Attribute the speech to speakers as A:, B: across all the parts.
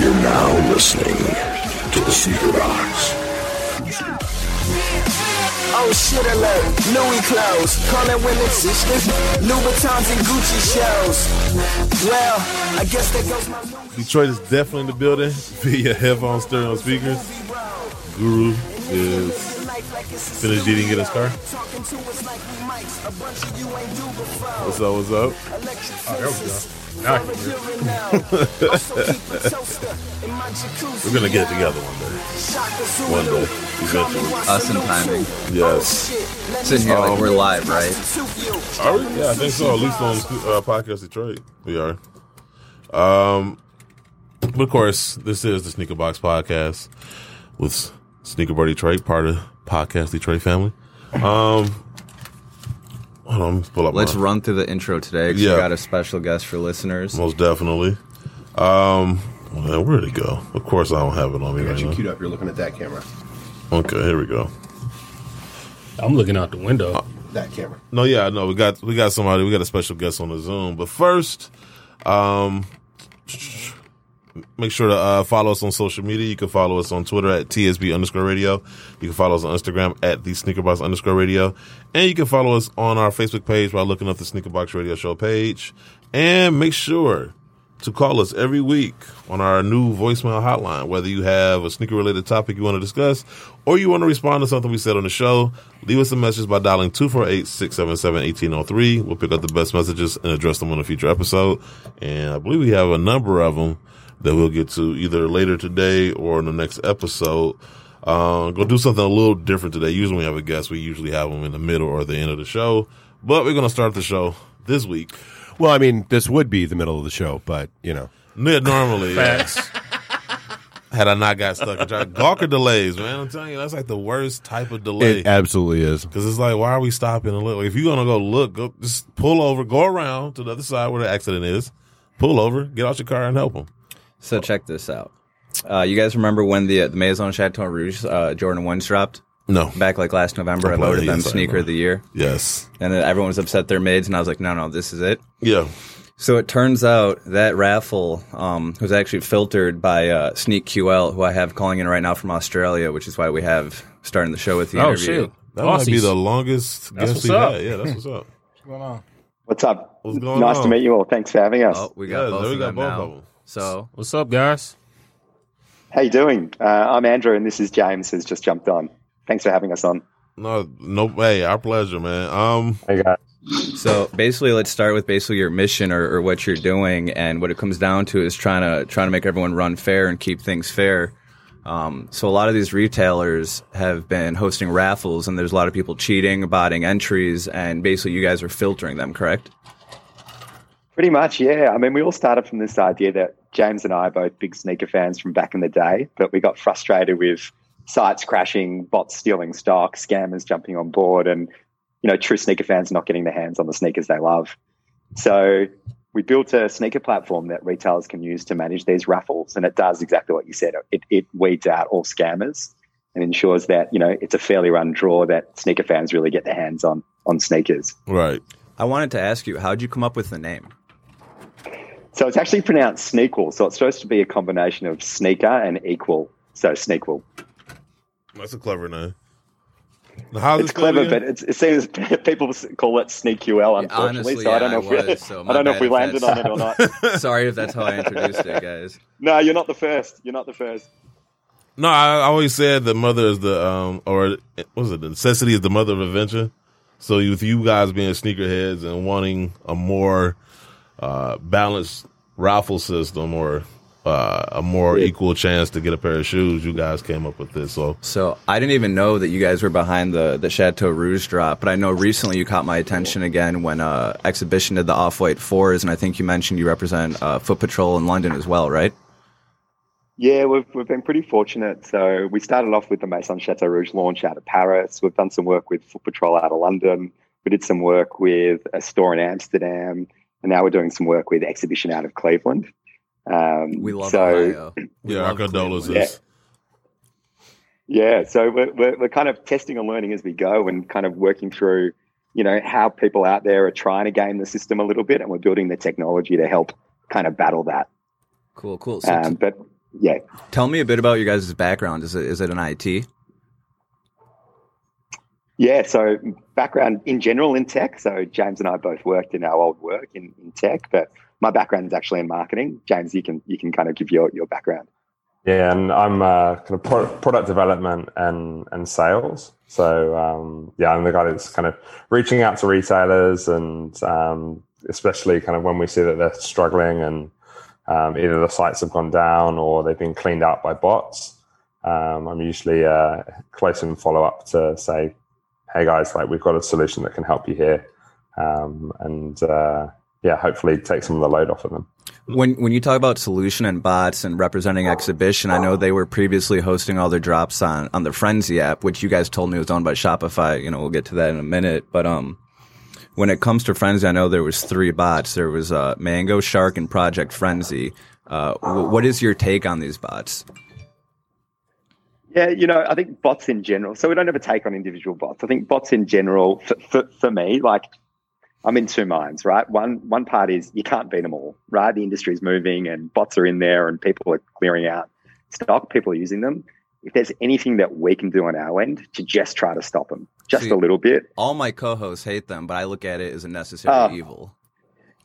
A: You're now listening to the Secret Box.
B: Oh shit alert, Louis clothes, calling women sisters, Louboutins and Gucci shows. Well, I guess that goes my
C: Detroit is definitely in the building via headphones, stereo speakers. Guru is
B: Finished
C: finished eating in his car.
B: Talking to us like we mics, a bunch of you ain't do before.
C: What's up? What's up?
B: Electric
C: Ah, we
B: Now We're
C: We're gonna get it together one day.
B: One
C: day,
B: day,
C: eventually.
B: eventually.
D: Us and timing.
B: Oh,
C: Yes.
D: Sitting here like we're live, right?
C: Are we? Oh, Yeah, I think so. At least on uh, podcast Detroit, we are. Um, but of course, this is the Sneaker Box Podcast with Sneaker Bar Detroit, part of Podcast Detroit family. Um, hold on, let me pull up.
D: Let's
C: my-
D: run through the intro today 'cause
C: Yeah.
D: we got a special guest for listeners.
C: Most definitely. Um, well, where'd it go? Of course, I don't have it on me
E: I
C: right
E: got you
C: now.
E: queued up. You're looking at that camera.
C: Okay, here we go.
F: I'm looking out the window.
E: That camera.
C: No, yeah, I know. We got we got somebody. We got a special guest on the Zoom. But first, um, make sure to uh, follow us on social media. You can follow us on Twitter at TSB underscore radio. You can follow us on Instagram at the Sneakerbox underscore radio, and you can follow us on our Facebook page by looking up the Sneakerbox Radio Show page. And make sure to call us every week on our new voicemail hotline. Whether you have a sneaker related topic you want to discuss or you want to respond to something we said on the show, leave us a message by dialing 248 677 1803. We'll pick up the best messages and address them on a future episode. And I believe we have a number of them that we'll get to either later today or in the next episode. Uh, gonna do something a little different today. Usually, when we have a guest, we usually have them in the middle or the end of the show, but we're gonna start the show this week.
G: Well, I mean, this would be the middle of the show, but you know,
C: Yeah, normally. Had I not got stuck in traffic. Gawker delays, man. I'm telling you, that's like the worst type of delay.
G: it absolutely is.
C: Because it's like, why are we stopping and look? Like, if you're going to go look, go, just pull over, go around to the other side where the accident is, pull over, get out your car and help them.
D: So check this out. Uh, you guys remember when the, the Maison Chateau Rouge uh, Jordan 1s dropped?
C: No.
D: Back like last November, I
C: Completely
D: voted them
C: insane,
D: sneaker
C: man.
D: of the year.
C: Yes.
D: And then everyone was upset they're maids, and I was like, no, no, this is it.
C: Yeah.
D: So it turns out that raffle um, was actually filtered by uh, Sneak QL, who I have calling in right now from Australia, which is why we have starting the show with the
F: Oh
D: interview.
F: shit!
C: That might be
F: Aussies.
C: the longest
F: That's
C: guest
F: what's
C: we
F: up.
C: had. Yeah, that's what's up.
H: What's up?
C: What's going
H: nice
C: on?
H: to meet you all. Thanks for having us.
D: Oh, we got
C: Yeah,
D: both,
C: there we
D: of,
C: got
D: them
C: both
D: now.
C: of them.
D: So
F: What's up, guys?
H: How you doing? Uh, I'm Andrew, and this is James, who's just jumped on. Thanks for having us on.
C: No, no, hey, our pleasure, man. Um,
D: So basically, let's start with basically your mission or, or what you're doing, and what it comes down to is trying to trying to make everyone run fair and keep things fair. Um, so a lot of these retailers have been hosting raffles, and there's a lot of people cheating, botting entries, and basically you guys are filtering them, correct?
H: Pretty much, yeah. I mean, we all started from this idea that James and I are both big sneaker fans from back in the day, but we got frustrated with sites crashing, bots stealing stock, scammers jumping on board, and you know, true sneaker fans not getting their hands on the sneakers they love. So we built a sneaker platform that retailers can use to manage these raffles, and it does exactly what you said. It it weeds out all scammers and ensures that you know it's a fairly run draw that sneaker fans really get their hands on on sneakers.
C: right.
D: I wanted to ask you, how'd you come up with the name?
H: So it's actually pronounced sneakle. So it's supposed to be a combination of sneaker and equal. So sneakle.
C: That's a clever name. How's
H: It's clever, but it's, it seems people call it sneakul. Unfortunately,
D: honestly,
H: so I
D: yeah,
H: don't know.
D: I
H: if, we-
D: was, so
H: I
D: my
H: don't know if
D: bad
H: we
D: if
H: landed on
D: that's-
H: it or not.
D: Sorry if that's how I introduced it, guys.
H: no, you're not the first. You're not the first.
C: No, I always said the mother is the um or what was it the necessity is the mother of invention. So with you guys being sneakerheads and wanting a more uh balanced raffle system or uh, a more equal chance to get a pair of shoes, you guys came up with this. So
D: So I didn't even know that you guys were behind the the Chateau Rouge drop, but I know recently you caught my attention again when uh, exhibition did the off white fours, and I think you mentioned you represent uh, Foot Patrol in London as well, right?
H: Yeah, we've, we've been pretty fortunate. So we started off with the Maison Chateau Rouge launch out of Paris. We've done some work with Foot Patrol out of London. We did some work with a store in Amsterdam. And now we're doing some work with Exhibition out of Cleveland. Um,
D: We love
H: so,
D: Ohio. We
C: yeah, our
D: love Cleveland.
C: condolences.
H: Yeah, so we're, we're, we're kind of testing and learning as we go and kind of working through, you know, how people out there are trying to game the system a little bit and we're building the technology to help kind of battle that.
D: Cool, cool. So
H: Um,
D: t-
H: but yeah,
D: tell me a bit about your guys' background. Is it is it an IT?
H: Yeah, so background in general in tech. So James and I both worked in our old work in, in tech, but my background is actually in marketing. James, you can you can kind of give your, your background.
I: Yeah, and I'm uh, kind of pro- product development and and sales. So um, yeah, I'm the guy that's kind of reaching out to retailers, and um, especially kind of when we see that they're struggling, and um, either the sites have gone down or they've been cleaned out by bots. Um, I'm usually uh, close in follow up to say, "Hey guys, like we've got a solution that can help you here," um, and uh, yeah, hopefully take some of the load off of them.
D: When when you talk about solution and bots and representing exhibition, I know they were previously hosting all their drops on on the Frenzy app, which you guys told me was owned by Shopify. You know, we'll get to that in a minute. But um, when it comes to Frenzy, I know there was three bots. There was uh, Mango Shark and Project Frenzy. Uh, w- what is your take on these bots?
H: Yeah, you know, I think bots in general. So we don't ever take on individual bots. I think bots in general, for, for, for me, like I'm in two minds, right? One one part is you can't beat them all, right? The industry is moving and bots are in there and people are clearing out stock. People are using them. If there's anything that we can do on our end to just try to stop them, just
D: See-
H: a little bit,
D: All my co-hosts hate them, but I look at it as a necessary
H: Oh.
D: evil.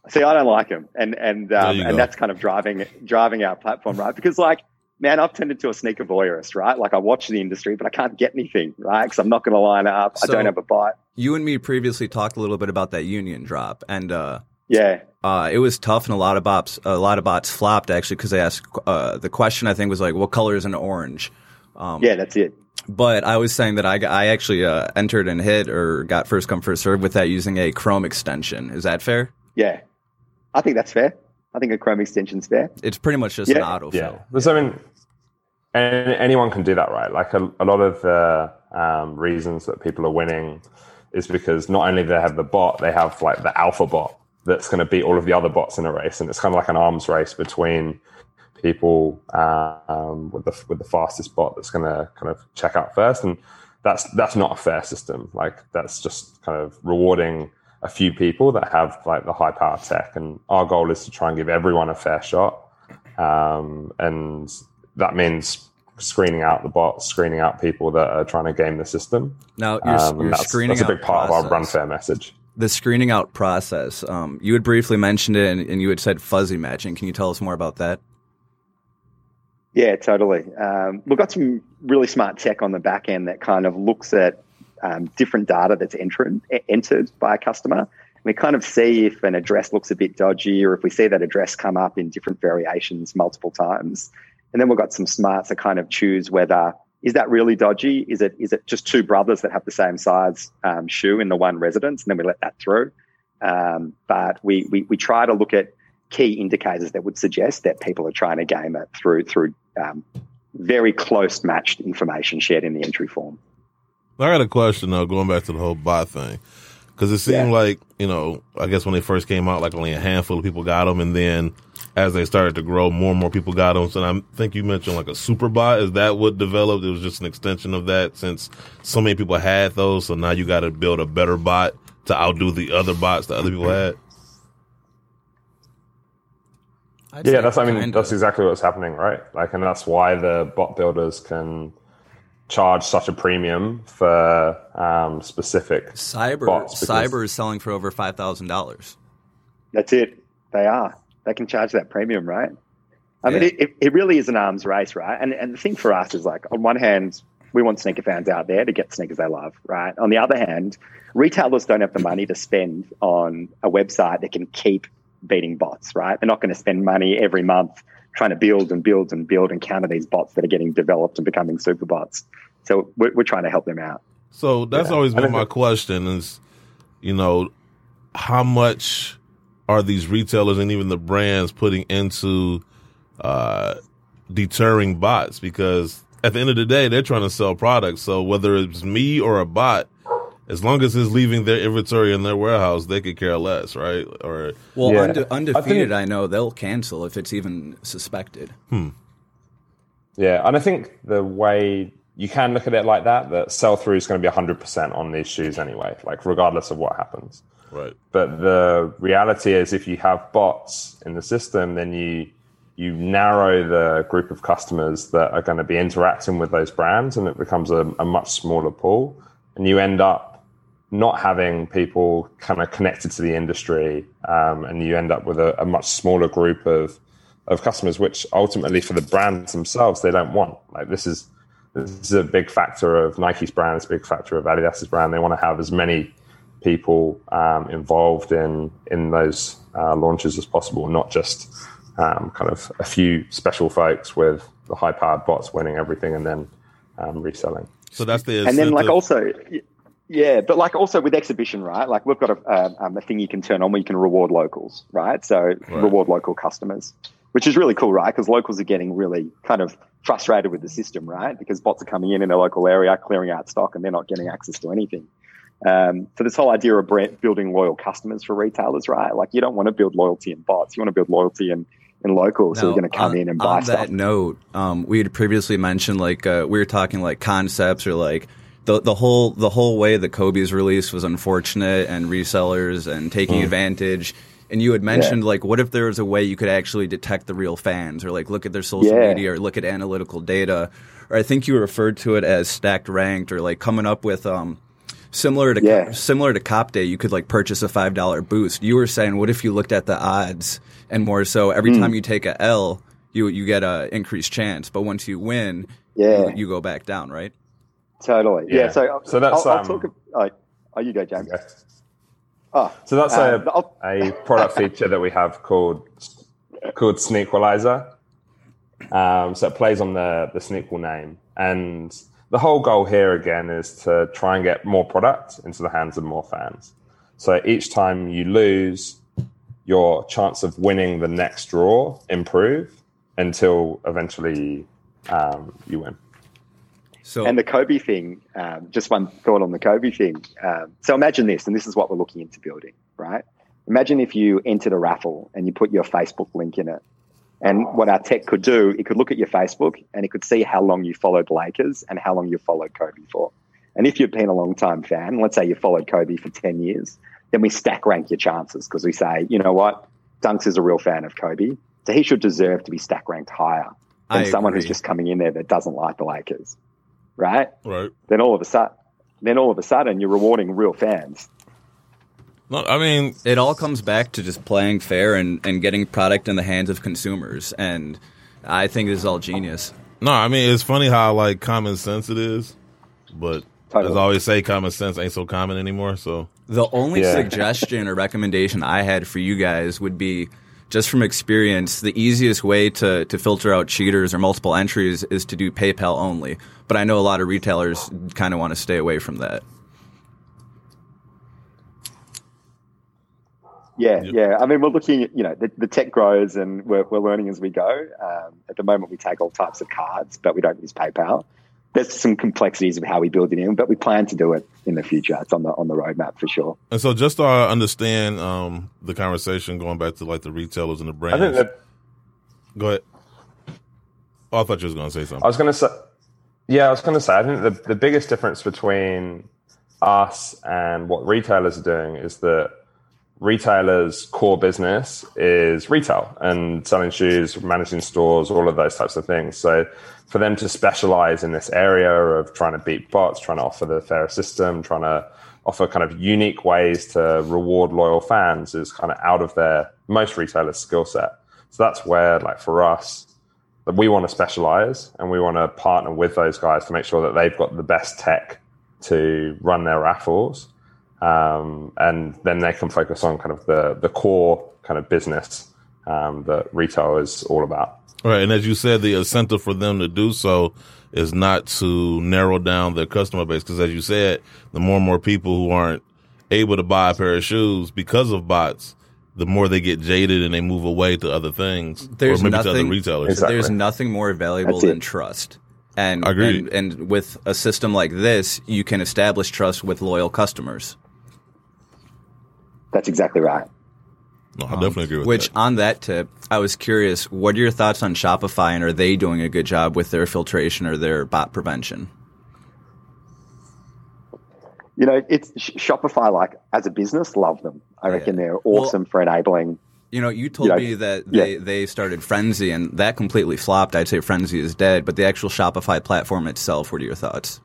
H: See, I don't like him, and and um,
C: you
H: and
C: go.
H: that's kind of driving driving our platform, right? Because like, man, I've turned into a sneaker voyeurist, right? Like, I watch the industry, but I can't get anything, right? Because I'm not going to line up.
D: So-
H: I don't have a bite.
D: You and me previously talked a little bit about that union drop, and uh,
H: Yeah,
D: uh, it was tough, and a lot of bots, a lot of bots flopped actually because they asked uh, the question. I think was like, "What color is an orange?" Um,
H: yeah, that's it.
D: But I was saying that I, got- I actually uh, entered and hit or got first come first serve with that using a Chrome extension. Is that fair?
H: Yeah, I think that's fair. I think a Chrome extension's fair.
D: It's pretty much just an
H: Yeah.
D: autofill.
I: Yeah. There's, I mean, and anyone can do that, right? Like a, a lot of the um, reasons that people are winning is because not only do they have the bot, they have like the alpha bot that's going to beat all of the other bots in a race, and it's kind of like an arms race between people um, with the with the fastest bot that's going to kind of check out first, and that's that's not a fair system. Like that's just kind of rewarding a few people that have like the high power tech, and our goal is to try and give everyone a fair shot um, and that means screening out the bots, screening out people that are trying to game the system.
D: Now you're,
I: Um, and
D: you're
I: that's,
D: screening
I: that's a
D: out
I: big part of our run
D: process.
I: fair message.
D: The screening out process. Um, you had briefly mentioned it, and, and you had said fuzzy matching. Can you tell us more about that?
H: Yeah, totally. Um, we've got some really smart tech on the back end that kind of looks at um, different data that's entered, entered by a customer. And we kind of see if an address looks a bit dodgy or if we see that address come up in different variations multiple times. And then we've got some smarts that kind of choose whether is that really dodgy? Is it is it just two brothers that have the same size um, shoe in the one residence? And then we let that through. Um, but we, we we try to look at key indicators that would suggest that people are trying to game it through through um, very close matched information shared in the entry form.
C: I got a question though, going back to the whole bot thing, because it seemed
H: Yeah.
C: like you know, I guess when they first came out, like only a handful of people got them, and then as they started to grow, more and more people got them. So I think you mentioned like a super bot. Is that what developed? It was just an extension of that, since so many people had those. So now you got to build a better bot to outdo the other bots that other people had.
D: I'd
I: Yeah,
D: say
I: that's I mean
D: kinda.
I: that's exactly what's happening, right? Like, and that's why the bot builders can charge such a premium for um, specific.
D: cyber.
I: bots because-
D: cyber is selling for over five thousand dollars.
H: That's it. They are. They can charge that premium, right? I mean,
D: Yeah.
H: it, it, it really is an arms race, right? And and the thing for us is like, on one hand, we want sneaker fans out there to get sneakers they love, right? On the other hand, retailers don't have the money to spend on a website that can keep beating bots, right? They're not going to spend money every month trying to build and build and build and counter these bots that are getting developed and becoming super bots. So we're, we're trying to help them out.
C: So that's
I: Yeah.
C: always
I: I
C: been
I: think
C: my
I: that-
C: question is, you know, how much are these retailers and even the brands putting into uh, deterring bots because at the end of the day, they're trying to sell products. So whether it's me or a bot, as long as it's leaving their inventory in their warehouse, they could care less, right? Or
D: Well, unde- undefeated, I, know they'll cancel if it's even suspected.
C: Hmm.
I: Yeah, and I think the way you can look at it like that, that sell through is going to be 100% on these shoes anyway, like regardless of what happens.
C: Right.
I: But the reality is, if you have bots in the system, then you you narrow the group of customers that are going to be interacting with those brands, and it becomes a, a much smaller pool, and you end up not having people kind of connected to the industry, um, and you end up with a, a much smaller group of of customers, which ultimately for the brands themselves they don't want. Like this is this is a big factor of Nike's brand, it's a big factor of Adidas's brand. They want to have as many people um, involved in in those uh, launches as possible, not just um, kind of a few special folks with the high powered bots winning everything and then um, reselling.
C: So that's the
H: and then like also y- yeah but like also with exhibition right like we've got a, um, um, a thing you can turn on where you can reward locals right so reward local customers which is really cool right because locals are getting really kind of frustrated with the system right because bots are coming in in their local area clearing out stock and they're not getting access to anything um, so this whole idea of brand, building loyal customers for retailers right like you don't want to build loyalty in bots you want to build loyalty in in locals who are
D: Now,
H: going to come
D: on-
H: in and buy
D: on
H: stuff
D: that note, um, we had previously mentioned like uh, we were talking like concepts or like the the whole the whole way the Kobe's release was unfortunate and resellers and taking
H: Hmm.
D: advantage. And you had mentioned like what if there was a way you could actually detect the real fans or like look at their social
H: Yeah.
D: media or look at analytical data or I think you referred to it as stacked ranked or like coming up with um similar to
H: Yeah.
D: similar to cop day you could like purchase a five dollar boost you were saying what if you looked at the odds and more so every
H: Hmm.
D: time you take a l you you get a increased chance but once you win
H: Yeah.
D: you, you go back down right
H: Totally. Yeah.
I: Yeah.
H: So,
I: So that's,
H: I'll, I'll
I: um,
H: talk. ab- Oh, oh, you go, James. Oh,
I: So that's
H: uh,
I: a,
H: I'll-
I: a product feature that we have called called Sneakwalizer. Um, so it plays on the the Sneakwal name, and the whole goal here again is to try and get more product into the hands of more fans. So each time you lose, your chance of winning the next draw improve until eventually um, you win.
D: so
H: and the Kobe thing. Um, just one thought on the Kobe thing. Um, so imagine this, and this is what we're looking into building, right? Imagine if you entered a raffle and you put your Facebook link in it. And what our tech could do, it could look at your Facebook and it could see how long you followed Lakers and how long you followed Kobe for. And if you've been a long time fan, let's say you followed Kobe for 10 years, then we stack rank your chances because we say, you know what? Dunks is a real fan of Kobe. So he should deserve to be stack ranked higher than
D: I
H: someone who's
D: agree.
H: just coming in there that doesn't like the Lakers. Right?
C: right.
H: Then all of a sudden, then all of a sudden you're rewarding real fans.
C: No, I mean,
D: it all comes back to just playing fair and and getting product in the hands of consumers and i think this is all genius
C: no, I mean, it's funny how like common sense it is, but as
H: Totally.
C: I always say, common sense ain't so common anymore. So
D: The only
I: Yeah.
D: suggestion or recommendation I had for you guys would be just from experience, the easiest way to, to filter out cheaters or multiple entries is to do PayPal only. But I know a lot of retailers kind of want to stay away from that.
H: Yeah, yeah. I mean, we're looking at, you know, the, the tech grows and we're, we're learning as we go. Um, at the moment, we take all types of cards, but we don't use PayPal. There's some complexities of how we build it in, but we plan to do it in the future. It's on the on the roadmap for sure.
C: and so just so I understand um, the conversation going back to like the retailers and the
I: I
C: brands.
I: think that
C: Go ahead. Oh, I thought you was gonna say something.
I: I was going to say, yeah, I was going to say, I think the, the biggest difference between us and what retailers are doing is that retailers' core business is retail and selling shoes, managing stores, all of those types of things. So for them to specialize in this area of trying to beat bots, trying to offer the fair system, trying to offer kind of unique ways to reward loyal fans is kind of out of their most retailers' skill set. So that's where, like for us, that we want to specialize and we want to partner with those guys to make sure that they've got the best tech to run their raffles. Um, and then they can focus on kind of the, the core kind of business um, that retail is all about.
C: Right, and as you said, the incentive for them to do so is not to narrow down their customer base because, as you said, the more and more people who aren't able to buy a pair of shoes because of bots the more they get jaded and they move away to other things,
D: there's
C: or maybe
D: nothing,
C: to other retailers.
D: There's nothing more valuable
C: That's it.
D: than trust. And,
C: Agreed.
D: and and with a system like this, you can establish trust with loyal customers.
H: That's exactly right.
C: No, I definitely agree with
D: Um, Which on that tip, I was curious, what are your thoughts on Shopify and are they doing a good job with their filtration or their bot prevention?
H: You know, it's Sh- Shopify. Like as a business, love them. I reckon they're awesome for enabling.
D: You know, you told
H: Yeah.
D: me that they,
H: Yeah.
D: they started Frenzy and that completely flopped. I'd say Frenzy is dead, but the actual Shopify platform itself, what are your thoughts?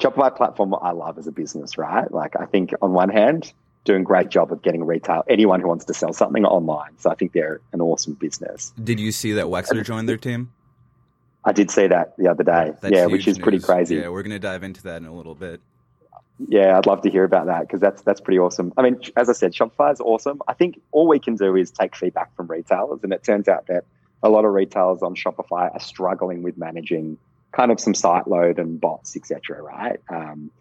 H: Shopify platform I love as a business, right? Like I think on one hand, doing a great job of getting retail anyone who wants to sell something online. So I think they're an awesome business.
D: Did you see that Wexler joined their team?
H: I did see that the other day.
D: That's
H: yeah, which
D: huge
H: is pretty
D: news.
H: crazy.
D: Yeah, we're going to dive into that in a little bit.
H: Yeah, I'd love to hear about that because that's that's pretty awesome. I mean, as I said, Shopify is awesome. I think all we can do is take feedback from retailers, and it turns out that a lot of retailers on Shopify are struggling with managing kind of some site load and bots, etc. Right? Um,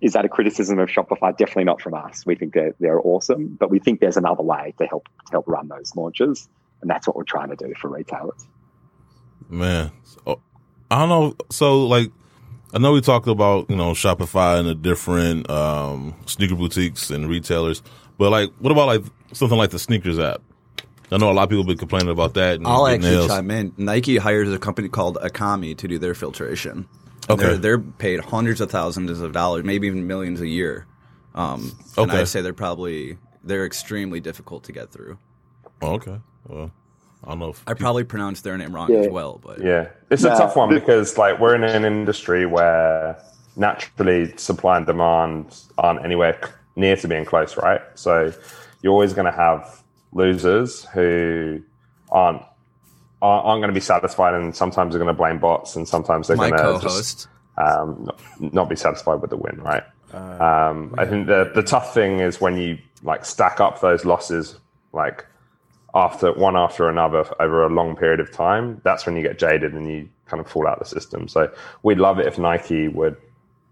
H: is that a criticism of Shopify? Definitely not from us. We think they're they're awesome, but we think there's another way to help to help run those launches, and that's what we're trying to do for retailers.
C: that. man. So, I don't know. So like, I know we talked about you know Shopify and the different um, sneaker boutiques and retailers, but like, what about like something like the sneakers app? I know a lot of people been complaining about that. And
D: I'll
C: getting
D: actually
C: nails.
D: chime in. Nike hires a company called Akami to do their filtration. And
C: Okay.
D: They're, they're paid hundreds of thousands of dollars, maybe even millions a year. Um, And
C: Okay.
D: I'd say they're probably they're extremely difficult to get through.
C: Oh, okay. Well, I don't know. If
D: I probably pronounced their name wrong as well, but
I: Yeah, it's a tough one because like we're in an industry where naturally supply and demand aren't anywhere c- near to being close, right? So you're always going to have losers who aren't aren't, aren't going to be satisfied, and sometimes they're going to blame bots, and sometimes they're
D: My
I: going to
D: co-host.
I: just um, not, not be satisfied with the win, right? um, I think the the tough thing is when you like stack up those losses, like after one after another f- over a long period of time, that's when you get jaded and you kind of fall out of the system. So we'd love it if Nike would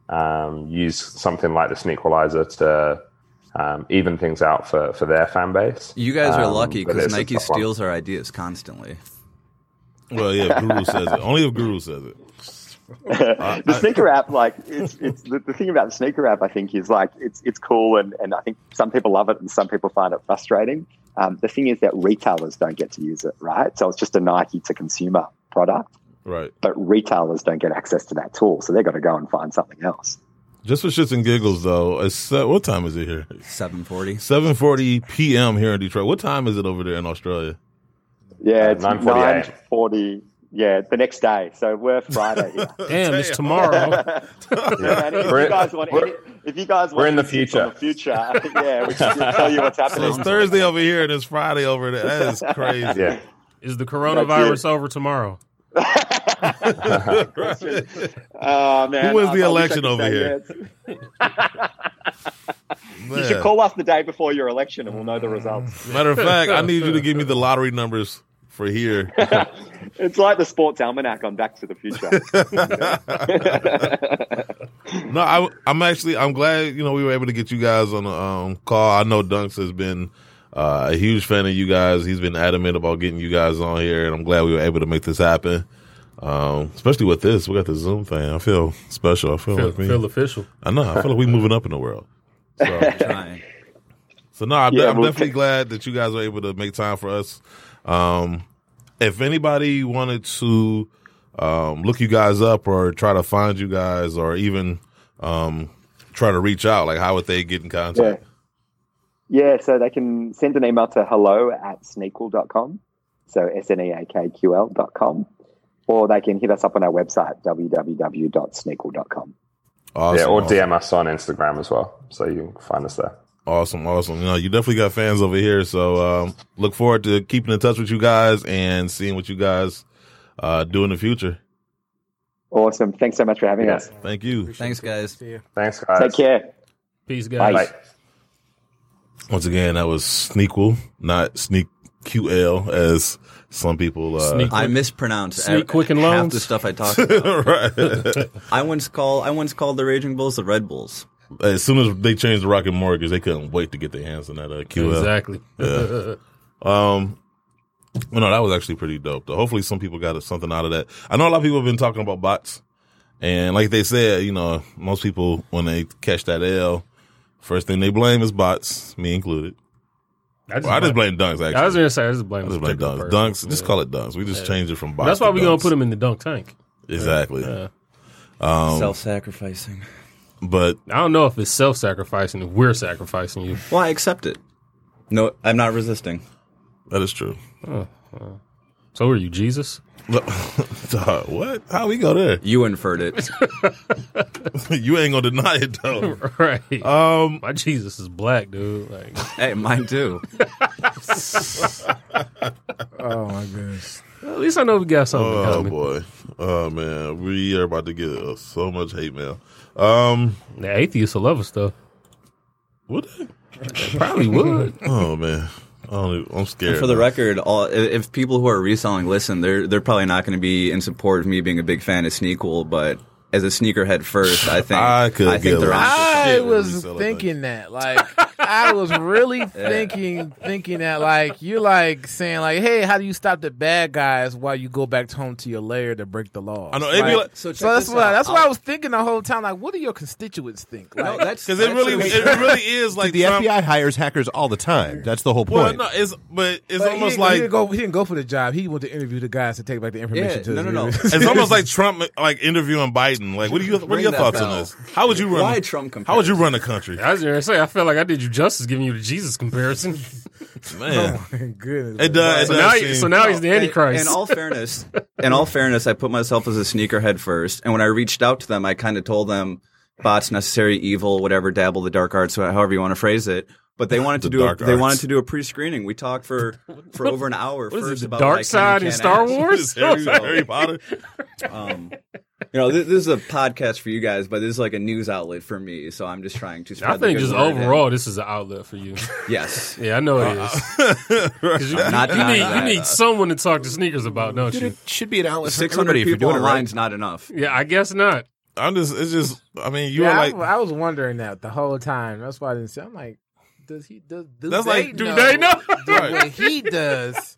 I: um, use something like this Equalizer to um, even things out for, for their fan base.
D: you guys are
I: Um,
D: lucky
I: but
D: because
I: it's a
D: Nike
I: tough one.
D: steals our ideas constantly.
C: Well, yeah, Guru says it. Only if Guru says it.
I: Uh,
C: I-
H: the sneaker app, like it's, it's the, the thing about the sneaker app, I think is like it's it's cool, and, and I think some people love it and some people find it frustrating. Um, the thing is that retailers don't get to use it, right? So it's just a Nike to consumer product,
C: Right.
H: but retailers don't get access to that tool, so they've got to go and find something else.
C: Just for shits and giggles, though. It's se- what time is it here?
D: Seven forty.
C: Seven forty p.m. here in Detroit. What time is it over there in Australia?
I: Uh,
H: Yeah, it's nine
C: 9:48.
H: forty. Yeah, the next day. So we're Friday. Here.
F: Damn, it's tomorrow.
H: Yeah, man, if
I: We're-
H: you guys want, any, if you guys want
I: We're in the
H: any tips on
I: future.
H: the future, yeah, we can tell you what's
C: So
H: happening.
C: it's Thursday over here and it's Friday over there. That is crazy.
I: Yeah.
F: Is the
H: That's
F: coronavirus over tomorrow?
H: Oh, man,
C: Who wins
H: I-
C: the
H: I wish I
C: election
H: could
C: over
H: say
C: here?
H: yes. You
C: Man.
H: should call us the day before your election, and we'll know
I: Mm.
H: the results.
C: Matter of fact, I need you to give me the lottery numbers for here.
H: It's like the sports almanac on Back to the Future.
C: No, I, I'm actually I'm glad you know we were able to get you guys on the um, call. I know Dunks has been uh, a huge fan of you guys. He's been adamant about getting you guys on here, and I'm glad we were able to make this happen. Um, especially with this, we got the Zoom thing. I feel special. I feel,
F: Feel,
C: like me.
F: feel official.
C: I know. I feel like we moving up in the world. So,
D: Trying.
C: so no, I'm,
H: Yeah,
C: I'm
H: we'll
C: definitely
H: take-
C: glad that you guys were able to make time for us. Um, if anybody wanted to um, look you guys up or try to find you guys or even um, try to reach out, like how would they get in
H: yeah.
C: contact?
H: yeah, so they can send an email to hello at sneakl.com, so S N E A K Q L dot com, or they can hit us up on our website, www.sneakl.com.
C: Awesome,
I: yeah, or
C: awesome,
I: DM us on Instagram as well, so you can find us there.
C: awesome, awesome. You know, you definitely got fans over here, so um, look forward to keeping in touch with you guys and seeing what you guys uh, do in the future.
H: Awesome. Thanks so much for having
I: Yeah.
H: us.
C: Thank you.
D: Thanks, guys.
I: Thanks, guys.
H: Take care.
F: Peace, guys.
I: Bye.
C: Once again, that was Sneakquel, not Sneak QL, as some people uh,
F: Sneak-
D: I mispronounced
F: Sneak
D: ev-
F: quick and
D: half
F: loans.
D: the stuff I talked about.
C: right.
D: I once call I once called the Raging Bulls the Red Bulls.
C: As soon as they changed the Rocket Mortgage, they couldn't wait to get their hands on that uh, QL.
F: Exactly.
C: Yeah. Um, well, no, that was actually pretty dope. Though. Hopefully, some people got something out of that. I know a lot of people have been talking about bots, and like they said, you know, most people when they catch that L, first thing they blame is bots, me included. Well, I just blame dunks. Actually,
F: I was gonna say I just blame.
C: I
F: this
C: just blame
F: particular
C: dunks.
F: person.
C: Dunks, just call it dunks. We just change it from bots.
F: That's why
C: to
F: we're gonna
C: dunks.
F: put him in the dunk tank.
C: exactly.
F: Yeah.
C: Um,
D: Self-sacrificing.
C: but
F: I don't know if it's self-sacrificing if we're sacrificing you.
D: Well, I accept it. No, I'm not resisting.
C: that is true.
F: So are you Jesus?
C: Dog, what? How we go there?
D: You inferred it.
C: you ain't gonna deny it though.
F: right.
C: Um,
F: My Jesus is black, dude. Like
D: hey, mine too.
J: Oh my goodness.
F: at least I know we got something
C: Oh
F: coming.
C: boy. Oh man. We are about to get uh, so much hate mail. Um
F: The atheists will love us though.
C: what
F: Probably would.
C: Oh man. I don't even, I'm scared.
D: For the record, all i- if people who are reselling listen, they're they're probably not going to be in support of me being a big fan of Sneakwool, but as a sneakerhead first, I think
C: I could
D: think
C: give
D: they're
C: a-
D: on.
J: I
C: shit when we
J: was
C: sell a
J: thinking that. Like I was really thinking thinking that like you're like saying like, hey, how do you stop the bad guys while you go back home to your lair to break the law?
C: I know it'd be like
D: So, check
J: So that's
D: this
J: why
D: out.
J: that's why I was thinking the whole time. Like, what do your constituents think? Like,
D: No, that's
C: because it really it really is like
G: the
C: Trump-
G: FBI hires hackers all the time. That's the whole
C: Well,
G: point.
C: no, it's but it's
J: But
C: almost
J: he didn't, he
C: like
J: didn't go, he didn't go for the job. He went to interview the guys to take back the information.
D: Yeah,
J: to
D: no, no, no.
C: it's almost like Trump like interviewing Biden. Like, what do you what are
D: Ring
C: your
D: that
C: thoughts on
D: bell.
C: this? How would you run?
D: Why Trump
C: How would you
D: comparison?
C: run a country,
F: I was gonna say I felt like I did you justice giving you the Jesus comparison.
C: man?
J: goodness.
C: It does.
F: So
C: it
F: now,
C: does
F: you-
C: seem-
F: so now he's the
D: In-
F: Antichrist.
D: In Oh, all fairness, in all fairness, I put myself as a sneakerhead first, and when I reached out to them, I kind of told them bots necessary evil, whatever, dabble the dark arts, however you want to phrase it. But they wanted to
C: The
D: do. A,
C: dark
D: they wanted
C: arts.
D: to do a pre-screening. We talked for for over an hour
F: what
D: first
F: is it, the
D: about
F: dark
D: like, can you
F: side in
D: can't
F: Star
D: ask.
F: Wars?
C: Harry, Harry Potter.
D: Um, you know, this, this is a podcast for you guys, but this is like a news outlet for me. So I'm just trying to. Spread
F: I
D: the
F: think
D: good
F: just
D: word and-
F: overall, this is an outlet for you.
D: yes.
F: Yeah, I know
D: Uh,
F: it is. 'Cause you,
D: Not
F: you
D: denying
F: need,
D: that.
F: you need someone to talk to sneakers about, don't you?
G: should be an outlet
D: Six hundred people online's not enough.
F: Yeah, I guess not.
C: I'm just. It's just. I mean, you
J: Yeah,
C: were
J: I,
C: like.
J: I was wondering that the whole time. That's why I didn't say. I'm like, does he? Does, do
C: That's
J: they
C: like,
F: Do they know?
J: do what he does?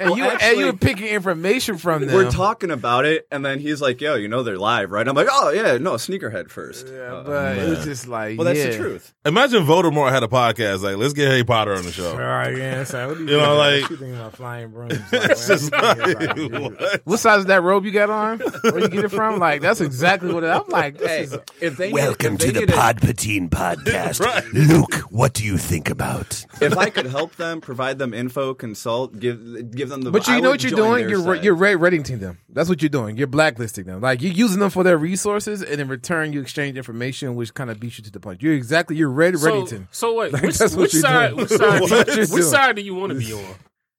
J: And you and
D: actually-
J: you were picking information from them.
D: We're talking about it, and then he's like, "Yo, you know they're live, right?" I'm like, "Oh yeah, no, sneakerhead first.
J: Yeah,
D: Uh,
J: but it was just like,
D: well, that's
J: yeah.
D: the truth.
C: Imagine Voldemort had a podcast. Like, let's get Harry Potter on the
J: All
C: show.
J: right, yeah. So what do you,
C: You know,
J: think about-
C: like-
J: what you think about flying brooms? Like,
C: It's
J: man,
C: just
J: I'm
C: like,
J: thinking about you.
C: what?
J: what size is that robe you got on? Where you get it from? Like that's exactly what it, I'm like. This is
D: if they
A: Welcome to the Pod Patine Podcast. Luke, what do you think about?
D: if I could help them, provide them info, consult, give give them the.
J: But you
D: I
J: know
D: would
J: what you're
D: join
J: doing?
D: their
J: You're
D: side.
J: you're ra- rating them. That's what you're doing. You're blacklisting them. Like you're using them for their resources, and in return, you exchange information, which kind of beats you to the punch. You're exactly you're red
F: So,
J: Reddington.
F: so wait,
J: Like,
F: which,
J: that's what
F: which
J: you're
F: side?
J: doing.
F: Which side?
J: That's what you're
F: which
J: doing.
F: side do you want to be on?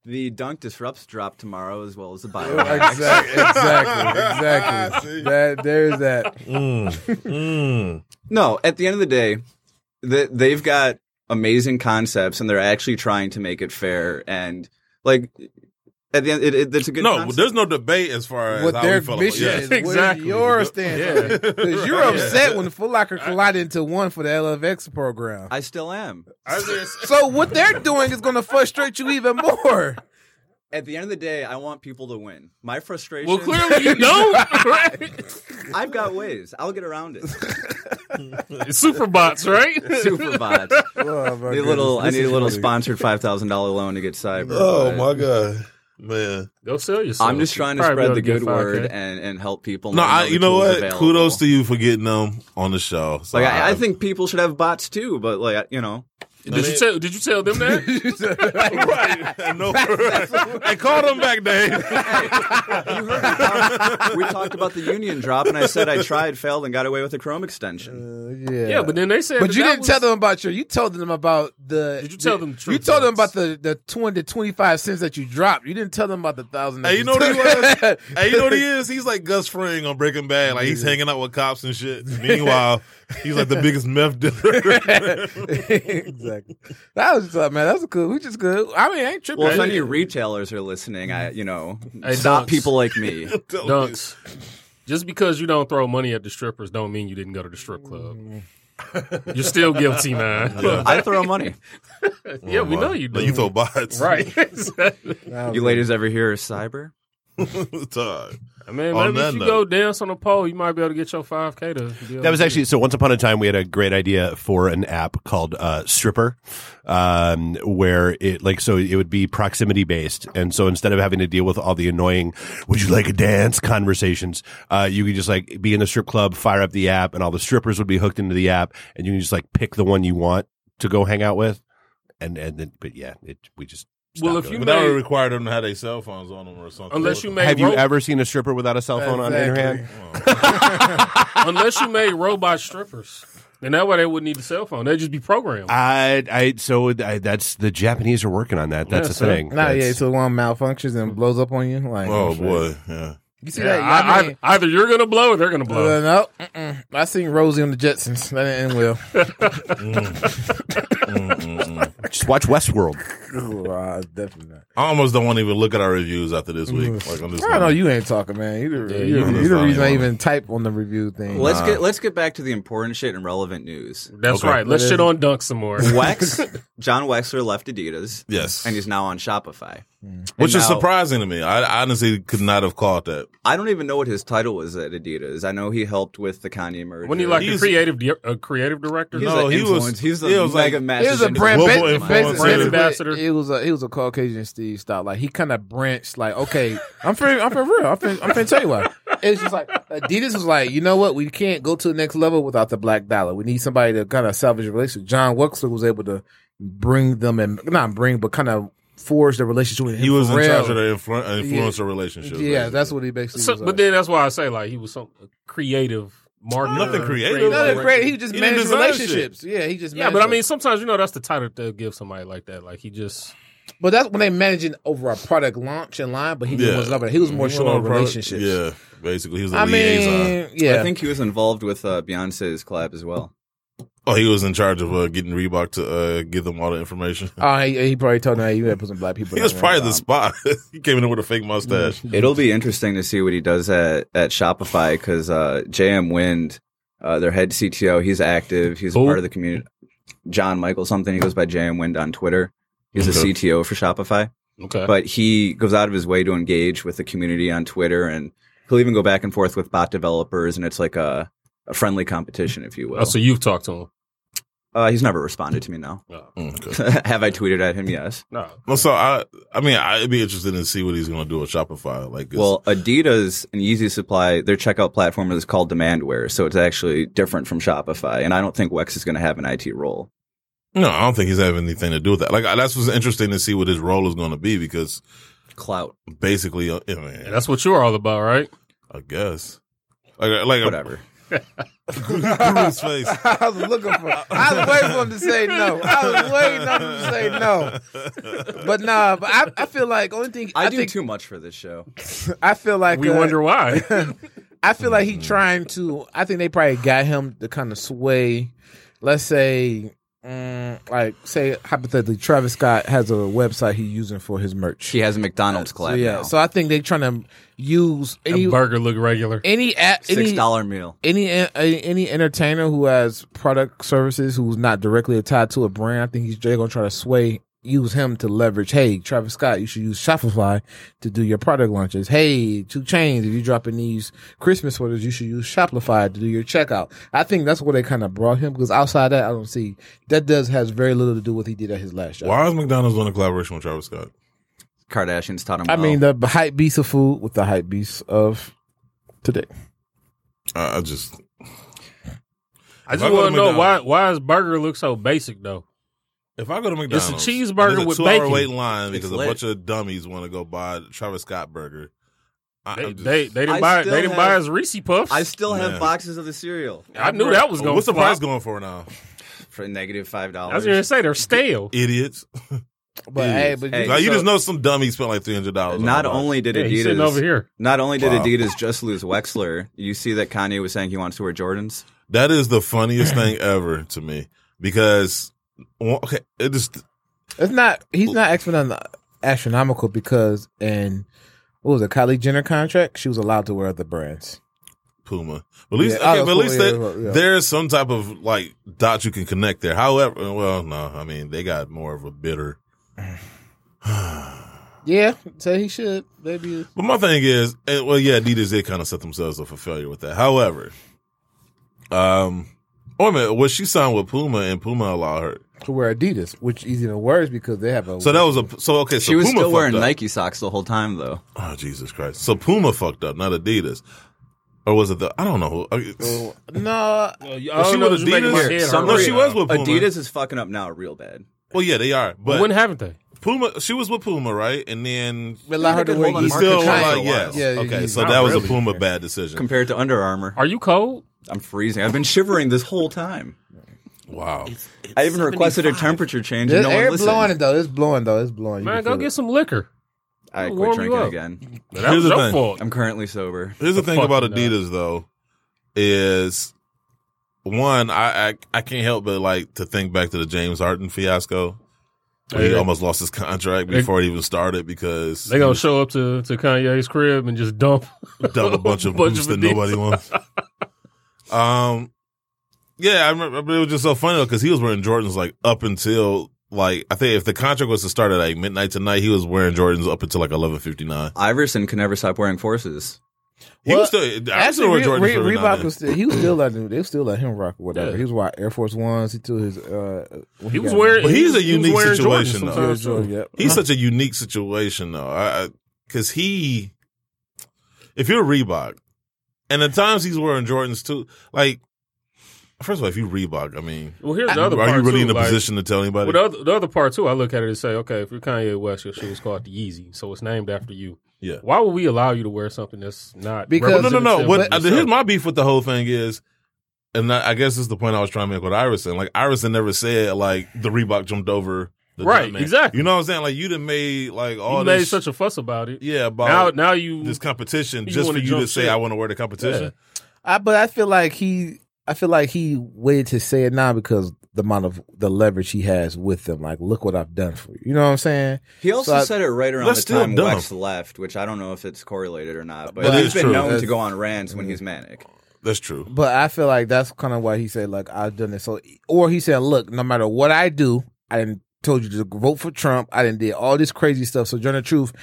D: the Dunk Disrupts drop tomorrow, as well as the bio.
J: exactly, exactly, exactly. That there's that.
D: No, at the end of the day, th they've got amazing concepts, and they're actually trying to make it fair. And like at the end, it, it, it's a good.
C: No,
D: concept.
C: there's no debate as far as
J: What
C: how
J: their
C: we feel about
J: mission
C: yes.
J: is,
F: exactly.
J: what your stance
F: Yeah.
J: because you're upset when Foot Locker collided into one for the LFX program.
D: I still am.
J: So what they're doing is going to frustrate you even more.
D: At the end of the day, I want people to win. My frustration.
F: Well, clearly you don't. Right?
D: I've got ways. I'll get around it.
F: It's Superbots, right?
D: Superbots.
J: Oh, my
D: Need a little.
J: goodness.
D: I
J: This
D: need a
J: is
D: little
J: funny.
D: sponsored five thousand dollar loan to get cyber.
C: Oh
D: but
C: my god, man.
F: Go sell yourself.
D: I'm just trying to
F: Probably be
D: spread
F: able
D: the
F: get
D: good word
F: 5K.
D: and, and help people.
C: No,
D: learn
C: I.
D: other
C: You know
D: tools
C: what?
D: available.
C: Kudos to you for getting them on the show. So
D: Like I, I think people should have bots too, but like I- you know,
F: Did you tell? Did you tell them that?
C: right. No, and call them back, Dave.
D: we talked about the union drop, and I said I tried, failed, and got away with a Chrome extension.
J: yeah.
F: yeah, but then they said.
J: But
F: that
J: you
F: that
J: didn't
F: was-
J: tell them about your. You told them about the.
F: Did you tell them the
J: You
F: truth,
J: told them about
F: Alex?
J: the the twenty to twenty five cents that you dropped. You didn't tell them about the thousand. that
C: Hey, you know what he
J: took.
C: was? hey, you know what he is? He's like Gus Fring on Breaking Bad. Like he's hanging out with cops and shit. Meanwhile, he's like the biggest meth dealer.
J: exactly. That was just like, man. That's cool. We just good. I mean, I ain't tripping.
D: Well, if any retailers are listening, I you know
F: Hey,
D: stop
F: Dunks.
D: people like me.
F: Dunks. Just because you don't throw money at the strippers, don't mean you didn't go to the strip club. You're still guilty, man.
D: I throw money.
F: yeah, we know you do.
C: No, you throw bots.
F: Right. Exactly.
D: You ladies ever hear of cyber?
C: Todd.
F: I mean, maybe
C: On
F: if
C: that
F: you
C: note-
F: go dance on a pole, you might be able to get your 5K to. deal
G: That was
F: with
G: actually so. Once upon a time, we had a great idea for an app called uh, Stripper, um, where it like so it would be proximity based, and so instead of having to deal with all the annoying "Would you like a dance?" conversations, uh, you could just like be in the strip club, fire up the app, and all the strippers would be hooked into the app, and you can just like pick the one you want to go hang out with, and and then but yeah, it we just
F: it. Well, if you
C: But that would
F: made,
C: require them to have their cell phones on them or something.
F: Unless you made
G: have you
F: ro-
G: ever seen a stripper without a cell phone on in her hand?
F: unless you made robot strippers, then that way they wouldn't need the cell phone. They'd just be programmed.
G: I I so I, that's the Japanese are working on that. That's
F: Yeah,
G: a
F: so-
G: thing.
J: Nah, yeah,
G: That's-
J: so one malfunctions and blows up on you. Like,
C: Oh boy, yeah.
J: you see
F: yeah,
J: that?
F: I-
J: I,
F: I- either you're gonna blow or they're gonna blow.
J: mean, Uh, no, mm-mm. I seen Rosie on the Jetsons. That didn't end well.
G: Just watch Westworld.
J: Ooh, uh, definitely not.
C: I almost don't want to even look at our reviews after this week. Like I'm just.
J: Mm. I know you ain't talking, man. You the, you,
C: you
J: the-
C: know
J: you the
C: that's
J: reason I
C: not
J: even type on the review thing.
D: Let's get let's get back to the important shit and relevant news.
F: That's
C: Okay.
F: right. Let's shit on Dunk some more.
D: Wex, John Wexler left Adidas,
C: Yes, Mm.
D: and he's now on Shopify.
C: which is
D: And now-
C: surprising to me. I, I honestly could not have caught that.
D: I don't even know what his title was at Adidas. I know he helped with the Kanye merger.
F: Wasn't he like a
C: He's-
F: creative di- a creative director?
D: He's
C: No,
D: an
C: he was-
D: influence. He's the
C: he was
D: mega
C: like-
D: master.
J: It was a brand,
C: Global
J: ba-
C: influencer.
J: basically,
F: Brand
J: basically,
F: ambassador.
J: It was a he was a Caucasian Steve style. Like he kind of branched. Like okay, I'm for I'm for real. I'm for, I'm for tell you what. It's just like Adidas was like, you know what? We can't go to the next level without the black dollar. We need somebody to kind of salvage a relationship. John Wexler was able to bring them and not bring, but kind of forge the relationship with him.
C: He was
J: for
C: in
J: real.
C: charge of the influ- influencer relationship.
J: Yeah, that's what he basically.
F: So-
J: was
F: but
J: like.
F: then that's why I say like he was some creative marketer.
C: Nothing creative.
J: no, they're great. He just
C: He didn't
J: managed
C: design shit.
J: relationships. Yeah, he just
F: yeah,
J: managed
F: but I
J: it.
F: mean, sometimes you know that's the title they'll give somebody like that. Like he just
J: but that's when they managing over a product launch and line. But he
C: Yeah.
J: didn't was He was more
C: He
J: short
C: went
J: on
C: product-
J: relationships.
C: Yeah, basically, he was a
J: I
C: liaison.
J: mean, yeah.
D: I think he was involved with uh, Beyonce's collab as well.
C: oh, he was in charge of uh, getting Reebok to uh, give them all the information.
J: Oh, he, he probably told him, hey, you gotta put some black people.
C: He was
J: down
C: probably
J: there."
C: the spot. he came in with a fake mustache.
D: It'll be interesting to see what he does at, at Shopify because uh, JM Wind, uh, their head CTO, he's active. He's a
F: Who?
D: part of the community. John Michael something. He goes by JM Wind on Twitter. He's a
C: Okay.
D: CTO for Shopify,
F: okay.
D: but he goes out of his way to engage with the community on Twitter, and he'll even go back and forth with bot developers, and it's like a, a friendly competition, if you will.
F: oh, so you've talked to him?
D: uh, he's never responded to me now.
F: No,
C: Mm, Okay.
D: Have I tweeted at him? Yes.
F: no.
C: Well, so I, I mean, I'd be interested to see what he's going to do with Shopify. Like, it's-
D: Well, Adidas and Yeezy Supply, their checkout platform is called Demandware, so it's actually different from Shopify. And I don't think Wex is going to have an IT role.
C: no, I don't think he's having anything to do with that. Like, that's what's interesting to see what his role is going to be because
D: Clout,
C: basically, uh, I mean,
F: That's what you're all about, right?
C: I guess. Like, uh, like
D: whatever.
C: Guru's face.
J: I was looking for. I was waiting for him to say no. I was waiting on him to say no. But nah, but I, I feel like only thing
D: I,
J: I,
D: do
J: think
D: too much for this show.
J: I feel like
F: We
J: uh,
F: wonder why. Mm-hmm.
J: I feel like he trying to. I think they probably got him to kind of sway. Let's say, mm, like, say hypothetically, Travis Scott has a website he's using for his merch.
D: He has a McDonald's
J: So,
D: collab.
J: yeah.
D: now.
J: So I think they trying to use any
F: That burger look regular.
J: any app
D: six
J: any
D: dollar meal.
J: any any any entertainer who has product services who's not directly tied to a brand, I think he's they're gonna try to sway use him to leverage. Hey, Travis Scott, you should use Shopify to do your product launches. Hey, Two Chains, if you're dropping these Christmas sweaters, you should use Shopify to do your checkout. I think that's where they kind of brought him because outside that, I don't see that does has very little to do with what he did at his last job.
C: Why is McDonald's doing a collaboration with Travis Scott?
D: Kardashians taught him.
J: I
D: well.
J: mean, the hype beast of food with the hype beast of today.
C: I, I just
F: I
C: Why
F: just
C: go to
F: want to know why
C: McDonald's?
F: why his burger look so basic though.
C: if I go to
F: It's
C: McDonald's,
F: a cheeseburger
C: and there's
F: with
C: a two-hour
F: bacon.
C: wait line because
D: It's
C: a
D: lit.
C: bunch of dummies want to go buy a Travis Scott burger. I,
F: They
C: I'm just-
F: they, they didn't
D: I
F: buy
D: still
F: they didn't buy
D: have-
F: his Reese puffs.
D: I still have
C: Man.
D: boxes of the cereal
F: I knew that
J: Oh,
F: was going.
C: what's the
F: flop.
C: price going for now?
D: for negative five
F: I was gonna
D: dollars.
F: say they're stale.
C: Idiots!
J: But hey, but
D: Hey,
C: like you
D: so-
C: just know some dummy spent like three hundred dollars.
D: Not only did
F: Yeah, he's sitting
D: Adidas
F: over here.
D: not only did
C: Wow.
D: Adidas just lose Wexler, you see that Kanye was saying he wants to wear Jordans.
C: that is the funniest thing ever to me because well, okay, it just
J: It's not. He's not asking astronomical because in what was it? Kylie Jenner contract. She was allowed to wear other brands.
C: Puma. But at least,
J: Yeah,
C: okay,
J: oh,
C: but at least
J: yeah,
C: that,
J: yeah.
C: there's some type of like dot you can connect there. However, well, no, I mean they got more of a bitter.
J: Yeah, so he should. Maybe
C: But my thing is, eh, well, yeah, Adidas did kind of set themselves up for failure with that. However, um, oh man, was she signed with Puma and Puma allowed her?
J: to wear Adidas, which is even worse because they have a.
C: So that was a so okay. So
D: she was
C: Puma
D: still
C: fucked
D: wearing
C: up.
D: Nike socks the whole time, though.
C: Oh Jesus Christ! So Puma fucked up, not Adidas, or was it the I don't know. who- uh, okay, it's-
J: no.
F: Oh, I don't know, you're making my head hurt
C: No,
F: right
C: she
F: now.
C: was with Puma.
D: Adidas is fucking up now, real bad.
C: Well, yeah, they are. But
F: when haven't they?
C: Puma, she was with Puma, right? And then
J: They allow her to wear
C: He
J: Yeezys.
C: still
J: Yeah,
C: like,
J: yeah,
C: yes.
J: yeah,
C: okay,
J: yeah.
C: so
J: Not
C: that was a
J: really.
C: Puma bad decision.
D: Compared to Under Armour,
F: Are you cold?
D: I'm freezing. I've been shivering this whole time.
C: Wow.
D: I even requested a temperature change,
J: There's
D: and no
J: air
D: one listened.
J: blowing it though. It's blowing though. It's blowing. You
F: Man,
J: can
F: go
J: feel
F: get some liquor.
D: I
F: It'll
D: quit
F: warm you
D: drinking
F: up.
D: again.
F: That was your fault.
D: I'm currently sober.
C: Here's the,
F: The
C: thing about
F: fuck, no.
C: Adidas though, is one I, I I can't help but like to think back to the James Harden fiasco. Where he
F: Yeah.
C: almost lost his contract
F: They-
C: before it even started because
F: They gonna show up to, to Kanye's crib and just dump
C: dump a bunch of boots that
F: Adidas.
C: nobody wants. um, yeah, I remember, but it was just so funny because he was wearing Jordans like up until like I think if the contract was to start at like midnight tonight, he was wearing Jordans up until like eleven fifty nine.
D: Iverson can never stop wearing forces.
C: He was still I still wear
J: Actually,
C: Jordans
J: Re-
C: every
J: Re-
C: now and
J: Reebok
C: then.
J: was still. He was still letting. They still let him rock or whatever.
C: Yeah.
J: He was wearing Air Force Ones. He threw his. Uh, when
F: He was
J: got-
F: wearing-
C: But
F: He
C: he's
F: was-
C: a
F: he was
C: unique
F: wearing Jordans
C: situation
J: He
C: though.
F: sometimes.
J: was doing- yep.
C: He's such a unique situation though, I because he, if you're Reebok, and at times he's wearing Jordans too. Like, first of all, if you Reebok, I mean,
F: Well, here's the
C: are
F: other part.
C: you really
F: too,
C: in a
F: like-
C: position to tell anybody?
F: Well, the other, the other part too, I look at it and say, okay, if you're Kanye West, your shoe is called the Yeezy, so it's named after you.
C: Yeah.
F: Why would we allow you to wear something that's not
C: Well,
J: Because-
C: no, no, no.
F: representative
C: What,
F: of
C: here's
F: yourself?
C: my beef with the whole thing is, and I, I guess this is the point I was trying to make with Irison. Like Irison never said like the Reebok jumped over the
F: Right,
C: Jumpman.
F: exactly.
C: You know what I'm saying? Like you done made like all
F: you made
C: this
F: such a fuss about it.
C: yeah
F: Now,
C: about
F: now you
C: this competition
F: you
C: just for
F: wanna
C: you
F: jump
C: to say
F: ship.
C: I want to wear the competition.
J: I, but I feel like he. I feel like he waited to say it now because the amount of the leverage he has with them. Like, look what I've done for you. You know what I'm saying?
D: He also
J: So I-
D: said it right around
C: That's
D: the
C: still
D: time
C: dumb.
D: West left, which I don't know if it's correlated or not, but
C: That
D: he's
C: is
D: been
C: true.
D: known
J: That's-
D: to go on rants when he's manic.
C: That's true.
J: But I feel like that's kind of why he said, like, I've done this. So, or he said, look, no matter what I do, I didn't told you to vote for Trump. I didn't did all this crazy stuff. So, during the truth,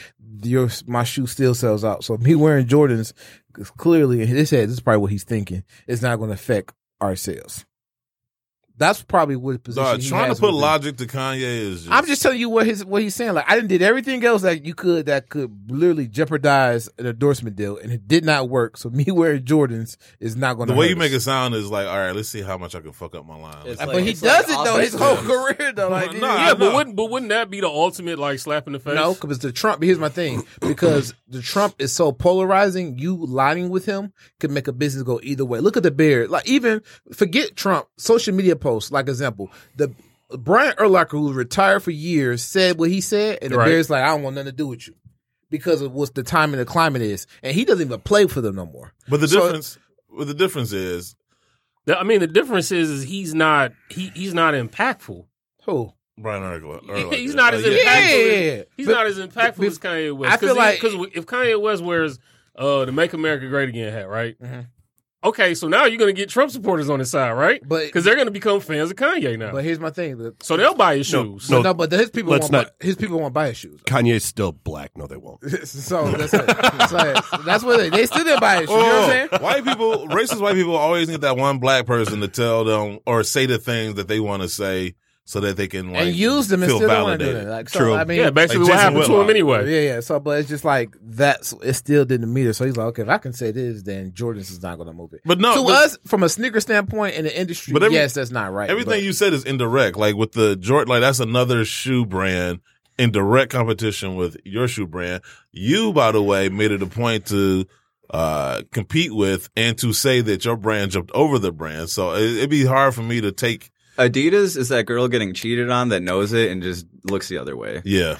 J: your my shoe still sells out. So, me wearing Jordans, 'cause clearly in his head, this is probably what he's thinking. It's not going to affect our sales. That's probably what position.
C: Dog,
J: he
C: trying to
J: has
C: put
J: with it.
C: logic to Kanye is. Just,
J: I'm just telling you what his what he's saying. Like I didn't did everything else that you could that could literally jeopardize an endorsement deal, and it did not work. So me wearing Jordans is not going to.
C: the way you make it sound is like all right. Let's see how much I can fuck up my line. Let's-
D: It's like-
J: but he
D: like
J: does it though. His
D: offense
J: whole
D: is-
J: career though. Like,
C: No,
F: yeah,
C: no.
F: but wouldn't but wouldn't that be the ultimate like slap in the face?
J: No, because the Trump. Here's my thing: because the Trump is so polarizing, you aligning with him could make a business go either way. Look at the beard. Like even forget Trump social media posts. Like example, the Brian Urlacher, who retired for years, said what he said, and the
F: Right.
J: beard's like, I don't want nothing to do with you because of what the time and the climate is, and he doesn't even play for them no more.
C: but the
J: So-
C: difference, but the difference is
F: The- I mean, the difference is, is he's not he, he's not impactful.
J: Who?
C: Brian Urlacher.
F: he's not as
C: Like,
F: impactful.
C: yeah.
J: Yeah.
F: He's
J: But-
F: not as impactful
J: but-
F: as Kanye
J: I
F: West.
J: feel
F: Because
J: like-
F: if Kanye West wears uh, the "Make America Great Again" hat, right?
J: Mhm.
F: Okay, so now you're going to get Trump supporters on his side, right?
J: But-
F: Because they're going to become fans of Kanye now.
J: But here's my thing: the,
F: so they'll buy his shoes.
J: no,
G: No,
J: but his people
G: let's
J: won't
G: not-
J: buy, his people won't buy his shoes.
G: Kanye's still black. No, they won't.
J: so that's it. So that's what they, they still didn't buy his shoes. You know what I'm saying?
C: Oh, white people, racist white people always need that one black person to tell them or say the things that they want to say so that they can like
J: and use them and
C: feel
J: still don't want to do
C: validated.
J: that. Like, so,
G: True.
J: I mean,
F: yeah, basically
C: like
F: what
C: Jason
F: happened to
C: Whitlock.
F: him anyway.
J: yeah, yeah. So, but it's just like that's it still didn't meet it. So he's like, okay, if I can say this, then Jordan's is not going to move it.
C: But no,
J: to
C: but-
J: us from a sneaker standpoint in the industry,
C: But every-
J: yes, that's not right.
C: Everything
J: but-
C: you said is indirect. Like with the Jordan, like that's another shoe brand in direct competition with your shoe brand. You, by the way, made it a point to uh compete with and to say that your brand jumped over the brand. So it, it'd be hard for me to take.
D: Adidas is that girl getting cheated on that knows it and just looks the other way.
C: Yeah.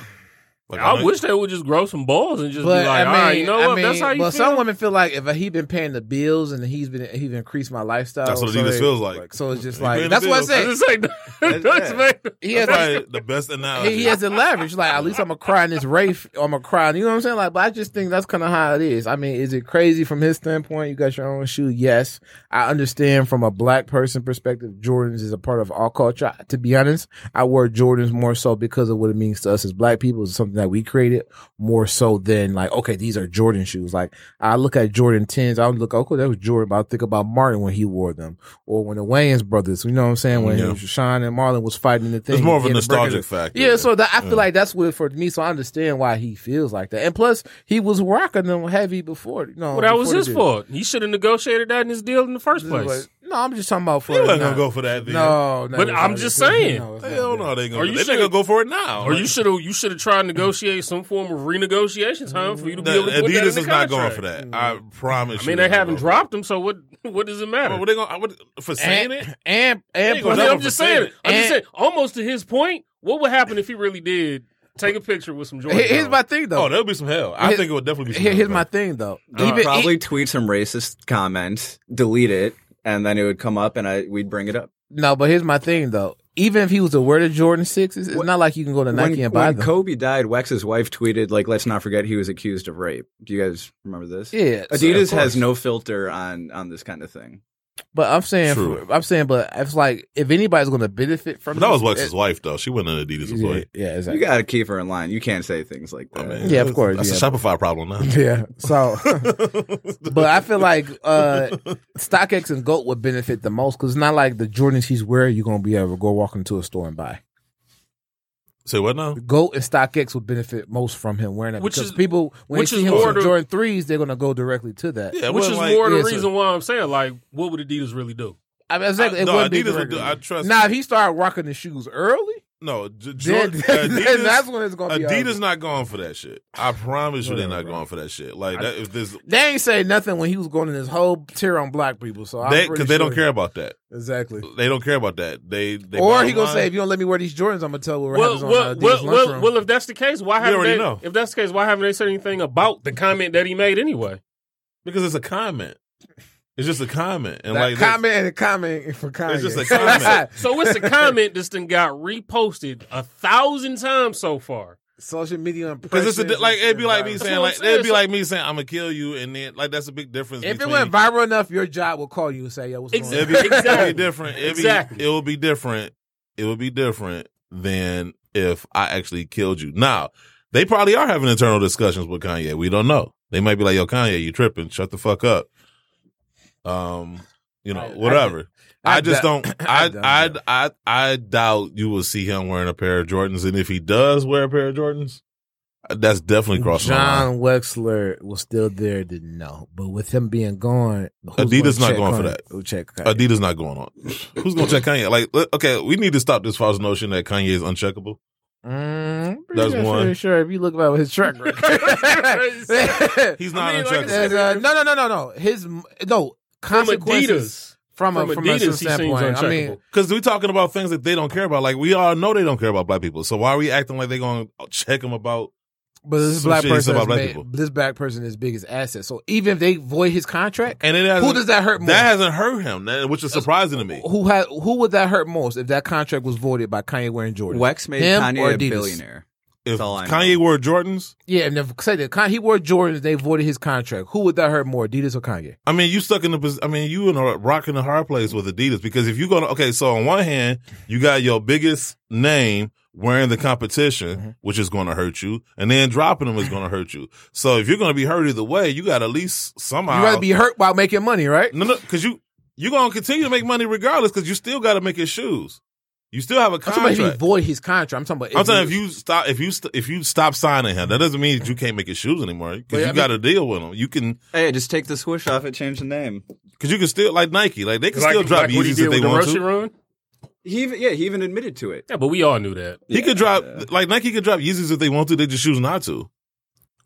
C: Like,
F: I
C: know-
F: wish they would just grow some balls and just
J: But
F: be like,
J: I mean,
F: all right, you know
J: I
F: what?
J: mean,
F: That's how you
J: well,
F: feel.
J: some women feel like if he's been paying the bills and he's been he's increased my lifestyle.
C: That's what
J: so
C: Adidas
J: they-
C: feels like.
J: So it's just
C: He
J: like
C: paying
J: that's
C: the
J: what I
C: bills.
J: said.
C: That's like- that's
J: He has
C: probably the best analogy.
J: he, he has the leverage. Like at least I'm gonna cry in this rafe. I'm gonna cry. You know what I'm saying? Like, but I just think that's kind of how it is. I mean, is it crazy from his standpoint? You got your own shoe. Yes, I understand from a black person perspective. Jordans is a part of our culture. To be honest, I wore Jordans more so because of what it means to us as black people. It's something that we created more so than like, okay, these are Jordan shoes. Like I look at Jordan tens. I would look, okay, that was Jordan. But I think about Martin when he wore them, or when the Wayans brothers. You know what I'm saying? When
C: Yeah.
J: Sean and Marlon was fighting the thing.
C: It's more of a
J: Yeah, the breaking-
C: nostalgic factor.
J: Yeah, so that, I feel
C: Yeah.
J: like that's what it for me. So I understand why he feels like that. And plus, he was rocking them heavy before. You know,
F: well, that was
J: before
F: his
J: the deal.
F: fault. He should have negotiated that in his deal in the first
J: This is
F: place.
J: what- No, I'm just talking about for.
C: They wasn't
J: now.
C: gonna go for that then.
J: No, no
F: But
J: no,
F: I'm
J: no,
F: just
J: no,
F: saying.
J: no, it's not
C: Hell
J: good.
C: no, they gonna.
F: Or you
C: They
F: should-
C: gonna go for it now.
F: Or you should have you should have tried to negotiate some form of renegotiation time for you to be
C: No,
F: able to put that in
C: Adidas
F: the
C: is not going
F: contract.
C: for that. I promise.
F: I
C: you
F: mean, they
C: not
F: haven't
C: going
F: dropped him, so what? What does it matter?
C: Well, they gonna I would- for saying
J: And
C: it.
J: and,
C: They gonna
J: and
F: I
J: plus-
F: mean,
C: Another
F: I'm just
C: percent.
F: saying. I'm just
J: And-
F: saying. Almost to his point, what would happen if he really did take a picture with some Jordan?
J: Here- here's my thing though.
C: Oh, there'll be some hell. I
J: His-
C: think it would definitely be Uh, some
J: Here-
C: hell,
J: here's
C: man.
J: my thing though.
D: I'd
J: Even
D: probably
J: e-
D: tweet some racist comment, delete it, and then it would come up, and I we'd bring it up.
J: no, but here's my thing though. Even if he was aware of Jordan sixes, it's not like you can go to Nike
D: when
J: and buy
D: when
J: them.
D: Kobe died, Wex's wife tweeted, "Like, let's not forget he was accused of rape." Do you guys remember this?
J: Yeah, so-
D: Adidas
J: of course.
D: has no filter on on this kind of thing.
J: but I'm saying,
C: True.
J: I'm saying, but it's like if anybody's going to benefit from
C: But that
J: this,
C: was Wex's
J: it-
C: wife, though. She wasn't an Adidas
J: Yeah,
C: employee.
J: yeah, exactly.
D: You got to keep her in line. You can't say things like that.
C: I mean,
J: Yeah, of course,
C: That's
J: yeah.
C: a Shopify problem now.
J: Yeah. So, but I feel like uh StockX and Goat would benefit the most because it's not like the Jordans he's wearing you're gonna be able to go walk into a store and buy.
C: Say what now?
J: Goat and StockX would benefit most from him wearing that
F: Which
J: because
F: is-
J: people when
F: which
J: they
F: is
J: see him
F: more
J: with
F: to-
J: Jordan threes they're gonna go directly to that.
C: Yeah, it
F: Which
C: wasn't
F: is
C: like-
F: more the
J: Yeah, so-
F: reason why I'm saying, like, what would Adidas really do?
J: I mean, exactly.
C: I-
J: it
C: no,
J: would be
C: Adidas would
J: directly.
C: do- I trust-
J: Now if he started rocking the shoes early,
C: No, J-
J: then,
C: Jordan,
J: then
C: Adidas,
J: that's when it's gonna be.
C: Adidas
J: ugly.
C: not going for that shit. I promise you, they're not
J: Whatever,
C: going for that shit. Like that, if this,
J: They ain't say nothing when he was going in this whole tear on black people. So I'm
C: they
J: pretty
C: because they don't
J: sure-
C: care about that.
J: exactly.
C: They don't care about that. They, they
J: or
C: bottom
J: he gonna
C: line-
J: say, if you don't let me wear these Jordans, I'm gonna tell what
F: Well,
J: happens
F: well,
J: on
F: well,
J: uh, Adidas
F: well,
J: lunchroom.
F: well, if that's the case, why haven't
C: already
F: they?
C: know.
F: If that's the case, why haven't they said anything about the comment that he made anyway?
C: because it's a comment. It's just a comment, and
J: That
C: like that's-
J: comment and a comment for Kanye.
C: It's just a comment.
F: So it's a comment that's then got reposted a thousand times so far.
J: Social media
C: Because
J: impressions.
C: it's a, di- like it'd be like me
J: and
F: That's
C: saying
F: what
C: like
F: I'm saying.
C: it'd be
F: So-
C: like me saying I'm gonna kill you and then like that's a big difference.
J: viral. If it
C: between-
J: went viral enough, your job will call you and say, "Yo, what's
F: Exactly.
C: it'd be,
J: going
C: it'd be
F: Exactly.
C: different. It'd be,
F: Exactly.
C: It would be different. It would be different than if I actually killed you. Now they probably are having internal discussions with Kanye. We don't know. They might be like, "Yo, Kanye, you tripping? Shut the fuck up." Um, you know,
J: I- I
C: whatever. I,
J: I
C: just
J: dou-
C: don't.
J: I
C: I
J: doubt
C: I,
J: that.
C: I I doubt you will see him wearing a pair of Jordans, and if he does wear a pair of Jordans, uh, that's definitely
J: on?"
C: crossing. the line.
J: John Wexler was still there, didn't know. But with him being gone, who's
C: Adidas
J: gonna
C: not
J: check
C: going for
J: Kanye?
C: that.
J: Who check Kanye?
C: Adidas not going on. Who's gonna check Kanye? Like, le- okay, we need to stop this false notion that Kanye is uncheckable.
J: Mm, pretty
C: That's
J: sure-
C: one.
J: Sure, if you look about his track record,
C: He's not
F: I mean, like I
C: uncheckable.
F: said,
J: There's, uh, no, no, no, no, no. His m- no
F: From
J: consequences
F: Adidas,
J: from a
F: from
J: from
F: Adidas,
J: a
F: he seems
J: standpoint. I mean,
F: uncheckable.
C: Because we're talking about things that they don't care about. Like we all know they don't care about black people. So why are we acting like they're gonna check him about?
J: But this
C: Some
J: black
C: shit he said
J: person,
C: about
J: is
C: black
J: ma-
C: people.
J: this black person is big as asset. So even if they void his contract,
C: And it hasn't,
J: who does that hurt more?
C: That hasn't hurt him, that- which is surprising to me.
J: who had who would that hurt most if that contract was voided by Kanye wearing Jordan?
D: Wex made
J: Him or
D: Kanye a
J: Adidas?
D: billioneire.
C: If
D: That's all I
C: Kanye
D: know.
C: wore Jordans,
J: Yeah, and if say that Kanye, he wore Jordans, they voided his contract. Who would that hurt more, Adidas or Kanye?
C: I mean, you stuck in the. pos- I mean, you in a rock in the hard place with Adidas because if you're gonna okay, so on one hand, you got your biggest name wearing the competition, which is going to hurt you, and then dropping them is going to hurt you. So if you're going to be hurt either way, you got at least somehow.
J: You'd rather be hurt while making money, right?
C: no, no, because you you're going to continue to make money regardless because you still got to make your shoes. You still have a
J: I'm talking about if he
C: contract.
J: void his contract. I'm talking about
C: I'm saying if you stop if you st- if you stop signing him, that doesn't mean that you can't make his shoes anymore because
J: Well, yeah,
C: you
J: I mean-
C: got to deal with him. You can
D: Hey, just take the swoosh off and change the name.
C: because you can still like Nike, like they can
F: Like,
C: still drop
F: like what he
C: Yeezys if
F: did
C: they
F: with the
C: want
F: Roshi
C: to.
F: Run.
D: He even, yeah, he even admitted to it.
F: Yeah, but we all knew that.
C: He
D: Yeah,
C: could drop
D: yeah.
C: like Nike could drop Yeezys if they want to. They just choose not to.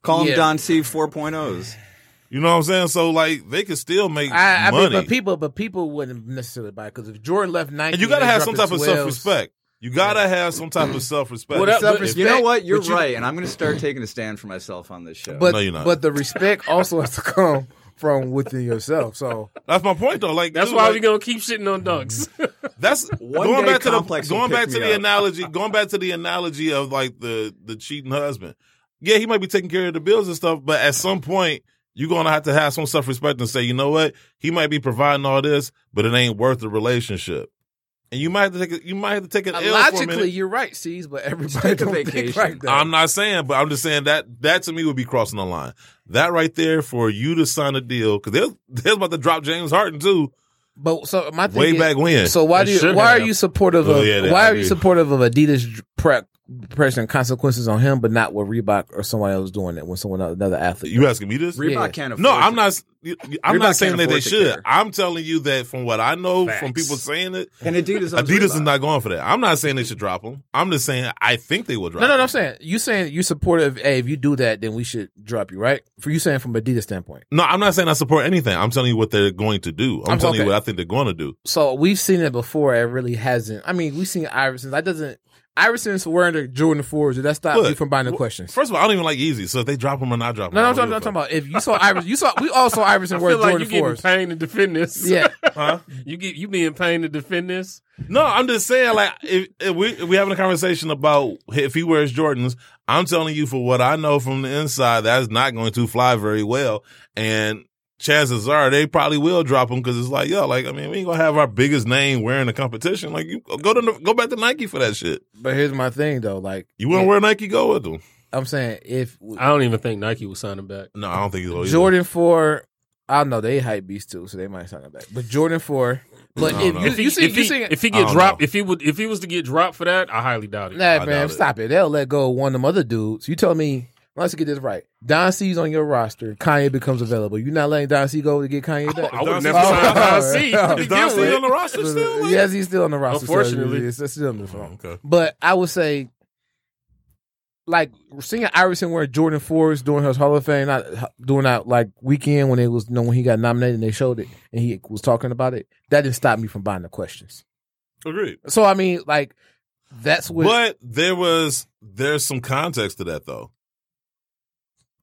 D: Call him
J: Yeah.
D: Don C 4.0s.
C: You know what I'm saying? So like they could still make
J: I, I mean,
C: money.
J: but people, but people wouldn't necessarily buy because if Jordan left Nike,
C: and you got to
J: they
C: have
J: dropped
C: some type
J: the
C: of
J: 12s,
C: self respect. You gotta have some type of self respect.
D: Well, that- but- you know what? You're right, and I'm going to start taking a stand for myself on this show.
J: But but the respect also has to come from within yourself. So
C: That's my point, though. Like
F: That's
C: dude,
F: why
C: like-
F: we gonna keep shitting on dunks.
C: That's
F: One
C: going
F: day
C: back to the
F: Complex will
C: going
F: pick
C: back
F: me
C: to the
F: up.
C: analogy going back to the analogy of like the the cheating husband. Yeah, he might be taking care of the bills and stuff, but at some point you're gonna have to have some self respect and say, you know what, he might be providing all this, but it ain't worth the relationship. And you might have to take a, you might have to take an L for a minute.
J: logically, you're right, C's, but everybody don't think like that.
C: I'm not saying, but I'm just saying that that to me would be crossing the line. That right there for you to sign a deal because they're they're about to drop James Harden too.
J: But so my
C: way back when.
J: So why do you, why are you supportive of
C: Oh, yeah, they-
J: why
C: I
J: are you
C: do.
J: supportive of Adidas prep pressing consequences on him, but not what Reebok or someone else doing it when someone else, another athlete?
C: You asking me this?
D: Reebok can't afford
C: No, I'm
D: to-
C: not. I'm
D: Reebok
C: not
D: can't
C: saying that they
D: afford to
C: should.
D: care.
C: I'm telling you that from what I know from people saying it,
D: And Adidas owns
C: Adidas is
D: Reebok.
C: not going for that. I'm not saying they should drop them. I'm just saying I think they will drop.
J: No, no,
C: him.
J: no. I'm saying you saying you supportive. Hey, if you do that, then we should drop you, right? For you saying from Adidas standpoint.
C: No, I'm not saying I support anything. I'm telling you what they're going to do. I'm,
J: I'm-
C: telling you
J: okay.
C: what I think they're going to do.
J: So we've seen it before. It really hasn't. I mean, we've seen Iverson. That doesn't. Iverson's wearing the Jordan fours. Did that stop you
C: Look,
J: from buying the
C: wh-
J: questions?
C: First of all, I don't even like Yeezy. So if they drop him or not drop him,
J: No, no,
C: I
J: I'm
C: don't
J: talking,
C: give a
J: I'm
C: fuck.
J: talking about if you saw Iverson, you saw we all saw
F: I
J: Iverson wear
F: feel like you
J: Jordan
F: getting
J: fours.
F: pain to defend this.
J: Yeah.
F: you get you being pain to defend this.
C: No, I'm just saying, like, if, if we if we having a conversation about if he wears Jordans, I'm telling you for what I know from the inside, that's not going to fly very well. And chances are they probably will drop him because it's like, yo, like, I mean, we ain't gonna have our biggest name wearing the competition. Like, you go to go back to Nike for that shit.
J: But here's my thing though, like
C: You wouldn't wear Nike, go with them.
J: I'm saying if
F: I don't even think Nike was signing back.
C: No, I don't think he's either.
J: Jordan four, I don't know they hype beast too, so they might sign it back. But Jordan four, but
F: I
J: if
F: don't
J: you,
F: know. he,
J: you see,
F: if
J: you
F: he,
J: see,
F: if he get dropped, if he would, if he was to get dropped for that, I highly doubt it.
J: nah, man, stop it. They'll let go of one of them other dudes. You tell me. Let's get this right. Don C's on your roster. Kanye becomes available. You're not letting Don C go to get Kanye back.
F: I would never sign Don C. to
J: Oh,
F: begin with.
J: yes, he's still on the roster. so
F: Unfortunately.
J: it's- it's still on the phone.
C: Oh, okay.
J: But I would say, like seeing Iverson wear Jordan fours during his Hall of Fame, not doing that like weekend when it was you know, when he got nominated and they showed it and he was talking about it. That didn't stop me from buying the questions.
C: Agreed.
J: So I mean, like that's what
C: But there was there's some context to that though.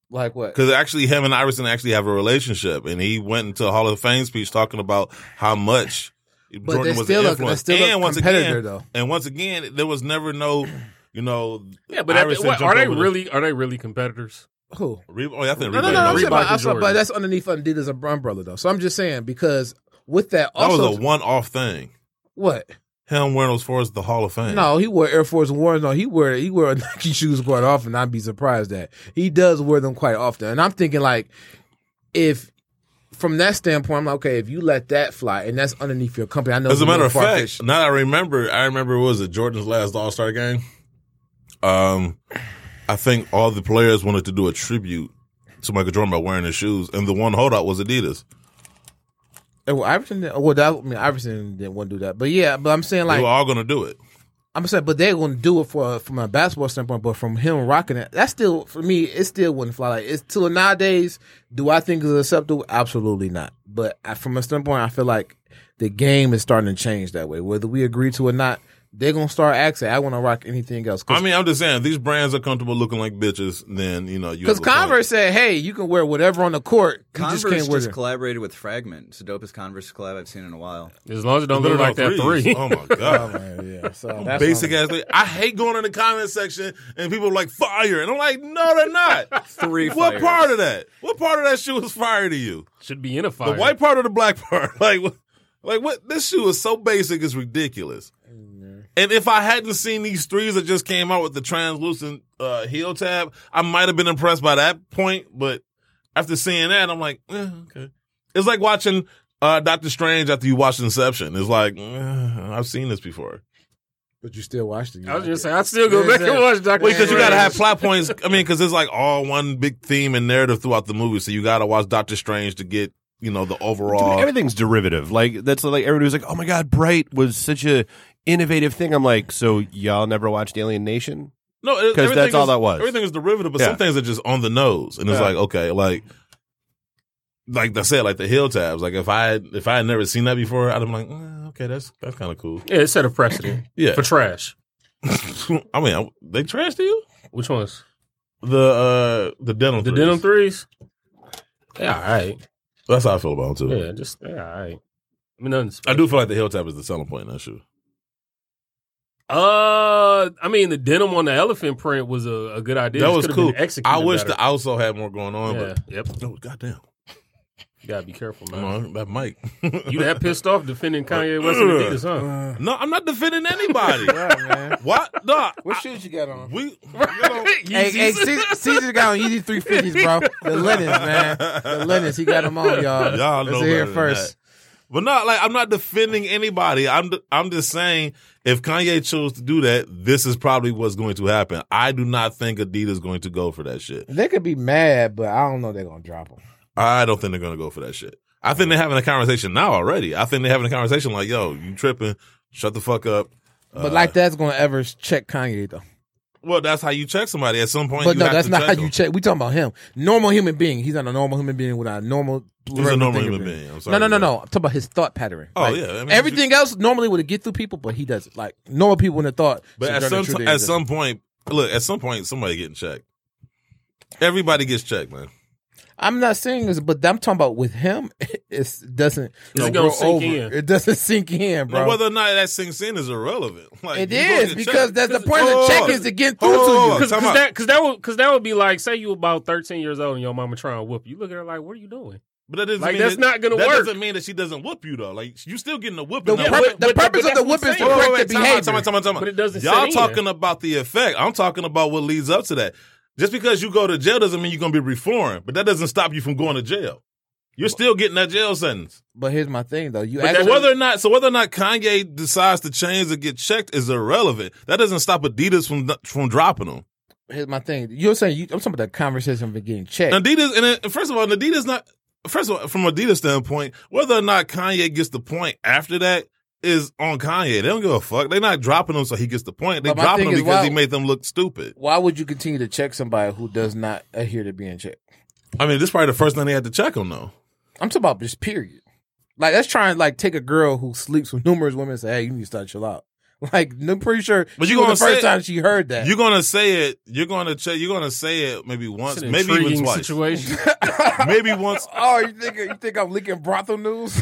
J: like what
C: Because actually, him and Iverson actually have a relationship, and he went into a Hall of Fame speech talking about how much Jordan
J: they're
C: was
J: still
C: an
J: a-
C: influence.
J: they're still a
C: and once
J: competitor,
C: again,
J: though.
C: and once again, there was never no, you know,
F: Yeah, but at the-
C: Iverson
F: what- are
C: jumped
F: they
C: over the-
F: really are they really competitors?
J: Who?
C: Re- oh, yeah, I think
J: No, no,
C: Reebok-
J: no. I'm saying about-
F: and
J: I'm saying- but
F: Jordan.
J: that's underneath Adidas umbrella though. So I'm just saying because with that
C: that
J: also
C: was a one-off thing.
J: what
C: Him wearing those fours, at the Hall of Fame.
J: No, he wore Air Force Ones. No, he wear he wear Nike shoes quite often. I'd be surprised that he does wear them quite often. And I'm thinking like, if from that standpoint, I'm like, okay, if you let that fly, and that's underneath your company. I know
C: As a
J: it's
C: matter of fact,
J: far-fetched.
C: now that I remember, I remember what was it Jordan's last All Star game. Um, I think all the players wanted to do a tribute to Michael Jordan by wearing his shoes, and the one holdout was Adidas.
J: Eh, well, Iverson, didn't- well, that, I mean, Iverson didn't want to do that, but yeah, but I'm saying
C: they
J: like,
C: were all going to do it.
J: I'm saying, but they're going to do it for from a basketball standpoint. But from him rocking it, that's still for me, it still wouldn't fly. Like it's till nowadays. Do I think it's acceptable? Absolutely not. But I, from a standpoint, I feel like the game is starting to change that way. Whether we agree to or not, they're going to start asking. I want to rock anything else.
C: I
J: Because
C: mean, I'm just saying, if these brands are comfortable looking like bitches. Then you know, you have a point.
J: Converse said, "Hey, you can wear whatever on the court. You
D: Converse
J: just can't
D: just,
J: wear it."
D: collaborated with Fragment. It's the dopest Converse collab I've seen in a while.
F: As long as it don't look like that three.
C: Oh my god,
J: yeah. So
C: basic ass. Thing. I hate going in the comment section and people are like fire, and I'm like, no, they're not.
D: Three.
C: what
D: fires.
C: part of that? What part of that shoe was fire to you?
F: should be in a fire.
C: The white part or the black part? Like, what- like what? This shoe is so basic, it's ridiculous. And if I hadn't seen these threes that just came out with the translucent uh, heel tab, I might have been impressed by that point. But after seeing that, I'm like, eh, okay. It's like watching uh, Doctor Strange after you watch Inception. It's like eh, I've seen this before.
J: But you still watched it.
F: I was just saying, I still go back and watch Doctor.
C: Wait, because you gotta have plot points. I mean, because it's like all one big theme and narrative throughout the movie. So you gotta watch Doctor Strange to get you know the overall.
G: everything's derivative. Like that's like everybody's like, "Oh my god, Bright was such a innovative thing." I'm like, "So y'all never watched Alien Nation?"
C: No, it-
G: 'Cause that's
C: everything
G: all
C: is-
G: that was.
C: Everything is derivative, but
G: Yeah.
C: some things are just on the nose, and it's
G: Yeah.
C: like okay, like like I said, like the hill tabs. Like if I had, if I had never seen that before, I'd have been like, "Eh, okay, "Mm, that's that's kind of cool.
F: Yeah, it set a precedent.
C: Yeah.
F: for trash.
C: I mean, I- they trash to you.
F: Which ones?
C: The uh the denim
F: The denim threes. Yeah, all right.
C: That's how I feel about them too.
F: Yeah, just yeah, all right. I mean, nothing's.
C: I do feel like the hilltop is the selling point in that shoe.
F: Uh, I mean, the denim on the elephant print was a, a good idea.
C: that
F: Just
C: was
F: could've been
C: cool. I
F: executed
C: wish
F: better.
C: the also had more going on,
F: Yeah.
C: but
F: Yep.
C: Oh goddamn!
F: You gotta be careful,
C: Come
F: man.
C: on, that mic.
F: You that pissed off defending Kanye West and Adidas, huh?
C: No, I'm not defending anybody.
J: man.
C: What? No,
J: What shoes you got on?
C: we.
J: Hey, hey, Caesar, Caesar got on Yeezy 350s, bro. The linens, man. The linens. He got them on, y'all.
C: Y'all
J: Let's
C: know
J: hear
C: better
J: it
C: than
J: first.
C: that. But not like I'm not defending anybody. I'm I'm just saying if Kanye chose to do that, this is probably what's going to happen. I do not think Adidas is going to go for that shit.
J: They could be mad, but I don't know they're going to drop them.
C: I don't think they're going to go for that shit. I think they're having a conversation now already. I think they're having a conversation like, "Yo, you tripping? Shut the fuck up."
J: But like that's going to ever check Kanye, though.
C: Well, that's how you check somebody at some point.
J: But
C: you
J: no,
C: have
J: that's
C: to
J: not
C: check
J: how
C: them.
J: you check. We talking about him. Normal human being. He's not a normal human being without a normal.
C: He's a normal human being. I'm sorry
J: no, no, no,
C: about
J: no. I'm talking about his thought pattern.
C: Oh,
J: Like,
C: yeah. I mean,
J: everything else normally would get through people, but he doesn't. Like normal people in the thought.
C: But at some t- at some point, look, at some point, somebody getting checked. Everybody gets checked, man.
J: I'm not saying this, but I'm talking about with him. It doesn't.
F: Is it
J: grow
F: gonna sink
J: over.
F: in?
J: It doesn't sink in, bro.
C: Now, whether or not that sinks in is irrelevant. Like,
J: It
C: you gonna
J: is
C: get
J: because
C: checked.
J: that's the point of
C: Hold
J: the
C: on.
J: check is to get through
C: Hold
J: to
C: on.
J: you.
F: Because
C: Time out.
F: that, 'cause that would because that would be like say you about thirteen years old and your mama trying to whoop you. You look at her like, what are you doing?
C: But that doesn't
F: Like,
C: mean
F: that's
C: that-
F: not gonna
C: that
F: work.
C: doesn't mean that she doesn't whoop you though. Like you still getting a
J: The,
C: whooping. now.
J: purpose,
F: but-
J: the
F: but-
J: purpose
F: but
J: of the
F: that's
J: whip is
F: what
J: to
F: I'm saying.
J: correct
C: Wait, wait,
J: the
C: time out,
J: behavior.
C: time out, time out, time out.
F: But it doesn't
C: Y'all
F: sit in.
C: talking about the effect. I'm talking about what leads up to that. Just because you go to jail doesn't mean you're gonna be reformed, but that doesn't stop you from going to jail. You're still getting that jail sentence.
J: But here's my thing, though. You
C: But
J: actually,
C: whether or not, so whether or not Kanye decides to change or get checked is irrelevant. That doesn't stop Adidas from from dropping them.
J: here's my thing. You're saying you, I'm talking about the conversation of getting checked.
C: Adidas, and then, first of all, Adidas not. First of all, from Adidas standpoint, whether or not Kanye gets the point after that is on Kanye. They don't give a fuck. They're not dropping him so he gets the point. They
J: But my
C: drop him
J: thing is
C: because he
J: why-
C: made them look stupid.
J: Why would you continue to check somebody who does not adhere to being checked?
C: I mean, this is probably the first time they had to check him though.
J: I'm talking about just period. Like that's trying to like take a girl who sleeps with numerous women and say, "Hey, you need to start chill out." Like I'm pretty sure.
C: But
J: she
C: you
J: was
C: gonna
J: the
C: say-
J: first time she heard that.
C: You're gonna say it. You're gonna check. You're gonna say it maybe once,
F: It's an
C: maybe even
F: intriguing
C: twice,
F: situation.
C: maybe once.
J: oh, you think you think I'm leaking brothel news?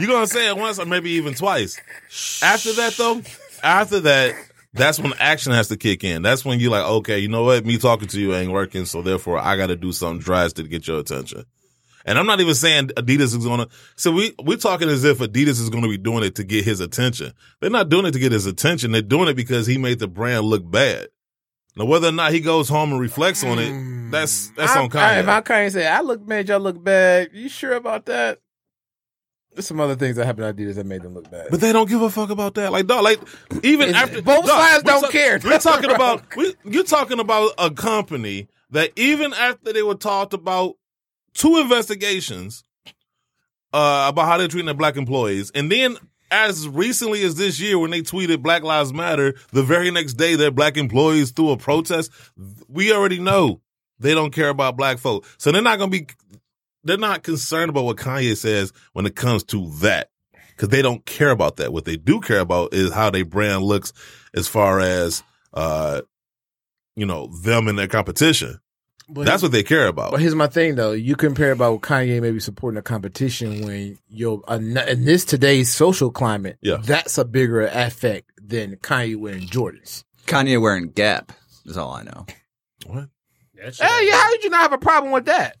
C: You're gonna say it once or maybe even twice. After that, though, after that, that's when action has to kick in. That's when you're like, okay, you know what? Me talking to you ain't working, so therefore I got to do something drastic to get your attention. And I'm not even saying Adidas is gonna. So we we're talking as if Adidas is gonna be doing it to get his attention. They're not doing it to get his attention. They're doing it because he made the brand look bad. Now whether or not he goes home and reflects on it, that's that's
J: I,
C: on
J: I, if I
C: Kanye.
J: can't say I look made y'all look bad, you sure about that? There's some other things that happened to Adidas that made them look bad.
C: But they don't give a fuck about that. Like dog, like even
J: It's-
C: after
J: both
C: dog,
J: sides
C: we're
J: don't care.
C: We're talking about we, you're talking about a company that even after they were talked about two investigations uh, about how they're treating their black employees, and then as recently as this year when they tweeted Black Lives Matter, the very next day their black employees threw a protest. We already know they don't care about black folk, so they're not gonna be they're not concerned about what Kanye says when it comes to that because they don't care about that. What they do care about is how their brand looks as far as, uh, you know, them and their competition. That's what they care about.
J: But here's my thing though. You compare about what Kanye maybe supporting a competition when you're in this today's social climate.
C: Yeah.
J: that's a bigger effect than Kanye wearing Jordans.
D: Kanye wearing Gap is all I know.
F: That shit-
J: Hey, yeah, how did you not have a problem with that?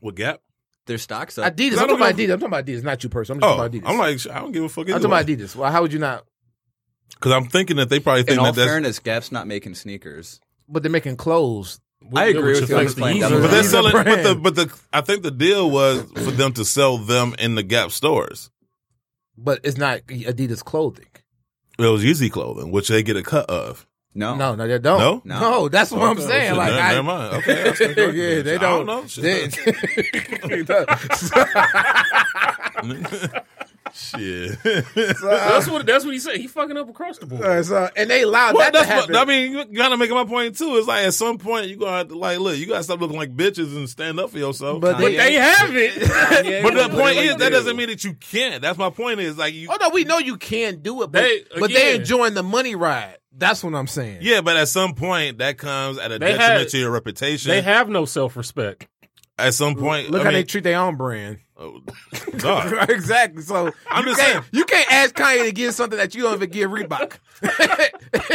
C: what Gap?
D: Their stocks up.
J: Adidas.
C: I
J: I'm
C: don't
J: talking about
C: give
J: Adidas. I'm talking about Adidas, not you personally.
C: Oh,
J: I'm just talking about Adidas.
C: I'm like, sh- I don't give a fuck.
J: I'm talking about Adidas. Well, how would you not?
C: Because I'm thinking that they probably
D: In
C: think
D: all
C: that that's.
D: fairness, Gap's not making sneakers.
J: But they're making clothes.
D: I agree with you on
F: affects the
D: explaining
F: user.
D: double
C: but they're
J: He's a
C: selling. But the
J: brand.
C: but the I think the deal was for them to sell them in the Gap stores.
J: but it's not Adidas clothing.
C: It was Yeezy clothing, which they get a cut of.
D: No.
J: No, no, they don't.
C: No?
D: No.
J: that's what I'm
C: Okay,
J: saying.
C: shit,
J: Like,
C: never,
J: I,
C: never mind. Okay, I stand corrected.
J: yeah, they
C: I don't
J: don't.
C: know. Shit.
J: they-
C: Shit.
F: that's what that's what he said. He fucking up across the board.
J: All right, so- and they allowed
C: Well,
J: that to
C: that's what,
J: happen.
C: I mean, you gotta make my point too. It's like at some point you gotta have to, like look, you gotta stop looking like bitches and stand up for yourself.
J: But But they- they
F: haven't.
C: but the point
J: They
C: is, that
J: do.
C: doesn't mean that you can't. That's my point. Is like you,
J: Oh no, we know you can do it, but
C: They-
J: they, but they
C: again-
J: enjoying the money ride. That's what I'm saying.
C: yeah. But at some point, that comes at a
J: They
C: detriment
J: had-
C: to your reputation.
F: They have no self respect.
C: at some point.
J: Look
C: I
J: how
C: mean,
J: they treat their own brand.
C: dog.
J: exactly. So
C: I'm
J: you
C: just
J: can't,
C: saying.
J: you can't ask Kanye to give something that you don't even give Reebok.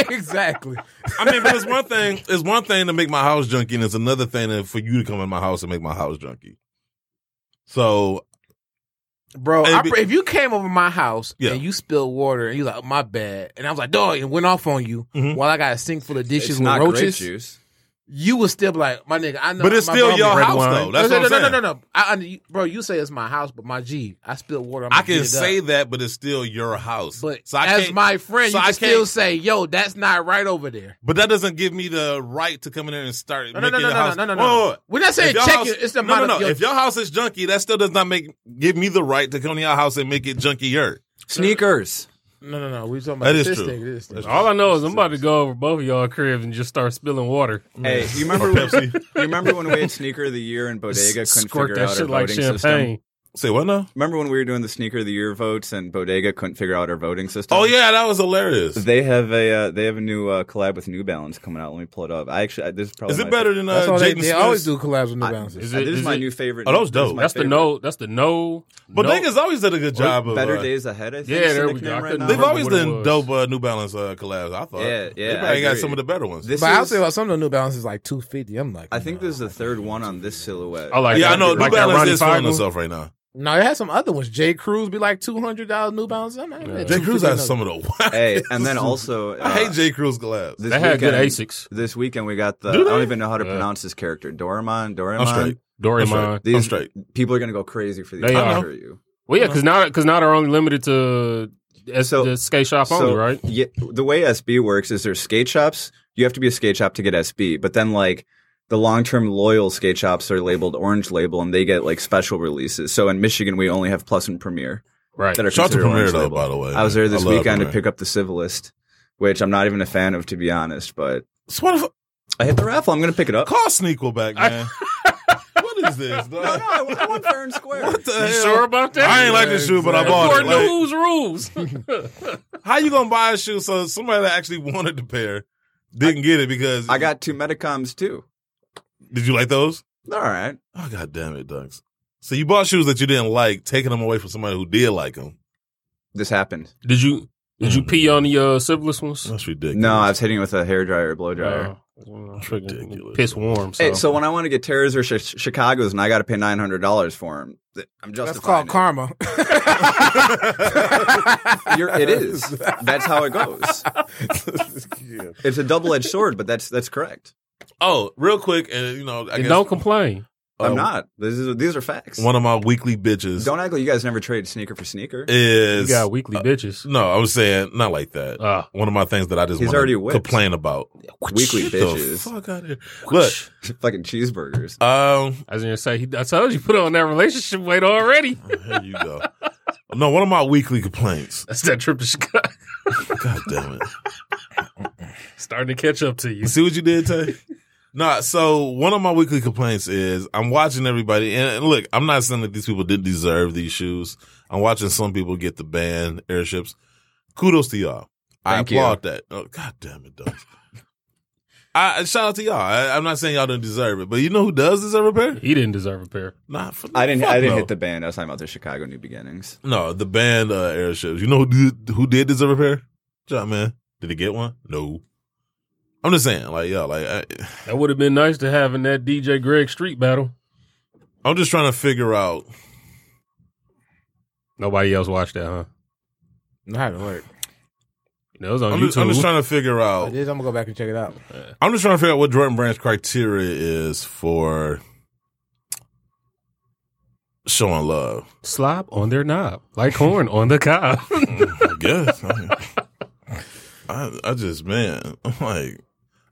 J: exactly.
C: I mean, but it's one thing. It's one thing to make my house junky, and it's another thing to- for you to come in my house and make my house junky. So,
J: bro,
C: It'd
J: I,
C: be-
J: pray- if you came over my house
C: Yeah.
J: and you spilled water and you like, oh, my bad, and I was like, dog, and went off on you
C: Mm-hmm.
J: while I got a sink full of dishes
D: It's
J: with
D: not grape
J: roaches.
D: juice.
J: You would still be like, my nigga, I know.
C: But it's
J: my
C: still
J: mama-
C: your
J: Red
C: house,
J: wine.
C: though. That's
J: no,
C: what I'm
J: no,
C: saying.
J: no, no, no, I, under- you- bro, you say it's my house, but my G, I spilled water. I'm
C: I
J: gonna
C: can
J: get it up.
C: say that, but it's still your house. But so I
J: as
C: can't-
J: my friend,
C: so
J: you
C: I
J: can still
C: can't-
J: say, yo, that's not right over there.
C: But that doesn't give me the right to come in there and start
J: No, no,
C: making
J: no, no,
C: the
J: no,
C: house.
J: no, no, no, no.
C: Whoa, whoa, whoa.
J: We're not saying
C: If your
J: check
C: house-
J: it. It's the
C: no, no,
J: amount
C: no.
J: of your-
C: If your house is junky, that still does not make give me the right to come to your house and make it junkier.
D: Sneakers.
J: No, no, no. We talking about
C: That is
J: this
C: true.
J: thing. This thing.
C: That's
F: All I know is Oh, I'm about to go over both of y'all cribs and just start spilling water.
D: Hey, you remember?
C: Or Pepsi.
D: you remember when we had sneaker of the year and Bodega couldn't
F: Squirt
D: figure
F: that
D: out our
F: shit like
D: voting
F: champagne.
D: system?
C: Say what now?
D: Remember when we were doing the sneaker of the year votes and Bodega couldn't figure out our voting system?
C: Oh yeah, that was hilarious.
D: They have a uh, they have a new uh, collab with New Balance coming out. Let me pull it up. I actually I- this is probably
C: Is
D: my
C: it better than uh,
J: That's all they,
C: Jaden
J: they
C: Smith?
J: always do collabs with New Balance.
F: Is
D: Uh,
F: it,
D: this is
F: is
D: my
F: it-
D: new favorite.
C: Oh, that was
D: This is
C: dope.
D: my
F: That's the
D: favorite.
F: no. That's the no.
C: But
F: no-
C: Bodega's always did a good job of
D: Better
C: uh,
D: days ahead. I think.
F: Yeah,
D: is the
F: there we
D: nickname
F: go. I
D: right
F: couldn't
D: now.
C: They've
F: remember
C: always
F: what it
C: done
F: was.
C: dope uh, New Balance uh, collabs. I thought.
D: Yeah, yeah,
C: They
D: I
C: probably got
D: agree.
C: some of the better ones.
D: This
J: But I'll
D: is-
J: say about some of the New Balance is like 250. I'm like,
D: I think
J: nah.
D: this is the third one on this silhouette.
F: I like.
C: yeah,
F: that.
C: I know.
F: Like
C: New
F: that
C: Balance
F: Ronnie
C: is selling
F: Fiegel.
C: itself right now.
J: No, it had some other ones. J. Crew's be like two hundred dollars New Balance. I'm like,
C: J. Crew's has some of the.
D: Hey, and then also, uh,
C: I hate J. Crew's collabs.
D: this
F: They had good
D: weekend-
F: Asics.
D: This weekend we got the. I
C: Do
D: don't
C: they?
D: even know how to
F: Yeah.
D: pronounce this character. Doraemon.
C: I'm straight.
D: Doraemon.
C: I'm
F: Doraemon.
C: straight. I'm straight.
D: People are gonna go crazy for these.
F: They
D: I
F: are.
D: assure you.
F: Well, yeah, because now because now they're only limited to S-
D: So-
F: the skate shop only, right?
D: Yeah, the way SB works is there's skate shops. You have to be a skate shop to get SB, but then like the long-term loyal skate shops are labeled orange label and they get like special releases. So in Michigan we only have Plus and Premier
F: Right.
D: that are
C: Shout out to
D: considered
C: Premier
D: orange
C: though,
D: label.
C: by the way.
D: I was there this
C: love
D: weekend to
C: Premier.
D: pick up the Civilist, which I'm not even a fan of to be honest, but
C: So what if
D: I hit the raffle. I'm going to pick it up.
C: call Sneakle back, man? what is this? Dog?
D: No, no, I won- I won fair and square.
C: What the
F: You
C: hell?
F: sure about that?
C: I ain't like this shoe, but I bought it.
F: According to
C: Like,
F: whose rules?
C: how you gonna buy a shoe so somebody that actually wanted the pair didn't get it because
D: I got two Metacoms too.
C: Did you like those?
D: All right.
C: Oh god damn it, Dunks. So you bought shoes that you didn't like, taking them away from somebody who did like them.
D: This happened.
F: Did you did you pee on the uh, syphilis ones?
C: That's ridiculous.
D: No, I was hitting it with a hairdryer, blow dryer.
F: Uh, well, freaking
C: ridiculous.
F: Piss warm. So.
D: Hey, so when I want to get Terrors or sh- Chicago's and I got to pay nine hundred dollars for them, I'm
J: That's
D: justifying
J: called karma.
D: it. You're, it is. That's how it goes. It's a double edged sword, but that's that's correct.
C: Oh, real quick, and you know, I
F: and
C: guess
F: don't complain.
D: I'm
C: uh,
D: not. This is, these are facts.
C: One of my weekly bitches
D: Don't act like you guys never trade sneaker for sneaker.
F: You
C: is
F: got weekly
C: uh,
F: bitches.
C: no. I was saying not like that.
F: Ah.
C: one of my things that I just
D: He's
C: want
D: already
C: to
D: whipped.
C: complain about.
D: Weekly
C: Get the
D: bitches,
C: fuck out of here. Look,
D: fucking cheeseburgers.
C: um,
F: I was gonna say, he, I told you, put on that relationship weight already.
C: Here you go. No, one of my weekly complaints.
F: That's that trip to Chicago.
C: God damn it.
F: Starting to catch up to you.
C: You see what you did, Tay? Nah, so one of my weekly complaints is I'm watching everybody, and, and look, I'm not saying that these people didn't deserve these shoes. I'm watching some people get the ban airships. Kudos to y'all. I
D: Thank you.
C: applaud that. Oh, God damn it, Doug. I shout out to y'all. I, I'm not saying y'all don't deserve it, but you know who does deserve a pair?
F: He didn't deserve a pair.
C: Not for the
D: I didn't.
C: fuck
D: I didn't
C: no.
D: hit the band. I was talking about the Chicago New Beginnings.
C: No, the band uh, airships. You know who did, who did deserve a pair? John man. Did he get one? No. I'm just saying, like, yeah, like I,
F: That would have been nice to have in that DJ Greg street battle.
C: I'm just trying to figure out.
F: Nobody else watched that, huh?
J: Not even work.
F: You know, it was on
C: I'm
F: YouTube.
C: just, I'm just trying to figure
J: I
C: out.
J: did. I'm gonna go back and check it out.
C: I'm just trying to figure out what Jordan Brand's criteria is for showing love.
F: Slop on their knob, like corn on the cob.
C: I guess. I, mean, I, I just man, I'm like,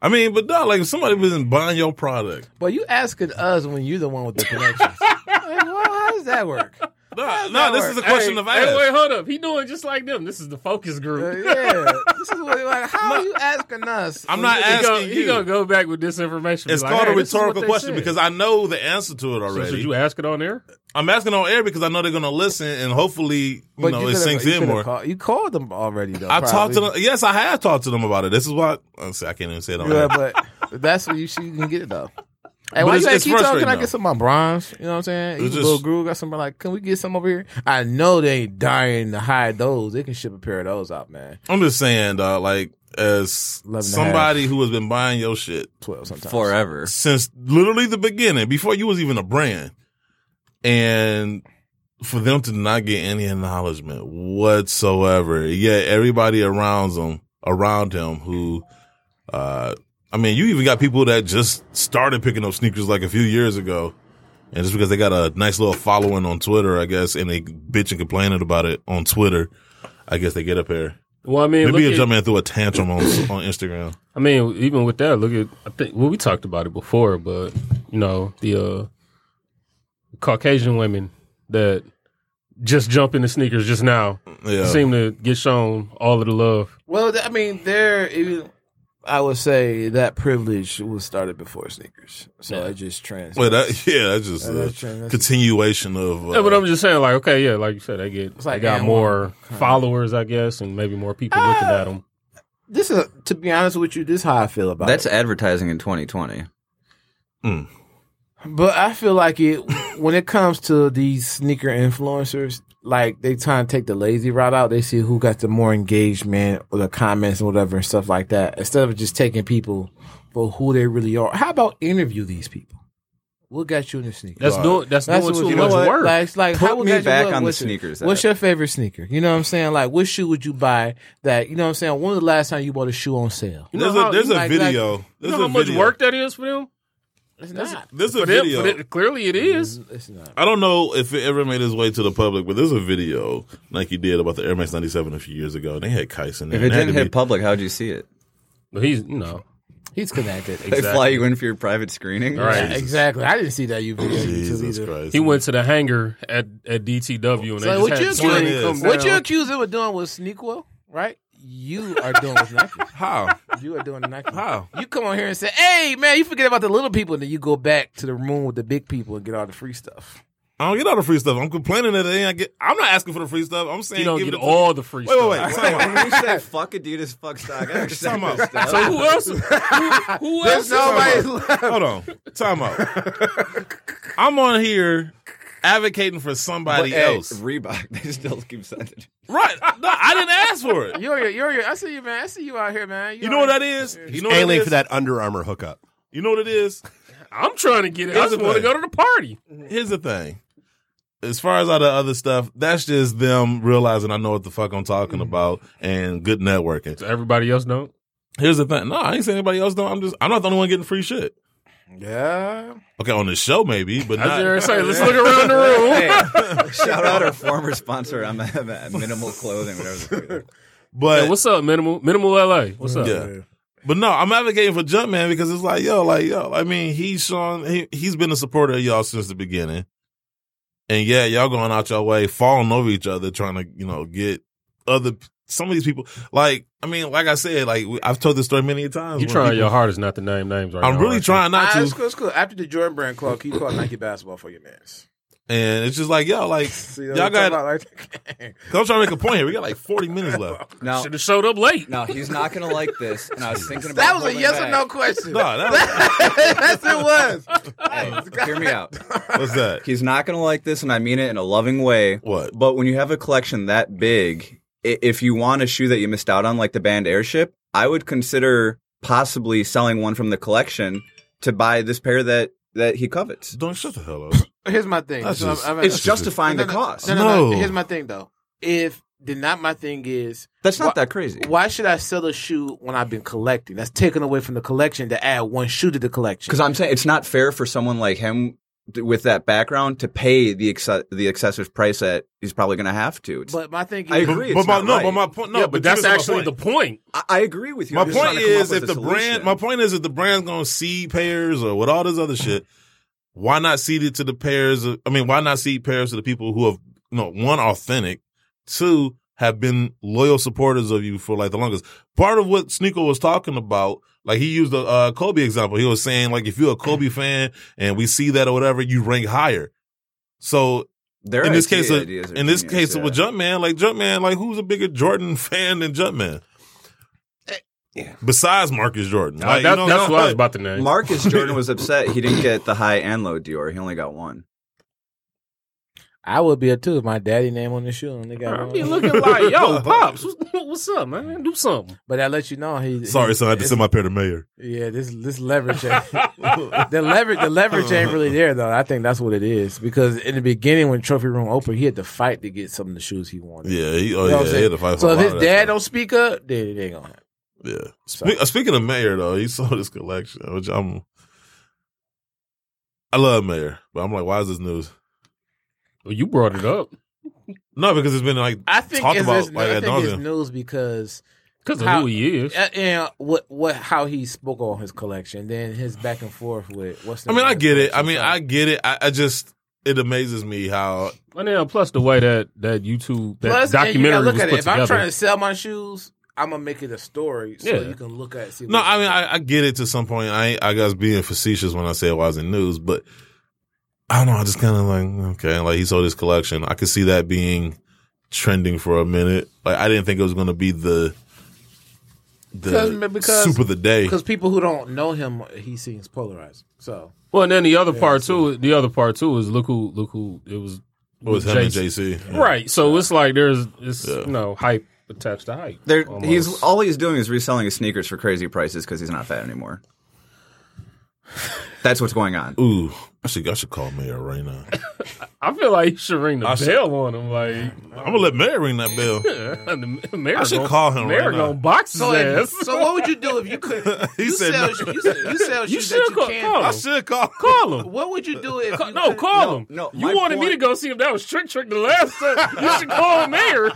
C: I mean, but dog, like if somebody wasn't buying your product,
J: But you asking us when you're the one with the connections. like, well, how does that work?
C: No, no, this is a question
F: hey,
C: of ask.
F: Hey, wait, hold up. He doing just like them. This is the focus group.
J: yeah, this is what, like how are you asking us?
C: I'm not
F: he
C: asking
F: gonna, He
C: you.
F: gonna go back with this information.
C: It's
F: Be like,
C: called
F: hey,
C: a
F: this is what
C: rhetorical
F: they
C: question
F: said.
C: because I know the answer to it already.
F: should you ask it on air?
C: I'm asking on air because I know they're going to listen and hopefully you know it
J: could've-
C: sinks
J: you
C: in
J: could've
C: more.
J: called- you called them already though.
C: I've talked to
J: probably.
C: them. Yes, I have talked to them about it. This is why oh, see, I can't even say it on
J: Yeah,
C: air.
J: but that's what you should you can get it though. Hey,
C: But
J: why
C: it's-
J: you at
C: it's
J: Keto?
C: frustrating,
J: Can I
C: though.
J: get some of my bronze? You know what I'm saying?
C: It's
J: You
C: just-
J: little guru got somebody like, can we get some over here? I know they ain't dying to hide those. They can ship a pair of those out, man.
C: I'm just saying, dog, like as
J: and a
C: somebody who has been buying your shit
J: twelve sometimes
D: Forever.
C: since literally the beginning, before you was even a brand, and for them to not get any acknowledgement whatsoever, yet everybody around them, around him, who, uh, I mean, you even got people that just started picking up sneakers like a few years ago. And just because they got a nice little following on Twitter, I guess, and they bitch and complaining about it on Twitter, I guess they get up here.
F: Well, I mean,
C: Maybe
F: look
C: a
F: at-
C: jump man threw a tantrum on on Instagram.
F: I mean, even with that, look at I think well, we talked about it before, but you know the uh, Caucasian women that just jump into sneakers just now
C: Yeah.
F: seem to get shown all of the love.
J: Well, th- I mean, there. even- I would say that privilege was started before sneakers, so it just trans.
C: Well, that, yeah, that's just
J: That-
C: a
J: that's true. That's-
C: continuation of. Uh,
F: yeah, but I'm just saying, like, okay, yeah, like you said, they get they
J: like
F: got
J: and
F: more
J: one, kinda.
F: followers, I guess, and maybe more people looking at them.
J: This is, to be honest with you, this is how I feel about
D: That's
J: it.
D: advertising in 2020.
J: But I feel like it when it comes to these sneaker influencers, like they trying to take the lazy route out. They see who got the more engagement or the comments and whatever and stuff like that. Instead of just taking people for who they really are. How about interview these people? What got you in the sneaker?
F: That's doing that's, doing
J: what-
F: too
J: you know
F: much
J: what?
F: work.
J: Like, it's like
D: Put
J: how would
D: me
J: that you
D: back
J: look?
D: on the
J: What's your-
D: sneakers,
J: What's
D: Ed.
J: your favorite sneaker? You know what I'm saying? Like, what shoe would you buy? That you know what I'm saying? When was the last time you bought a shoe on sale?
F: You
C: there's
F: know
C: a
F: how-
C: there's
F: you
C: a
F: like- like-
C: video.
F: you
C: there's
F: know how
C: a
F: much
C: video.
F: work that is for them.
J: It's not.
C: There's a
F: For them,
C: video.
F: for them- clearly, it is.
J: It's not.
C: I don't know if it ever made its way to the public, but there's a video Nike did about the Air Max 97 a few years ago. And they had Kice in there.
D: If it
C: and had
D: didn't
C: to
D: hit
C: be-
D: public, how'd you see it?
F: But he's you know
J: He's connected.
D: They fly you in for your private screening.
F: All right.
J: Yeah, exactly. I didn't see that you video YouTube
C: Oh, Jesus
J: either.
C: Christ.
F: he went to the hangar at at DTW and
J: So
F: they just
J: what you
F: had swing
C: accuse-
F: come
J: What
F: down.
J: you accuse him of doing was Sneakwell, right? You are doing with Nike.
C: How?
J: You are doing Nike.
C: How?
J: You come on here and say, "Hey, man, you forget about the little people," and then you go back to the room with the big people and get all the free stuff.
C: I don't get all the free stuff. I'm complaining that they ain't get. I'm not asking for the free stuff. I'm saying
F: You don't
C: give
F: get
C: it to-
F: all the free
C: Wait,
F: stuff.
C: wait, wait. Time out.
D: When you say fuck Adidas, fuck stock, I
C: Time
D: understand
C: out.
D: this stuff.
F: So who else? Who, who else?
C: Time out. Hold on. Time out. I'm on here advocating for somebody else.
D: Reebok, they still keep sending. it.
C: Right. No, I didn't ask for it.
J: You're, you I see you, man. I see you out here, man.
C: You know what that is? You know what it
G: Ailing
C: is?
G: for that Under Armour hookup.
C: You know what it is?
F: I'm trying to get it. I
C: Here's
F: just
C: the
F: want to
C: thing.
F: go to the party.
C: Here's the thing. As far as all the other stuff, that's just them realizing I know what the fuck I'm
J: Mm-hmm.
C: talking about and good networking.
F: So everybody else don't.
C: Here's the thing. No, I ain't saying anybody else don't. I'm just I'm not the only one getting free shit.
J: Yeah.
C: Okay, on this show maybe, but
F: I was gonna
C: not.
F: say, let's look around the room.
D: Shout out our former sponsor, I'm at Minimal Clothing, whatever. the-
C: But
F: Hey, what's up, Minimal? Minimal LA. What's up?
C: yeah. But no, I'm advocating for Jumpman because it's like, yo, like, yo, I mean, he's Sean, he, he's been a supporter of y'all since the beginning. And yeah, y'all going out your way, falling over each other, trying to, you know, get other, some of these people, like, I mean, like I said, like, we- I've told this story many times.
F: You
C: when
F: trying
C: people-
F: your hardest not to name names right
C: I'm
F: now,
C: really
F: aren't you?
C: trying not to.
J: it's cool, it's cool. After the Jordan Brand Club, keep calling Nike basketball for your mans.
C: and it's just like, yo, like, y'all got, i I'm trying to make a point here. We got like 40 minutes left.
D: Now,
F: Should have showed up late.
D: now he's not gonna like this, and I was thinking about
J: That was a
D: holding
J: yes or
D: back.
J: no question.
C: No, that,
J: yes, it was.
D: Hey, hear me out.
C: what's that?
D: He's not going to like this, and I mean it in a loving way.
C: What?
D: But when you have a collection that big, i- if you want a shoe that you missed out on, like the band Airship, I would consider possibly selling one from the collection to buy this pair that that he covets.
C: Don't shut the hell up.
J: Here's my thing.
C: That's
J: So I'm-
C: just-
J: I'm-
D: It's justifying the
J: No, no,
D: cost.
J: No, no, no.
C: No.
J: Here's my thing though. If then not my thing is
D: That's not
J: Wha-
D: that crazy.
J: why should I sell a shoe when I've been collecting? That's taken away from the collection to add one shoe to the collection.
D: Because I'm saying it's not fair for someone like him th- with that background to pay the exce- the excessive price that he's probably going to have to. It's-
J: But my thing is
D: I agree.
C: but
D: it's
C: my,
D: not
C: no,
D: right.
C: but my point, no,
F: yeah, but, that's
C: you missed my
F: actually
C: point.
F: the point.
D: I, I agree with you.
C: My
D: I'm just
C: point
D: trying to come
C: is,
D: up
C: if
D: with a
C: the brand,
D: solution.
C: my point is, if the brand's gonna seed pairs or with all this other shit, why not seed it to the pairs? Of, I mean, why not seed pairs to the people who have no one authentic, two have been loyal supporters of you for like the longest. Part of what Sneaker was talking about, like he used the uh, Kobe example. He was saying like if you're a Kobe fan and we see that or whatever, you rank higher. So
D: Their
C: in this
D: idea-
C: case, uh,
D: ideas are
C: in this
D: genius,
C: case with Jumpman, like Jumpman, like who's a bigger Jordan fan than Jumpman? Besides Marcus
J: Uh,
C: Jordan, Like, you know I'm saying?
D: Marcus Jordan was upset he didn't get the high and low Dior. He only got one.
J: I would be a too if my daddy name on the shoe and they got.
F: I be
J: one.
F: looking like, yo, pops, what's, what's up, man? Do something.
J: But that lets you know he.
C: Sorry, son, I had to send my pair to Mayor.
J: Yeah, this this leverage, ain't- the leverage, the leverage ain't really there though. I think that's what it is because in the beginning when trophy room opened, he had to fight to get some of the shoes he wanted.
C: Yeah, he, oh
J: You know what I'm
C: yeah, he
J: saying?
C: had to fight for
J: So
C: a
J: if
C: lot
J: his
C: of that
J: dad don't speak up, then it ain't gonna happen.
C: Yeah. Spe- uh, speaking of Mayor, though, he sold his collection, which I'm. I love Mayor, but I'm like, why is this news?
F: Well, you brought it up.
C: No, because it's been like
J: I think
C: talked
J: it's,
C: about
J: it's-
C: like
J: I
C: ad
J: think it's
C: nauseam.
J: news because
F: 'Cause of
J: how-
F: who he is.
J: uh, and what what how he spoke on his collection, then his back and forth with what's.
C: I mean, I get it. I mean, I get it. I, I just it amazes me how
F: And then plus the way that that YouTube that
J: Plus, and you
F: documentary
J: gotta look
F: was
J: at
F: put
J: it. If
F: together.
J: I'm trying to sell my shoes, I'm gonna make it a story so
F: Yeah.
J: you can look at it, see.
C: No, I mean I, I get it to some point. I ain't- I guess being facetious when I say it wasn't news, but I don't know. I just kind of like okay, like he sold his collection. I could see that being trending for a minute. Like I didn't think it was going to be the the soup of the day.
J: because people who don't know him, he seems polarized. So
F: Well, and then the other
J: Yeah,
F: part too. The other part too is look who look who it was.
C: It was him and JC, yeah.
F: right? So it's like there's it's you know hype attached to hype.
D: There,
F: almost.
D: he's all he's doing is reselling his sneakers for crazy prices because he's not fat anymore. That's what's going on.
C: Ooh, I should I should call Mayor right now.
F: I feel like you should ring the
C: I
F: bell
C: should-
F: on him. Like
C: I'm gonna let Mayor ring that bell.
F: the mayor
C: I should
F: gonna-
C: call him
F: Mayor
C: right now.
F: gonna box his
J: So,
F: ass.
J: so what would you do if you could?
C: He
J: you
C: said
J: sell,
C: no.
J: you, sell- you sell
F: You
J: shoes
F: should
J: that you
F: call-
J: can't.
F: call him.
C: I should call.
F: Call him.
J: What would you do if you
F: No, call him.
D: No,
F: you wanted me to go see if that was trick trick the last time. you should call mayor.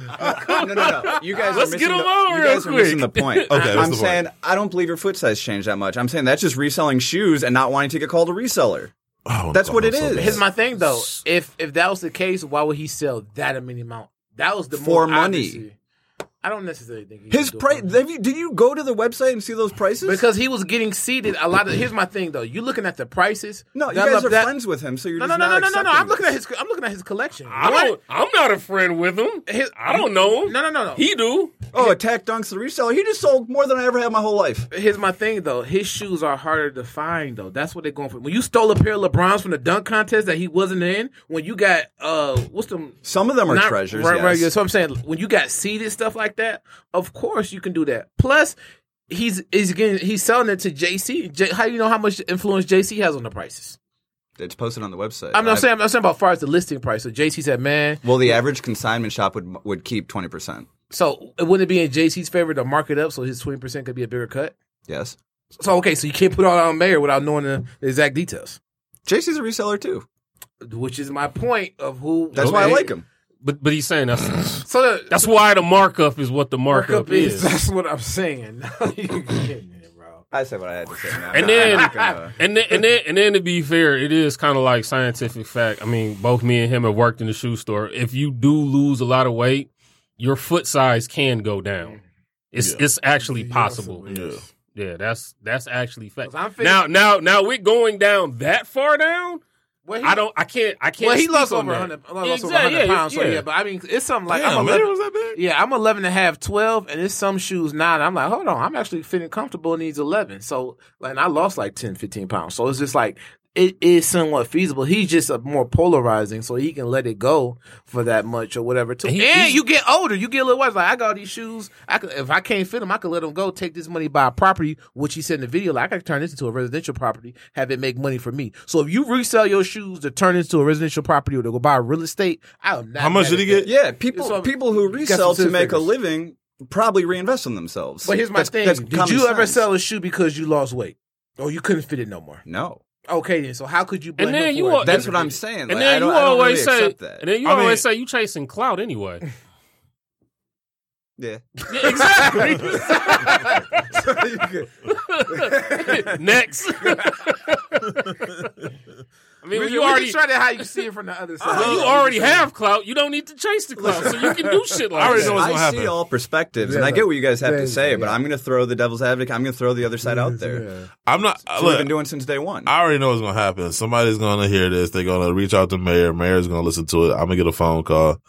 D: no, no, no. You guys,
F: Let's
D: are
F: get
D: missing
F: him
D: the,
F: on
D: you
F: real
D: guys are missing the
F: quick.
D: point.
F: Okay, what's
D: I'm
F: the point?
D: saying I don't believe your foot size changed that much. I'm saying that's just reselling shoes and not wanting to get called a reseller. that's what it is.
J: Here's my thing though. If if that was the case, why would he sell that many amount? That was the
D: For
J: more
D: money.
J: obvious- I don't necessarily think he
D: His
J: could do it.
D: price. Did you, did you go to the website and see those prices?
J: because he was getting seated a lot of. Here's my thing though. You looking at the prices?
D: no, you
J: That-
D: guys are
J: that-
D: friends with him, so you're
J: No, no,
D: just
J: no, no,
D: not
J: no, no, no.
D: accepting
J: I'm looking at
D: this.
J: his. I'm looking at his collection.
F: I
J: What?
F: don't. I'm not a friend with him.
J: His-
F: I don't know. him.
J: No, no, no, no.
F: He do.
D: Oh, Attack Dunks the reseller. He just sold more than I ever had in my whole life.
J: Here's my thing though. His shoes are harder to find though. That's what they're going for. When you stole a pair of LeBrons from the dunk contest that he wasn't in, when you got uh, what's them?
D: Some of them are
J: Not-
D: treasures.
J: Right, right.
D: yes.
J: yeah. So I'm saying when you got seeded stuff like that, of course you can do that. Plus, he's he's getting he's selling it to JC. J, how do you know how much influence JC has on the prices?
D: It's posted on the website.
J: I'm
D: I've-
J: not saying I'm saying about far as the listing price. So JC said, man.
D: Well, the average consignment shop would would keep twenty percent.
J: So it wouldn't it be in JC's favor to mark it up so his twenty percent could be a bigger cut.
D: Yes,
J: So okay, so you can't put it all on mayor without knowing the, the exact details.
D: JC's a reseller too.
J: Which is my point of who.
D: That's why I like him.
F: But but he's saying that's
J: So the
F: that's why the markup is what the markup,
J: markup is.
F: is.
J: That's what I'm saying. You kidding me, bro.
D: I said what I had to say. Now.
F: And then, and then, and then, and then, to be fair, it is kind of like scientific fact. I mean, both me and him have worked in the shoe store. If you do lose a lot of weight, your foot size can go down. It's
C: Yeah.
F: it's actually possible.
C: Yeah.
F: Yeah, that's that's actually fact.
J: 'Cause I'm figuring-
F: Now, now, now we're going down that far down.
J: Well, he-
F: I don't. I can't. I can't.
J: well, he
F: speak
J: lost
F: on
J: over
F: that.
J: 100, lost over
F: Exact-
J: 100
F: yeah,
J: pounds. So, yeah, but I mean, it's something like
C: Damn,
J: I'm
C: man,
J: 11.
C: was that big?
J: Yeah, I'm 11 and a half, 12, and there's some shoes nine. I'm like, hold on, I'm actually feeling comfortable in these 11. So, like, and I lost like 10, 15 pounds. So it's just like, it is somewhat feasible. He's just a more polarizing, so he can let it go for that much or whatever. Too.
F: And he-
J: and
F: he's-
J: you get older, you get a little wiser. Like I got all these shoes. I could, if I can't fit them, I could let them go. Take this money, buy a property, which he said in the video. Like I could turn this into a residential property, have it make money for me. So if you resell your shoes to turn into a residential property or to go buy real estate, I am not.
C: How much
J: mad
C: did
J: at
C: he get?
J: that.
D: yeah, people
J: So,
D: people who
J: got
D: resell
J: some
D: to make a
J: figures.
D: living probably reinvest in themselves.
J: But here's my
D: That's-
J: thing:
D: that's
J: Did
D: common
J: you ever
D: sense.
J: sell a shoe because you lost weight, or you couldn't fit it no more?
D: No,
J: Okay, then. So how could you? Blame
F: And then
J: him
F: you
J: for
F: are,
J: it?
D: That's
F: and-
D: what I'm saying.
F: And
D: Like,
F: then
D: I don't-
F: you
D: I don't really
F: always say,
D: accept that.
F: and then you
C: I
F: always say
C: mean-
F: you chasing clout anyway.
D: yeah.
F: Yeah, exactly. Next. I mean, when you
J: we
F: already
J: just tried to how you see it from the other side.
D: Uh,
F: you already have clout. You don't need to chase the clout, so you can do shit like that.
D: I see all perspectives, and I get what you guys have to say, but I'm going to throw the devil's advocate. I'm going to throw the other side out there.
C: I'm not.
D: So
C: look,
D: we've been doing since day one.
C: I already know what's gonna happen. Somebody's gonna hear this. They're gonna reach out to mayor. Mayor's gonna listen to it. I'm gonna get a phone call,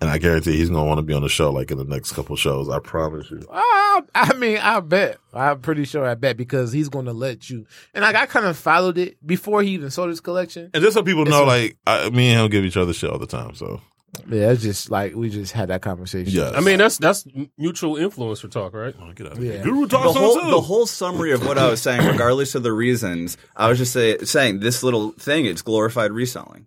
C: and I guarantee he's gonna want to be on the show like in the next couple shows. I promise you.
J: I, I mean, I bet. I'm pretty sure I bet because he's going to let you. And like I kind of followed it before he even sold his collection.
C: And just so people
J: It's
C: know,
J: a-
C: like I, me and him give each other shit all the time. So
J: Yeah, it's just like we just had that conversation.
C: Yes.
F: I mean, that's that's mutual influencer talk, right?
C: get out
F: of here.
D: the whole, the whole summary of what I was saying, regardless of the reasons, I was just say, saying this little thing. It's glorified reselling.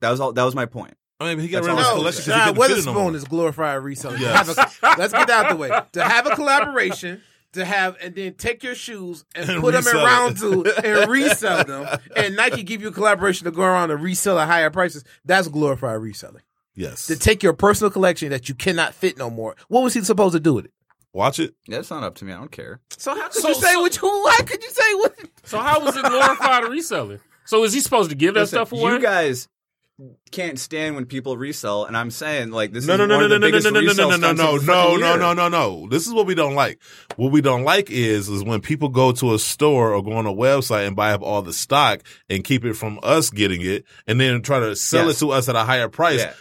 D: That was all. That was my point.
C: I mean, he
J: got rid of his collection 'cause he couldn't fit it no more. is glorified reselling. To have a- let's get that out the way. To have a collaboration, to have and then take your shoes and,
C: And
J: put them in
C: resell it.
J: round two and resell them, and Nike give you a collaboration to go around and resell at higher prices. That's glorified reselling.
C: Yes.
J: To take your personal collection that you cannot fit no more. What was he supposed to do with it?
C: Watch it.
D: That's not up to me. I don't care.
J: So how
F: could you say
J: what you? Why could you say what?
F: So how was it glorified reselling? So is he supposed to give that
D: Listen,
F: stuff away?
D: You guys can't stand when people resell, and I'm saying like this.
C: No,
D: is
C: no, no,
D: one
C: no, no,
D: of the
C: no, no,
D: biggest
C: no, no, no,
D: resale
C: no, no,
D: stunts
C: no,
D: of the
C: no,
D: fucking
C: no,
D: year.
C: no, no, no. This is what we don't like. What we don't like is is when people go to a store or go on a website and buy up all the stock and keep it from us getting it, and then try to sell
D: Yes.
C: it to us at a higher price.
D: Yeah.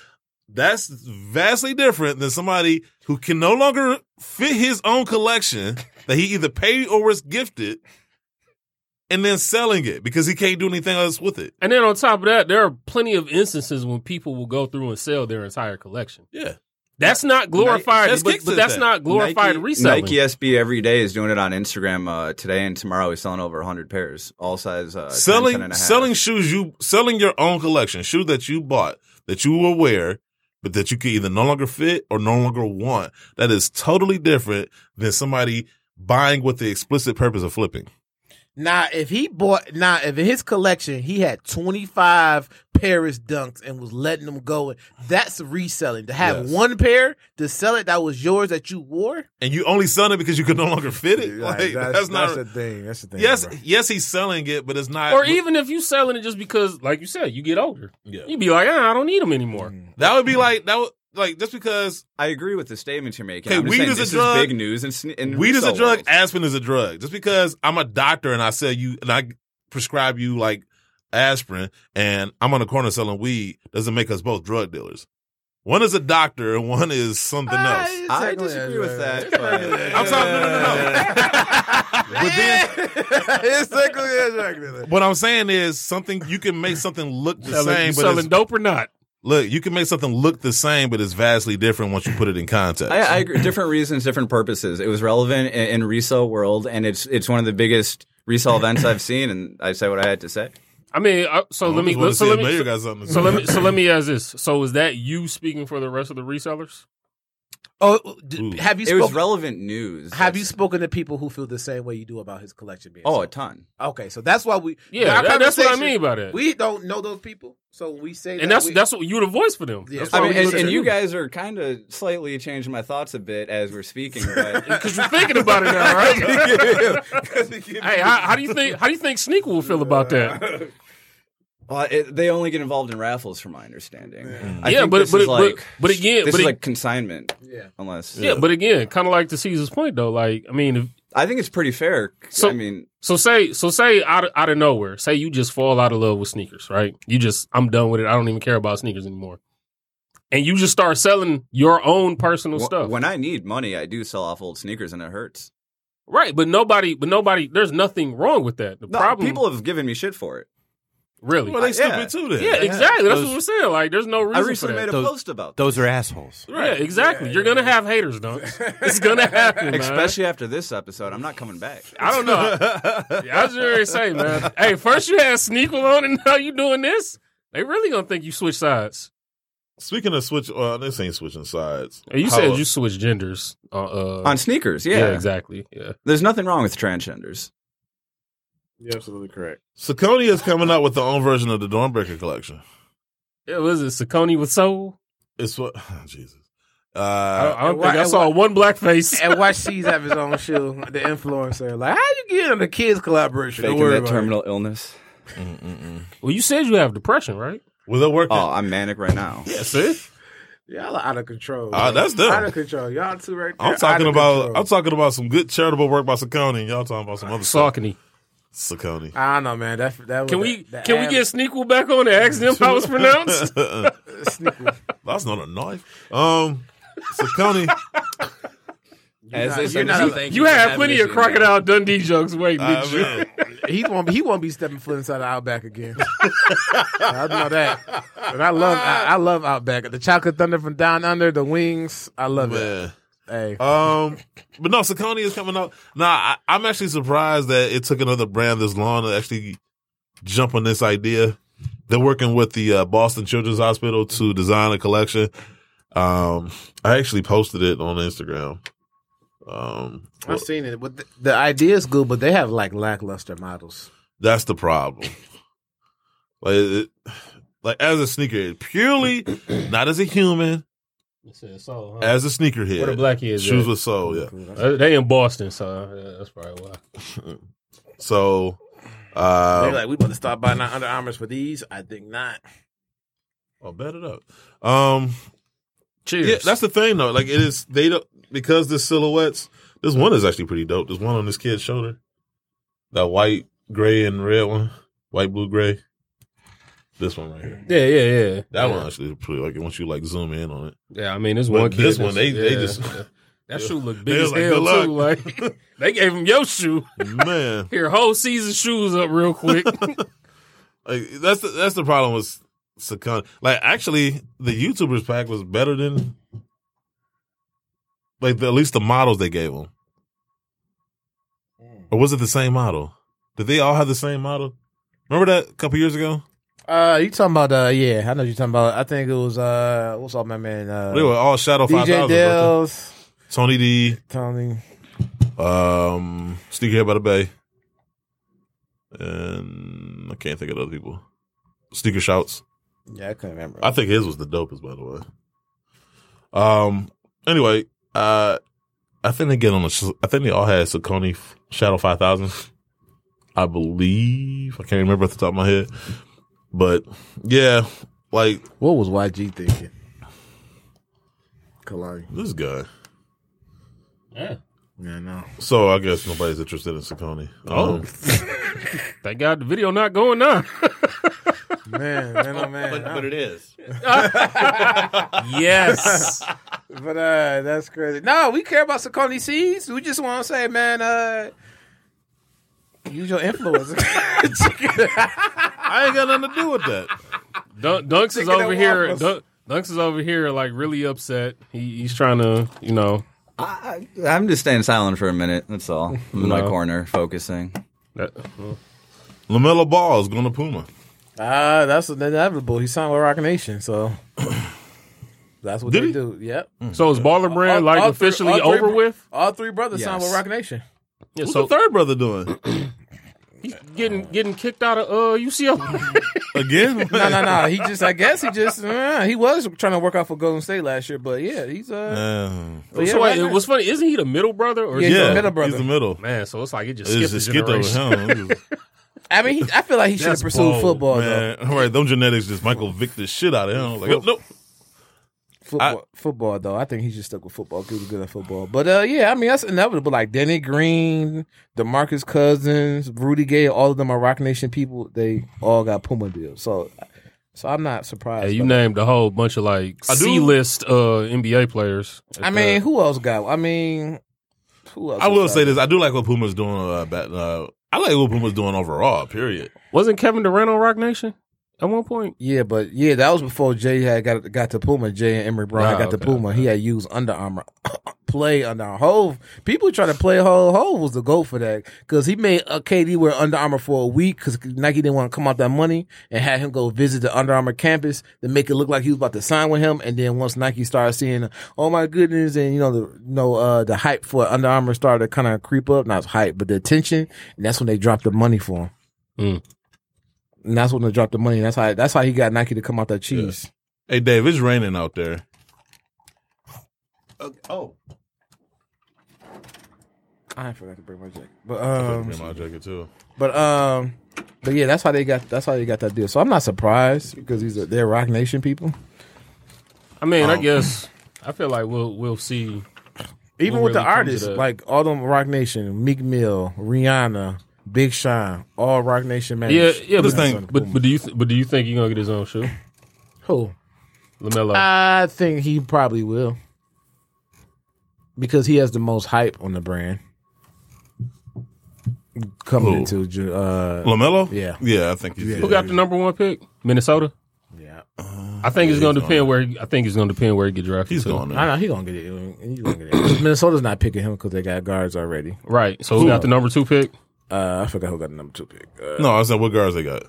C: That's vastly different than somebody who can no longer fit his own collection that he either paid or was gifted, and then selling it because he can't do anything else with it.
F: And then on top of that, there are plenty of instances when people will go through and sell their entire collection.
C: Yeah.
F: That's not glorified, but, but that's not glorified
D: Nike,
F: reselling.
D: Nike SB every day is doing it on Instagram uh, today and tomorrow. He's selling over 100 pairs, all size. Uh, 10, 10
C: selling
D: and a half.
C: selling shoes you selling your own collection shoes that you bought that you will wear but that you can either no longer fit or no longer want that is totally different than somebody buying with the explicit purpose of flipping
J: Now, if he bought, now if in his collection he had twenty five Paris Dunks and was letting them go, that's reselling. To have
C: Yes.
J: one pair to sell it that was yours that you wore.
C: and you only selling it because you could no longer fit it
J: Right,
C: like,
J: that's-
C: that's, not
J: that's the thing, that's the thing,
C: yes
J: bro.
C: yes he's selling it but it's not
F: or even if you selling it just because, like you said, you get older,
C: Yeah.
F: you'd be like, ah, I don't need them anymore.
C: that would be like that would like just because
D: I agree with the statements you're making.
C: Okay,
D: I'm just
C: weed
D: saying
C: is a
D: this
C: drug.
D: Is big news. And, sn- and
C: weed is a
D: resale
C: drug
D: world.
C: aspirin is a drug just because i'm a doctor and i sell you and i prescribe you like aspirin and i'm on the corner selling weed doesn't make us both drug dealers one is a doctor and one is something
J: Ah,
C: else
D: I disagree with that. but- uh,
C: i'm talking no no no no but then
J: it's technically a drug dealer.
C: what i'm saying is something you can make something look the
F: Selling-
C: same
F: you
C: but
F: selling
C: it's-
F: dope or not?
C: look you can make something look the same but it's vastly different once you put it in context
D: I, I agree. Different reasons, different purposes. It was relevant in, in resale world, and it's it's one of the biggest resale events I've seen. And I say what I had to say.
F: I mean, uh, so
D: I
F: let me
D: just wanna
F: so
D: see
F: let
D: if
F: me
D: Mayor got something to
F: so
D: say.
F: let me so let me ask this. So is that you speaking for the rest of the resellers?
J: Oh, d- have you?
D: It was
J: spoken-
D: relevant news.
J: Have you spoken to people who feel the same way you do about his collection being?
D: Oh,
J: sold?
D: a ton.
J: Okay, so that's why we.
F: Yeah,
J: our
F: that- that's what I
J: conversation-
F: mean by that.
J: We don't know those people, so we say, that
F: And that's
J: we-
F: that's what you're the voice for them.
J: Yeah.
F: That's
D: I
F: why
D: mean,
F: we
D: and,
F: listen
D: and
F: to
D: Oh, you guys are kind of slightly changing my thoughts a bit as we're speaking.
F: Because you're thinking about it now, right? hey, how, how do you think? How do you think Sneaker will feel about that?
D: Well, uh, it, they only get involved in raffles, from my understanding. I
F: Yeah,
D: think
F: but-
D: this
F: but-
D: is
F: but-
D: like,
F: but again- but
D: this is
F: it-
D: like consignment. Yeah, unless
F: Yeah, but again, kind of like to Caesar's point though. Like, I mean, if,
D: I think it's pretty fair.
F: So,
D: I mean,
F: so say, so say out of, out of nowhere, say you just fall out of love with sneakers, right? You just, I'm done with it. I don't even care about sneakers anymore. And you just start selling your own personal
D: wh-
F: stuff,
D: when I need money, I do sell off old sneakers, and it hurts.
F: right? But nobody, but nobody, there's nothing wrong with that. The
D: No,
F: problem,
D: people have given me shit for it.
F: really,
D: Well, they stupid too then.
F: Yeah,
D: Yeah.
F: exactly. That's
D: Those-
F: what we're saying. Like, there's no reason.
D: I
F: for
D: recently
F: that.
D: made a post about
G: Those are assholes.
F: Right. Yeah, exactly. You're gonna have haters, don't? It's gonna happen, man.
D: Especially after this episode, I'm not coming back.
F: I don't know. yeah, I was already say, man. Hey, first you had sneaker on, and now you doing this. They really gonna think you switch sides.
C: Speaking of switch, well, this ain't switching sides.
F: Hey, you
C: How-
F: said you switched genders on, uh,
D: On sneakers, yeah.
F: exactly. Yeah,
D: There's nothing wrong with transgenders.
E: You're absolutely correct.
C: Saucony is coming out with their own version of the Dawnbreaker collection.
F: yeah. Was it Saucony with soul?
C: It's what Jesus. Uh,
F: I, I don't think I saw one black face.
J: and watch C's have his own shoe, the influencer. Like, how you get on the kids collaboration? Don't
D: Faking
J: worry
D: that
J: about
D: terminal illness.
J: it.
F: Well, you said you have depression, right?
C: Well, they'll work.
D: Oh, I'm manic right now.
C: yeah, see?
J: Y'all are out of control.
C: Ah, that's them.
J: Out of control. Y'all two right there.
C: I'm talking
J: out of
C: about
J: control.
C: I'm talking about some good charitable work by Saucony, and y'all talking about some other
F: Saucony.
C: Saucony.
J: I don't know, man. That that
F: Can
J: was-
F: we
J: that
F: can we
J: ad-
F: get Sneakle back on and ask them how it's pronounced?
C: That's not a knife. Um, Saucony.
J: As
F: you,
J: they say, Michigan-
F: you,
J: thank
F: you
J: you for
F: had
J: having
F: plenty
J: us
F: of
J: in
F: crocodile Dundee jokes. Wait,
C: Ah,
F: did you?
C: man.
J: he won't be he won't be stepping foot inside the Outback again. I know that. And I love I, I love Outback. The chocolate thunder from down under, the wings. I love
C: Man.
J: it. Hey.
C: Um, but no, Saucony is coming out. Nah, I, I'm actually surprised that it took another brand this long to actually jump on this idea. They're working with the uh, Boston Children's Hospital to design a collection. Um, I actually posted it on Instagram. Um, well,
J: I've seen it. But the, the idea is good, but they have like lackluster models.
C: that's the problem. Like, it, like as a sneaker, purely not as a human, as a sneakerhead.
F: Oh, Where the black is
C: shoes
F: at.
C: with soul. Yeah.
F: Uh, they in Boston, so uh, that's probably why.
C: So, uh,
J: They're like, we about to stop buying our Under Armours for these. I think not.
C: I'll bet it up. Um,
F: Cheers.
C: Yeah, that's the thing though. Like it is they don't because the silhouettes. This one is actually pretty dope. This one on this kid's shoulder, that white, gray, and red one, white, blue, gray. This one right here.
F: Yeah, yeah, yeah. yeah.
C: That one actually is pretty like once you like zoom in on it.
F: Yeah, I mean, this
C: But
F: one kid
C: This
F: is-
C: one they they
F: yeah.
C: just
F: That
C: Yeah.
F: shoe look
C: They
F: big as
C: was like,
F: hell
C: "Good
F: too. Like they gave him your shoe.
C: man.
F: Here, whole season shoes up real quick.
C: Like that's the that's the problem with Sakon. Like actually, the YouTubers pack was better than like the, at least the models they gave them. Or was it the same model? Did they all have the same model? Remember that a couple years ago?
J: Uh, you talking about uh, yeah, I know you're talking about. I think it was uh, what's up, my man? Uh,
C: They were all Shadow
J: DJ
C: 5000,
J: Dells,
C: Tony D,
J: Tony.
C: um, Sneakerhead by the Bay, and I can't think of the other people. Sneaker Shouts.
J: Yeah, I couldn't remember.
C: I think his was the dopest, by the way. Um. Anyway, uh, I think they get on. The, I think they all had Saucony Shadow Five Thousand. I believe I can't remember off the top of my head, but yeah, like
J: What was YG thinking? Kalani.
C: this guy.
F: yeah.
J: Yeah, no.
C: So I guess nobody's interested in Saucony.
F: Oh.
C: Um,
F: Thank God the video not going on.
J: Man, man, oh man.
K: But, but it is.
F: yes.
J: But uh, that's crazy. No, we care about Saucony seeds. We just want to say, man, uh, use your influence.
C: I ain't got nothing to do with that.
F: Dun- Dunks is
J: Thinking
F: over
J: of
F: here.
J: waffles.
F: Dun- Dunks is over here, like really upset. He, he's trying to, you know.
D: I'm just staying silent for a minute. That's all. I'm in my
F: No.
D: corner, focusing.
F: That,
C: Lamelo Ball is going to Puma.
J: Ah, that's inevitable. He signed with Rock Nation, so that's what
C: Did
J: they
C: he?
J: do. Yep.
F: so is Baller Brand
J: All-
F: like
J: all three-
F: officially
J: all three
F: over
J: bro-
F: with?
J: All three brothers signed with
D: Yes.
J: Rock Nation.
F: Yeah,
C: What's
F: so
C: the third brother doing
F: he's getting getting kicked out of uh UCLA.
C: again?
J: No, no, no. He just, I guess, he just, uh, he was trying to work out for Golden State last year, but yeah, he's uh,
C: Um,
J: but yeah,
F: so
J: right
F: wait, it
J: now-
F: was funny. Isn't he the middle brother? Or is
J: Yeah, he's
F: he-
J: the
C: yeah,
J: middle brother.
C: He's the middle.
F: man, so it's like it just skipped
C: It's just
F: a
C: skipped over
F: generation.
C: him. It was-
J: I mean, he, I feel like he should have
F: That's
J: pursued
F: bold,
J: football though.
C: Man, all right, them genetics just Michael Vick the shit out of him. I was like, nope, nope.
J: Football, football though. I think he should stick with football. 'cause He was good at football, but uh, yeah, I mean that's inevitable. Like Danny Green, Demarcus Cousins, Rudy Gay, all of them are Rock Nation people. They all got Puma deals, so so I'm not surprised.
F: Hey, you
J: by
F: named a whole bunch of like
C: I do.
F: C list uh, NBA players.
J: that. I mean,
F: uh,
J: who else got? I mean, who else?
C: I will
J: was
C: say
J: out
C: this: I do like what Puma's doing. Uh, bat, uh, I like what Puma's doing overall. Period.
F: wasn't Kevin Durant on Rock Nation at one point?
J: Yeah, but yeah, that was before Jay had got got to Puma. Jay and Emery Brown
F: Ah,
J: got to
F: okay,
J: Puma. He had used Under Armour, play Under Armour. Hove people try to play Hove. Hove was the goal for that because he made uh, KD wear Under Armour for a week because Nike didn't want to come out that money and had him go visit the Under Armour campus to make it look like he was about to sign with him. And then once Nike started seeing, oh my goodness, and you know the you know uh, the hype for Under Armour started to kind of creep up. Not hype, but the attention, and that's when they dropped the money for him. And that's when they dropped the money. That's how that's how he got Nike to come out that cheese.
C: Hey, Dave, it's raining out there.
K: Okay. Oh,
J: I forgot to bring my jacket. But um,
C: Bring my jacket too.
J: but um, But yeah, that's how they got. That's how they got that deal. So I'm not surprised because these are they're Rock Nation people.
F: I mean, I
J: Um,
F: guess I feel like we'll we'll see.
J: Even
F: what
J: with the
F: really comes
J: artists,
F: of that.
J: like all them Rock Nation, Meek Mill, Rihanna, Big Sean, all Rock Nation man.
F: yeah, yeah. But, but but do you th- but do you think he's gonna get his own shoe?
J: Who?
F: Lamelo.
J: I think he probably will because he has the most hype on the brand coming
C: Who?
J: into Ju- uh,
C: Lamelo?
J: Yeah,
C: Yeah, I think he's
F: Who got the number one pick? Minnesota. Yeah, I think it's
J: Yeah,
F: gonna
J: he's
F: depend where. He, I think it's gonna depend where he get drafted. He's
J: I know he gonna get it. He gonna get it. Minnesota's not picking him because they got guards already.
F: Right. So who got the number two pick?
J: Uh, I forgot who got the number two pick. Uh,
C: No, I was saying what guards they got.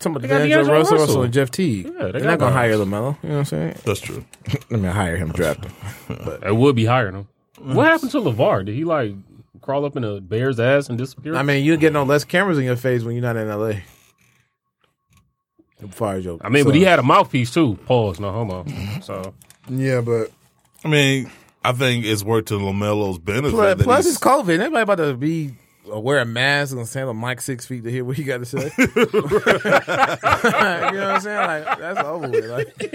J: Somebody
F: They got
J: D'Angelo
F: D'Angelo
J: Russell,
F: Russell.
J: Russell and Jeff Teague.
F: Yeah, they
J: they are
F: got
J: not gonna hire
F: guards.
J: Lamelo. You know what I'm saying?
C: That's true.
J: I mean, hire him, draft him. But
F: It would be hiring him. What happened to Levar? Did he like crawl up in a bear's ass and disappear?
J: I mean, you get no less cameras in your face when you're not in LA. As far as your,
F: I mean, but he had a mouthpiece too. Pause. No homo. So
J: yeah, but
C: I mean, I think it's worked to Lamelo's benefit.
J: plus,
C: that
J: plus
C: he's-
J: it's COVID. Everybody about to be uh, wear a mask and stand on mic six feet to hear what you got to say. you know what I'm saying? Like that's over. With. Like,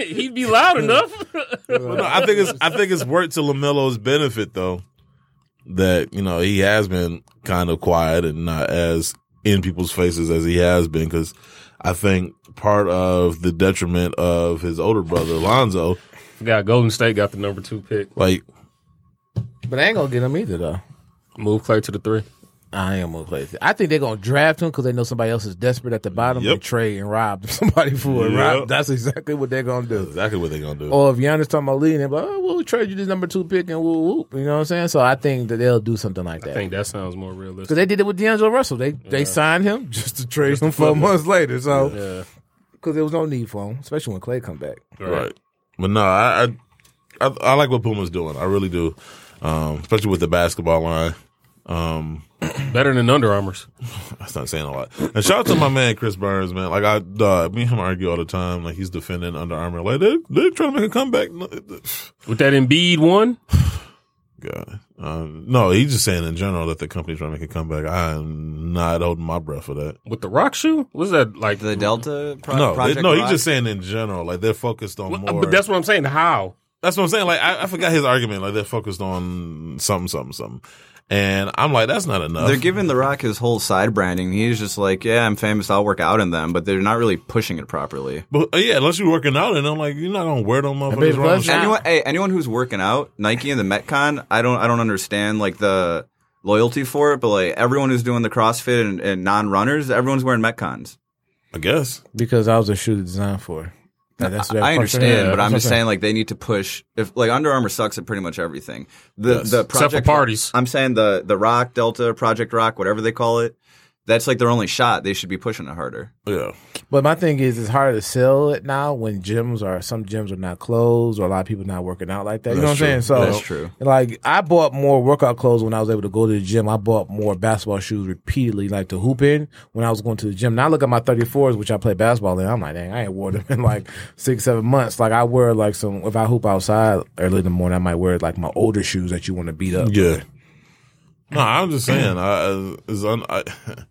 F: he'd be loud enough.
C: Well, no, I think it's I think it's worked to Lamelo's benefit though that you know he has been kind of quiet and not as in people's faces as he has been because I think part of the detriment of his older brother Lonzo,
F: yeah, Golden State got the number two pick.
C: like
J: but they ain't gonna get him either though.
F: Move Clay to the three.
J: I am gonna play. I think they're gonna draft him because they know somebody else is desperate at the bottom. They
C: Yep.
J: trade and rob somebody for it.
C: Yep.
J: Rob, that's exactly what they're gonna do.
C: exactly what they're gonna do.
J: Or if Giannis talking about leaving, they're like, oh, we'll trade you this number two pick and we'll whoop. You know what I'm saying? So I think that they'll do something like
F: I
J: that.
F: think that sounds more realistic.
J: Because they did it with D'Angelo Russell. They they signed him just to trade him four months later. So
F: because
J: there was no need for him, especially when Clay come back.
C: Right. But no, I, I I I like what Puma's doing. I really do, um, especially with the basketball line. Um,
F: Better than Under Armour's.
C: That's not saying a lot. And shout out to my man Chris Burns, man. Like I, uh, me and him argue all the time. Like he's defending Under Armour. Like they're, they're trying to make a comeback. No, it-
F: With that Embiid one,
C: God, um, no. He's just saying in general that the company's trying to make a comeback. I am not holding my breath for that.
F: with the Rock shoe, was that like
D: the Delta? Pro-
C: no, they-
D: Project
C: no.
D: Rock?
C: He's just saying in general. Like they're focused on more.
F: But that's what I'm saying. How?
C: That's what I'm saying. Like I, I forgot his argument. Like they're focused on something, something, something. And I'm like, that's not enough.
D: They're giving The Rock his whole side branding. He's just like, yeah, I'm famous. I'll work out in them, but they're not really pushing it properly.
C: but uh, yeah, unless you're working out, and I'm like, you're not gonna wear them motherfuckers.
J: baby,
C: around
J: plus-
C: the
D: Anyone, hey, anyone who's working out, Nike and the Metcon, I don't, I don't understand like the loyalty for it. But like everyone who's doing the CrossFit and, and non-runners, everyone's wearing Metcons.
C: I guess.
J: Because I was a shooter designed for. Now, that's what that
D: I
J: person-
D: understand,
J: Yeah,
D: but
J: that's
D: I'm
J: what
D: just saying like they need to push. If like Under Armour sucks at pretty much everything, the
C: Yes.
D: the
C: Except for
D: project
F: parties.
D: I'm saying the the Rock Delta Project Rock, whatever they call it, that's like their only shot. They should be pushing it harder.
C: Yeah.
J: But my thing is, it's harder to sell it now when gyms are some gyms are not closed or a lot of people not working out like that. you know what
D: That's true.
J: I'm saying? So
D: That's true.
J: Like I bought more workout clothes when I was able to go to the gym. I bought more basketball shoes repeatedly, like to hoop in when I was going to the gym. Now I look at my 34s, which I play basketball in. I'm like, dang, I ain't wore them in like six, seven months. Like I wear like some if I hoop outside early in the morning, I might wear like my older shoes that you want to beat up.
C: Yeah. No, I'm just saying. I, I- it's un, I,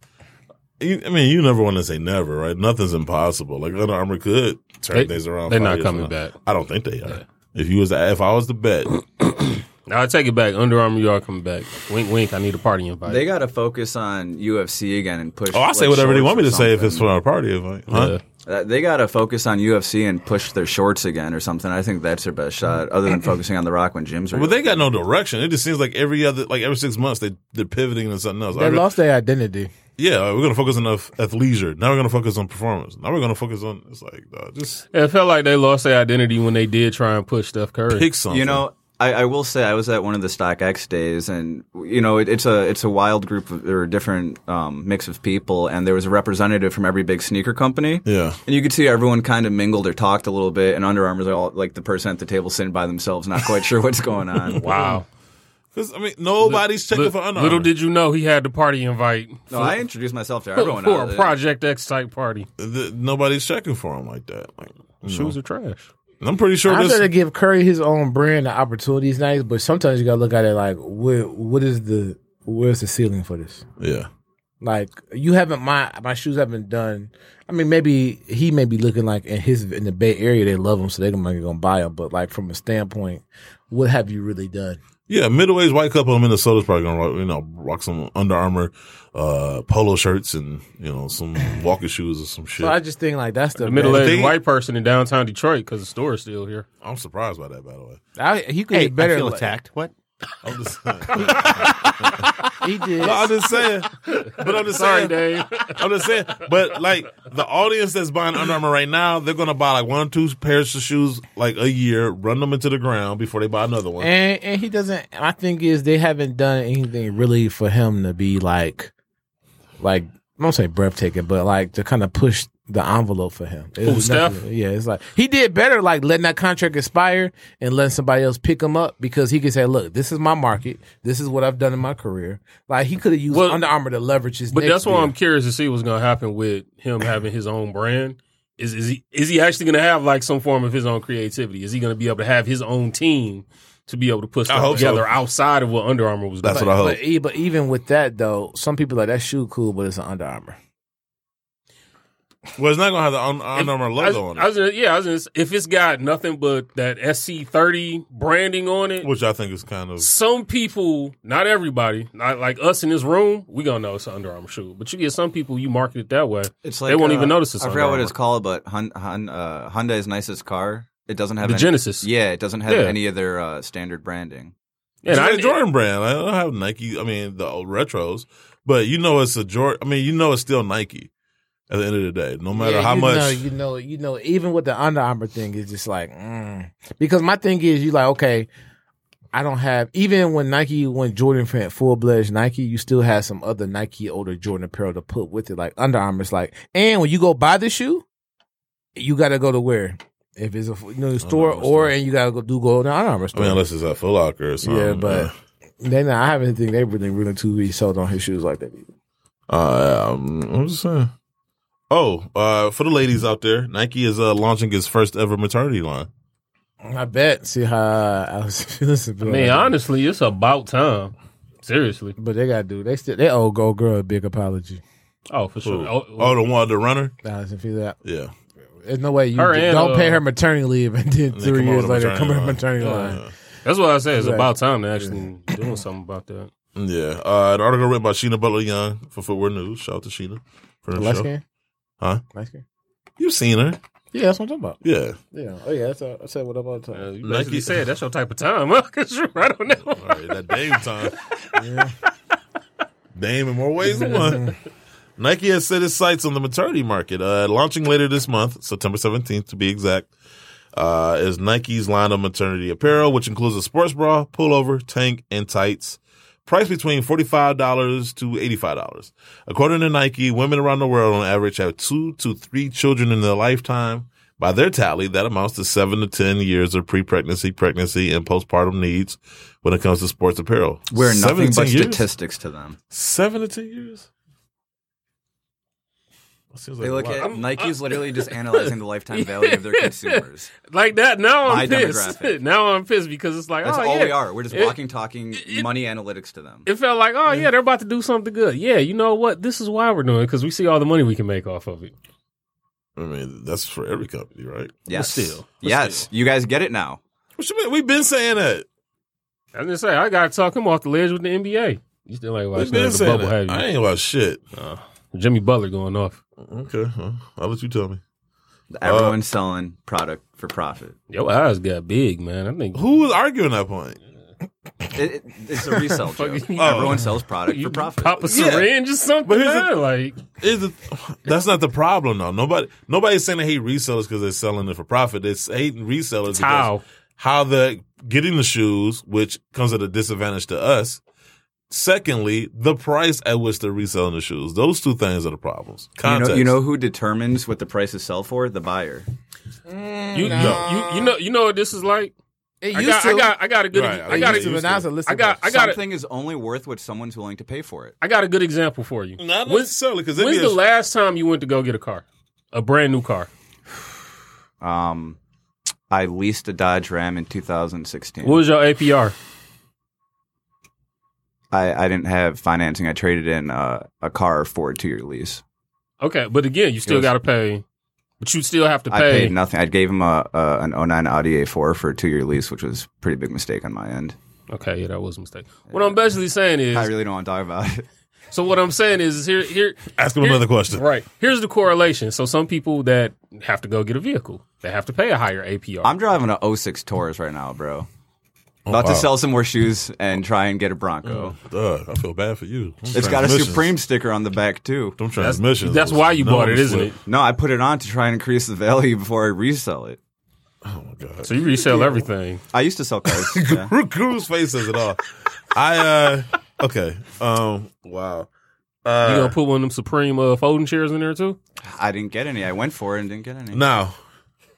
C: you- I mean, you never want to say never, right? Nothing's impossible. Like Under Armour could turn
F: They-
C: things around.
F: they're
C: five
F: not
C: years
F: coming
C: from now.
F: back.
C: I don't think they are. If you was, to- if I was to bet,
F: Now I take it back. Under Armour, you are coming back. Wink, wink. I need a party invite.
D: They got to focus on UFC again and push.
C: oh, I say
D: like,
C: whatever they
D: shorts
C: want me
D: or
C: to say if
D: something.
C: it's for our party invite. Huh?
D: Uh, They got to focus on UFC and push their shorts again or something. I think that's their best shot, other than focusing on The Rock when gyms are.
C: But they got no direction. It just seems like every other, like every six months, they they're pivoting to something else.
J: They
C: I re-
J: lost their identity.
C: yeah, we're gonna focus on ath- athleisure. Now we're gonna focus on performance. Now we're gonna focus on. It's like dog, just
F: It felt like they lost their identity when they did try and push Steph Curry.
C: pick something.
D: You know, I, I will say I was at one of the StockX days, and you know, it, it's a it's a wild group of, or a different um, mix of people, and there was a representative from every big sneaker company.
C: Yeah.
D: And you could see everyone kind of mingled or talked a little bit, and Under Armour's all like the person at the table sitting by themselves, not quite sure what's going on.
F: Wow.
C: Because I mean, nobody's checking
F: Li-
C: for Under
F: little
C: Armour.
F: did you know he had the party invite
D: No, I introduced myself to
F: for,
D: everyone.
F: for
D: out
F: a
D: there.
F: Project X type party.
C: Th- nobody's checking for him like that. Like you
F: Shoes
C: know.
F: are trash.
C: And I'm pretty sure
J: I'm
C: this.
J: trying to give Curry his own brand and opportunities nice, but sometimes you gotta look at it like where what is the where's the ceiling for this?
C: yeah,
J: Like you haven't my my shoes haven't done. I mean, maybe he may be looking like in his in the Bay Area they love him, so they're gonna, gonna buy him. But like from a standpoint, what have you really done?
C: Yeah, middle-aged white couple in Minnesota's probably gonna rock, you know rock some Under Armour uh, polo shirts and you know some walking shoes or some shit.
J: So I just think like that's the,
F: The middle aged
J: best-
F: white person in downtown Detroit because the store is still here.
C: I'm surprised by that, by the way.
J: I, he could
G: Hey,
J: be better.
G: I feel
J: like-
G: attacked. What?
C: I'm just
J: He did.
C: No, I'm just saying. But I'm just
F: Sorry,
C: saying,
F: Dave.
C: I'm just saying. But like the audience that's buying Under Armour right now, they're gonna buy like one or two pairs of shoes like a year, run them into the ground before they buy another one.
J: And and he doesn't. My thing is they haven't done anything really for him to be like, like I don't say breathtaking, but like to kind of push the envelope for him. It
F: Who,
J: was nothing-
F: Steph?
J: Yeah, it's like he did better, like letting that contract expire and letting somebody else pick him up because he could say, "Look, this is my market. This is what I've done in my career." Like he could have used
F: Well,
J: Under Armour to leverage his.
F: But
J: next
F: that's why
J: deal.
F: I'm curious to see what's going to happen with him having his own brand. Is is he is he actually going to have like some form of his own creativity? Is he going to be able to have his own team to be able to put
C: I
F: stuff
C: hope so.
F: together outside of what Under Armour was
C: That's
F: doing?
C: what I hope.
J: But, e- but even with that though, some people are like that shoe cool, but it's an Under Armour.
C: Well, it's not gonna have the Un- Under Armour
F: I was,
C: logo on
F: I
C: it,
F: was gonna- yeah, I was gonna, s- if it's got nothing but that SC30 branding on it,
C: which I think is kind of
F: some people, not everybody, not like us in this room, we gonna know it's an Under Armour shoe. But you get some people, you market it that way.
D: It's
F: They won't even notice it's
D: I
F: Under
D: forgot what
F: Armour.
D: it's called, but Hun, Hun, uh, Hyundai's nicest car. It doesn't have
F: The
D: any-
F: Genesis.
D: Yeah, it doesn't have
F: Yeah.
D: any of their uh, standard branding.
F: Yeah,
C: it's
F: and
C: like
F: I-
C: a Jordan brand. I don't have Nike. I mean the old retros, but you know it's a Jordan. I mean you know it's still Nike. At the end of the day, no matter
J: Yeah,
C: how
J: you
C: much.
J: know, you know, you know, even with the Under Armour thing, it's just like mm. because my thing is, you like okay, I don't have even when Nike when Jordan went full fledged Nike, you still had some other Nike older Jordan apparel to put with it, like Under Armour. It's like, and when you go buy the shoe, you got to go to where if it's a you know, store
C: Armour
J: or
C: store.
J: and you got to go do go to Under Armour
C: I
J: store.
C: mean, unless it's at Foot Locker or something.
J: yeah, but.
C: uh,
J: They not, I haven't think they really really too really sold on his shoes like that. either.
C: Uh, um, I'm just saying. Oh, uh, for the ladies out there, Nike is uh, launching its first ever maternity line.
J: I bet. See how I was feeling.
F: I mean, honestly, it's about time. Seriously.
J: But they gotta do. They still. They old gold girl a big apology.
F: Oh, for sure.
C: Oh, the one, the runner.
J: Thousand feet out.
C: Yeah,
J: There's no way you
F: Her and,
J: don't pay
F: uh,
J: her maternity leave and then
C: And they
J: three
C: come out
J: years
C: with a
J: later
C: maternity
J: come
C: line.
J: her maternity
F: Yeah.
J: line.
F: That's what I said. It's
J: Right.
F: about time to actually doing something about that.
C: yeah. Uh, an article written by Sheena Butler Young for Footwear News. Shout out to Sheena for
J: The
C: the
J: last
C: show.
J: game.
C: Huh?
J: Last game.
C: You've seen her,
J: Yeah, that's what I'm talking about.
C: yeah.
J: Yeah. Oh yeah. That's what I said. What about the time?
F: You
C: Nike-
F: basically said that's your type of time, huh? Because you're right on that. one.
C: All right, that Dame time. Dame in more ways than one. Nike has set its sights on the maternity market, uh, launching later this month, September 17th to be exact. Uh, is Nike's line of maternity apparel, which includes a sports bra, pullover, tank, and tights. Price between $45 to $85. According to Nike, women around the world on average have two to three children in their lifetime. By their tally, that amounts to seven to 10 years of pre pregnancy, pregnancy, and postpartum needs when it comes to sports apparel.
D: We're nothing
C: 17
D: but
C: years?
D: statistics to them.
C: Seven to 10 years? That seems
D: They
C: like a
D: look
C: lot.
D: at
C: I'm-
D: Nike's
F: uh,
D: literally just analyzing the lifetime value of their consumers.
F: Like that. Now I'm
D: My
F: pissed.
D: demographic.
F: Now I'm pissed because it's like,
D: That's
F: oh
D: all
F: yeah,
D: we are. We're just
F: It-
D: walking, talking money analytics to them.
F: It felt like, oh yeah, they're about to do something good. Yeah, you know what? This is why we're doing it because we see all the money we can make off of it.
C: I mean, that's for every company, right?
D: Yes.
F: still, but
D: yes. You guys get it now.
C: What you mean? We've been saying that.
F: I'm just saying, I gotta talk him off the ledge with the NBA. You still ain't
C: We've
F: watching
C: been
F: that. the
C: saying
F: bubble,
C: that. I
F: have
C: ain't about shit.
F: you? Uh, Jimmy Butler going off.
C: Okay, well, I'll let you tell me.
D: Everyone's selling product for profit.
F: Your eyes got big, man. I think
C: Who was arguing that point?
D: It, it- it's a resale joke.
F: Fucking- oh.
D: Everyone sells product
F: you
D: for profit.
F: pop a
C: Yeah.
F: syringe or something.
C: But here's the-
F: man. like
C: Is it, that's not the problem though. Nobody nobody's saying they hate resellers because they're selling it for profit. They're hating resellers because
F: how?
C: how they're getting the shoes, which comes at a disadvantage to us. Secondly, the price at which they're reselling the shoes. Those two things are the problems.
D: You
C: Context.
D: know, you know who determines what the prices sell for? The buyer.
F: You, you, you, you know, you know what this is like.
J: It
F: I
J: used
F: got,
J: to.
F: I got, I got a good,
C: Right, I
F: I got,
J: used to,
F: a,
J: but now it's a list
F: I
J: of
F: got, I got, a,
D: Something is only worth what someone's willing to pay for it.
F: I got a good example for you.
C: Not
F: When's-
C: necessarily, 'cause it'd
F: when's
C: be a-
F: the last time you went to go get a car, a brand new car?
D: Um, I leased a Dodge Ram in 2016.
F: What was your APR?
D: I, I didn't have financing. I traded in uh, a car for a two year lease.
F: Okay, but again, you still
D: was-
F: got to pay. But you still have to
D: I
F: pay.
D: paid nothing. I gave him a, a an 09 Audi A4 for a two year lease, which was a pretty big mistake on my end.
F: Okay, yeah, that was a mistake. what I'm basically saying is,
D: I really don't want to talk about it.
F: So what I'm saying is, is here, here.
C: Ask him
F: here-
C: another question.
F: Right. Here's the correlation. So some people that have to go get a vehicle, they have to pay a higher APR.
D: I'm driving a 06 Taurus right now, bro.
F: Oh,
D: About
F: wow. Mm.
D: to sell some more shoes and try and get a Bronco.
C: Duh, I feel bad for you.
D: It's got a
C: Transmissions.
D: Supreme sticker on the back too.
C: Them That's- transmissions that's was
F: why you bought it, isn't it?
D: No, I put it on to try and increase the value before I resell it.
C: Oh my god!
F: So you resell everything.
D: I used to sell cars. yeah.
C: Crew's face says it all. I uh okay. Um wow. Uh,
F: you gonna put one of them Supreme uh, folding chairs in there too?
D: I didn't get any. I went for it and didn't get any.
C: Now,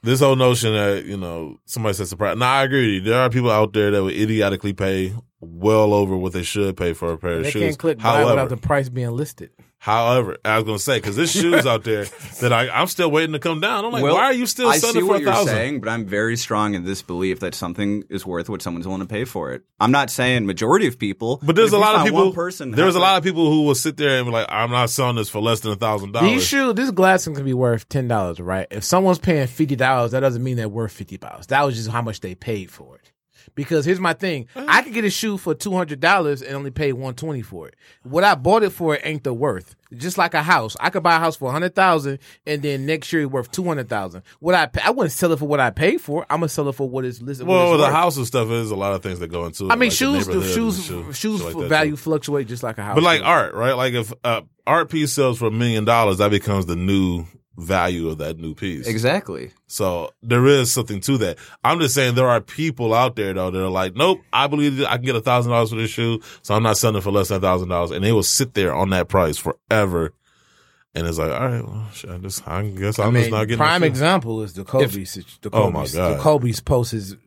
C: this whole notion that you know somebody said surprise. Now I agree. With you. There are people out there that would idiotically pay well over what they should pay for a pair of
J: They
C: shoes.
J: can't click buy without the price being listed.
C: however, I was gonna say because there's shoes out there that I, I'm still waiting to come down. I'm like,
D: Well,
C: why are you still
D: I
C: selling
D: see
C: it for
D: what
C: a
D: you're
C: thousand?
D: saying, but I'm very strong in this belief that something is worth what someone's willing to pay for it. I'm not saying majority of people,
C: But there's
D: if
C: a
D: you
C: lot of
D: find
C: people.
D: One person
C: there's
D: has
C: a lot of people who will sit there and be like, "I'm not selling this for less than a thousand
J: These
C: dollars."
J: shoes, this glass can be worth ten dollars, right? If someone's paying fifty dollars, that doesn't mean they're worth fifty dollars. That was just how much they paid for it. Because here's my thing:
C: Uh-huh.
J: I could get a shoe for two hundred dollars and only pay one twenty for it. What I bought it for ain't the worth. Just like a house, I could buy a house for a hundred thousand and then next year it's worth two hundred thousand. What I pay, I wouldn't sell it for what I paid for. it. I'm gonna sell it for what it's listed. what
C: Well,
J: it's
C: the
J: worth.
C: house and stuff is a lot of things that go into it.
J: I
C: like
J: mean,
C: the
J: shoes, the
C: neighborhood and
J: shoes,
C: shit-
J: shoes
C: shit like that, too.
J: value fluctuate just like a house.
C: But like
J: does.
C: art, right? Like if uh, art piece sells for a million dollars, that becomes the new value of that new piece.
D: Exactly.
C: So there is something to that. I'm just saying there are people out there though that are like, nope, I believe that I can get a thousand dollars for this shoe, so I'm not selling it for less than a thousand dollars, and they will sit there on that price forever. And it's like, all right, well, shit, I just, I guess I'm
J: I
C: just
J: mean,
C: not getting.
J: prime
C: the shoe.
J: example is the Kobe.
C: If-
J: situ- the
C: Oh
J: Kobe's,
C: my
J: The
C: God.
J: Kobe's post is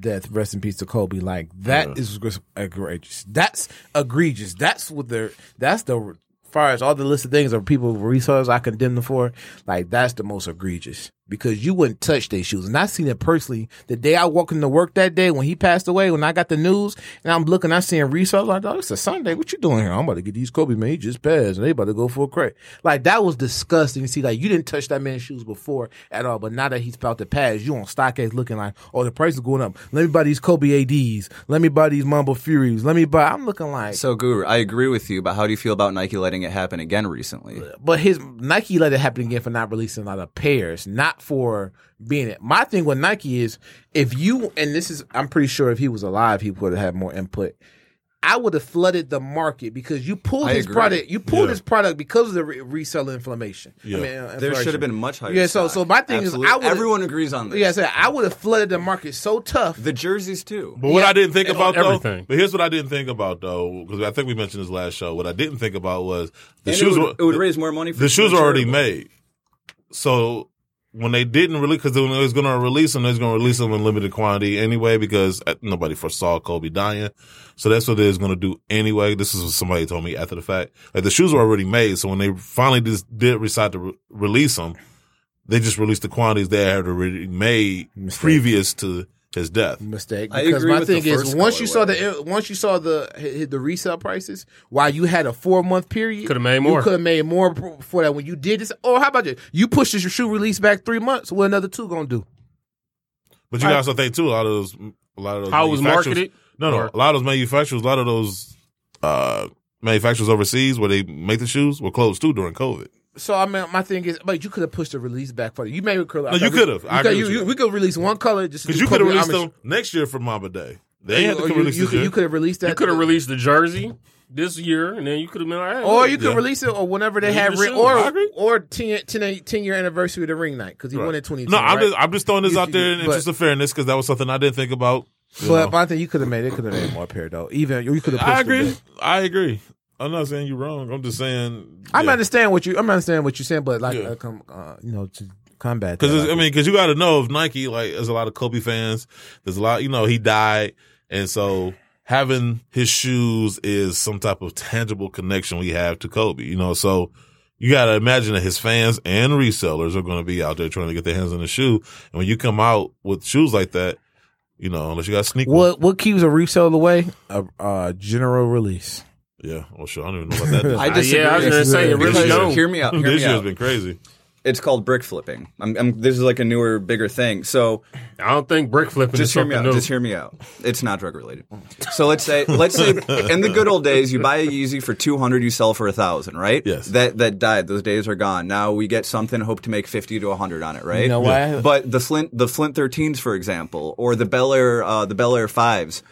J: death. Rest in peace to Kobe. Like that
C: Yeah.
J: is gr- egregious. That's egregious. That's what they're. That's the far as all the list of things of people resources I condemn them for. Like that's the most egregious because you wouldn't touch their shoes. And I seen it personally. The day I walked into work that day when he passed away, when I got the news, and I'm looking, I'm seeing resources. Like, oh, it's a Sunday. What you doing here? I'm about to get these Kobe man. He just passed, and they about to go for a crack. Like that was disgusting. to See, like you didn't touch that man's shoes before at all, but now that he's about to pass, you on StockX looking like, oh, the price is going up. Let me buy these Kobe ads. Let me buy these Mumble Furies. Let me buy. I'm looking like.
D: So, Guru, I agree with you, but how do you feel about Nike letting it happen again recently?
J: But his Nike let it happen again for not releasing a lot of pairs, not for being it. My thing with Nike is if you and this is I'm pretty sure if he was alive he would have had more input. I would have flooded the market because you pulled
D: I
J: his
D: agree.
J: product. You pulled
D: Yeah.
J: his product because of the re- reseller inflammation. I
D: Yeah.
J: mean, uh,
D: There
J: inflation.
D: should have been much higher
J: Yeah. So,
D: stock.
J: so my thing
D: Absolutely.
J: is, I would
D: Everyone agrees on this.
J: Yeah, so I would have flooded the market so tough.
D: The jerseys too.
C: But what I didn't think about
D: everything.
C: though, but here's what I didn't think about though, because I think we mentioned this last show. What I didn't think about was the
D: And it
C: shoes.
D: would-
C: were-
D: it would raise more money for
C: the shoes
D: the
C: are already
D: charitable.
C: made. So when they didn't release, because they was going to release them, they was going to release them in limited quantity anyway, because uh, nobody foresaw Kobe dying. So that's what they was going to do anyway. This is what somebody told me after the fact. Like the shoes were already made. So when they finally just did decide to re- release them, they just released the quantities they had already made previous to his death.
J: Mistake.
C: I
J: Because
C: agree
J: my
C: with the
J: thing is,
C: first
J: once you saw the once you saw the hit the resale prices, while you had a four month period,
F: Coulda made more.
J: Could have made more pro- for that when you did this. Or how about you? You pushed your shoe release back three months. What another two gonna do?
C: But you
J: I-
C: also think too a lot of those, a lot of those
F: How it was
C: manufacturers-
F: marketed?
C: No, no,
F: Or-
C: a lot of those manufacturers, a lot of those uh, manufacturers overseas where they make the shoes were closed too during COVID.
J: So I mean, my thing is, but you could have pushed the release back further. You made it clear.
C: No, you could've. I agree with you.
J: We could release one color just to
C: Because
J: do
C: you could have
J: Kobe
C: released
J: homage.
C: them next year for Mamba Day. They
J: Or
C: had to
J: Oh, you-
C: come release
J: you
C: this
J: could-
C: year.
J: you could have released that.
F: You could have released the jersey this year, and then you could have been like, hey,
J: Or
F: look.
J: you could release it, or whenever they
F: Leave
J: have,
F: the
J: ri-
F: shoe. I
J: or
F: agree.
J: or 10, 10 10 year anniversary of the ring night because he
C: Right.
J: won in twenty.
C: No, I'm just I'm just throwing this
J: You-
C: out there in
J: but-
C: the interest of fairness because that was something I didn't think about. you
J: But
C: know.
J: my thing, you could have made it. Could have made more pair though. Even you could have.
C: I agree. I agree. I'm not saying you're wrong. I'm just saying
J: I'm
C: yeah.
J: understand what you. I'm understand what you're saying, but like,
C: Yeah.
J: uh, com, uh, you know, to combat that,
C: Because
J: like-
C: I mean, because you got to know if Nike, like, there's a lot of Kobe fans. There's a lot, you know, he died, and so having his shoes is some type of tangible connection we have to Kobe. You know, so you got to imagine that his fans and resellers are going to be out there trying to get their hands on the shoe, and when you come out with shoes like that, You know, unless you got sneak.
J: What what keeps a reseller away? A uh, general release.
C: Yeah. Oh shit, I don't even know what that is.
D: I disagree.
F: Yeah, I was gonna say, it really
D: Because-
F: don't.
D: Hear me out. Hear
C: This
D: me
C: year's
D: out.
C: been crazy.
D: It's called brick flipping. I'm, I'm, this is like a newer, bigger thing. So
F: I don't think brick flipping.
D: Just
F: is
D: hear me
F: something
D: out.
F: new.
D: Just hear me out. It's not drug related. So let's say, let's say, in the good old days, you buy a Yeezy for two hundred, you sell for a thousand, right? Yes. That that died. Those days are gone. Now we get something, hope to make fifty to hundred on it, right?
J: You know what? Yeah.
D: But the Flint, the Flint Thirteens, for example, or the Bel Air, uh, the Bel Air Fives.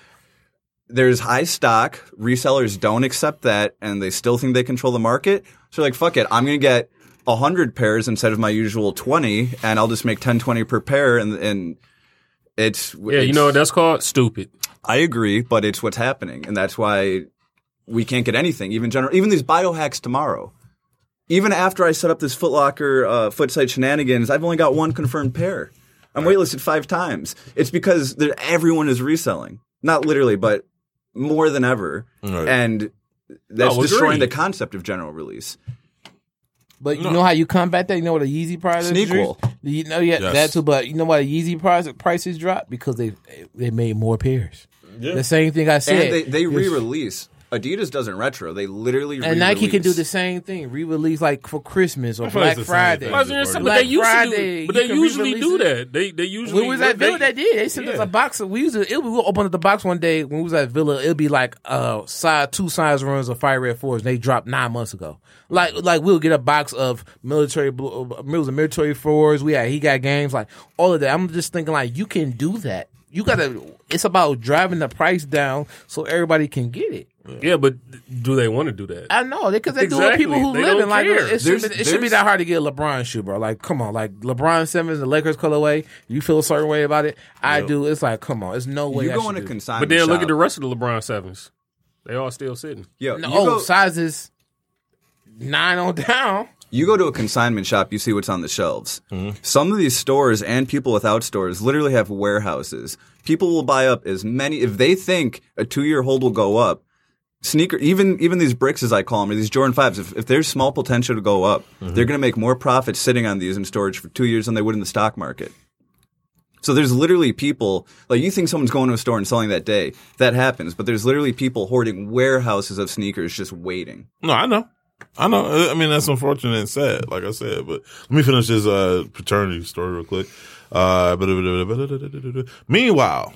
D: There's high stock. Resellers don't accept that, and they still think they control the market. So they're like, fuck it, I'm gonna get. 100 pairs instead of my usual 20 and I'll just make 10 20 per pair and and it's
F: Yeah, you know what that's called? Stupid.
D: I agree, but it's what's happening, and that's why we can't get anything. Even general, even these biohacks tomorrow. Even after I set up this Footlocker uh, Footsite shenanigans, I've only got one confirmed pair. I'm waitlisted five times. It's because there- everyone is reselling, not literally, but more than ever,
C: Right.
D: and that's
J: Oh,
F: No,
D: destroying
F: agreed.
D: the concept of general release.
J: But you know how you combat that? You know what a Yeezy price is?
D: Sneakle.
J: You know, yeah,
D: Yes.
J: that too. But you know why the Yeezy price, prices dropped? Because they they made more pairs. The same thing I said.
D: And they, they
J: It's-
D: re-release. Adidas doesn't retro; they literally
J: And Nike can do
D: re-release.
J: the same thing, re-release like for Christmas or
F: feel like it's
J: Black
F: the same
J: Friday.
F: thing. I was gonna say, but
J: Black
F: they used to do-
J: Friday,
F: but
J: you
F: they
J: can
F: usually
J: re-release
F: do
J: it.
F: that. They- they usually-
J: when we was at
F: they-
J: Villa, they did. They sent us
F: Yeah.
J: a box. Of, we used to it, we would open up the box one day when we was at Villa. It'd be like uh size two size runs of Fire Red Force. They dropped nine months ago. Like like we'll get a box of military blue, uh, it was a military fours. We had he got games like all of that. I'm just thinking like you can do that. You gotta. It's about driving the price down so everybody can get it.
F: Yeah, but do they want to do that?
J: I know because they do it with
F: Exactly.
J: people who
F: They
J: live
F: don't
J: in like
F: care.
J: it should, be,
F: There's-
J: it should be
F: there's-
J: that hard to get a LeBron shoe, bro. Like, come on, like LeBron Simmons, the Lakers colorway. You feel a certain way about it. I do. It's like, come on, it's no way. I should do that.
F: But then look at the rest of the LeBron sevens. They all still sitting.
D: Yeah,
J: No, oh, sizes nine on down.
D: You go to a consignment shop, you see what's on the shelves. Some of these stores and people without stores literally have warehouses. People will buy up as many if they think a two-year hold will go up. Sneaker, even even these bricks as I call them, or these Jordan fives. If, if there's small potential to go up, they're going to make more profit sitting on these in storage for two years than they would in the stock market. So there's literally people like you think someone's going to a store and selling that day. That happens, but there's literally people hoarding warehouses of sneakers just waiting.
C: No, I know. I know. I- I mean, that's unfortunate and sad, like I said. But let me finish this uh, paternity story real quick. Uh, meanwhile,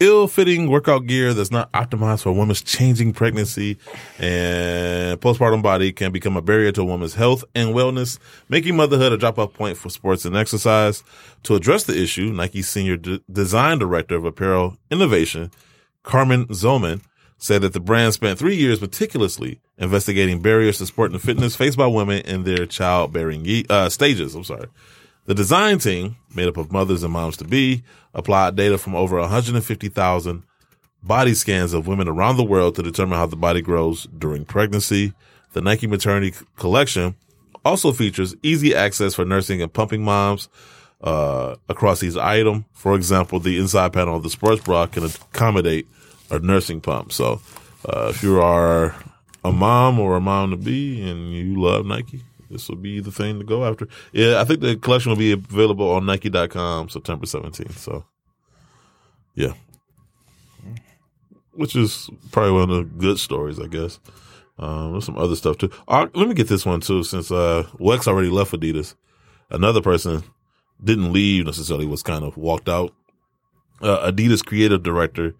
C: ill-fitting workout gear that's not optimized for a woman's changing pregnancy and postpartum body can become a barrier to a woman's health and wellness, making motherhood a drop-off point for sports and exercise. To address the issue, Nike's senior d- design director of apparel innovation, Carmen Zoman said that the brand spent three years meticulously investigating barriers to sport and fitness faced by women in their childbearing ye- uh, stages. I'm sorry. The design team, made up of mothers and moms to be, applied data from over 150,000 body scans of women around the world to determine how the body grows during pregnancy. The Nike Maternity C- Collection also features easy access for nursing and pumping moms uh, across each item. For example, the inside panel of the sports bra can accommodate a nursing pump. So, uh, if you are a mom or a mom to be and you love Nike, this will be the thing to go after. Yeah, I think the collection will be available on Nike.com September 17th. So, yeah which is probably one of the good stories, I guess. Um, there's some other stuff too. Uh, let me get this one too, since uh, Wex already left Adidas. Another person didn't leave necessarily; was kind of walked out. Uh, Adidas creative director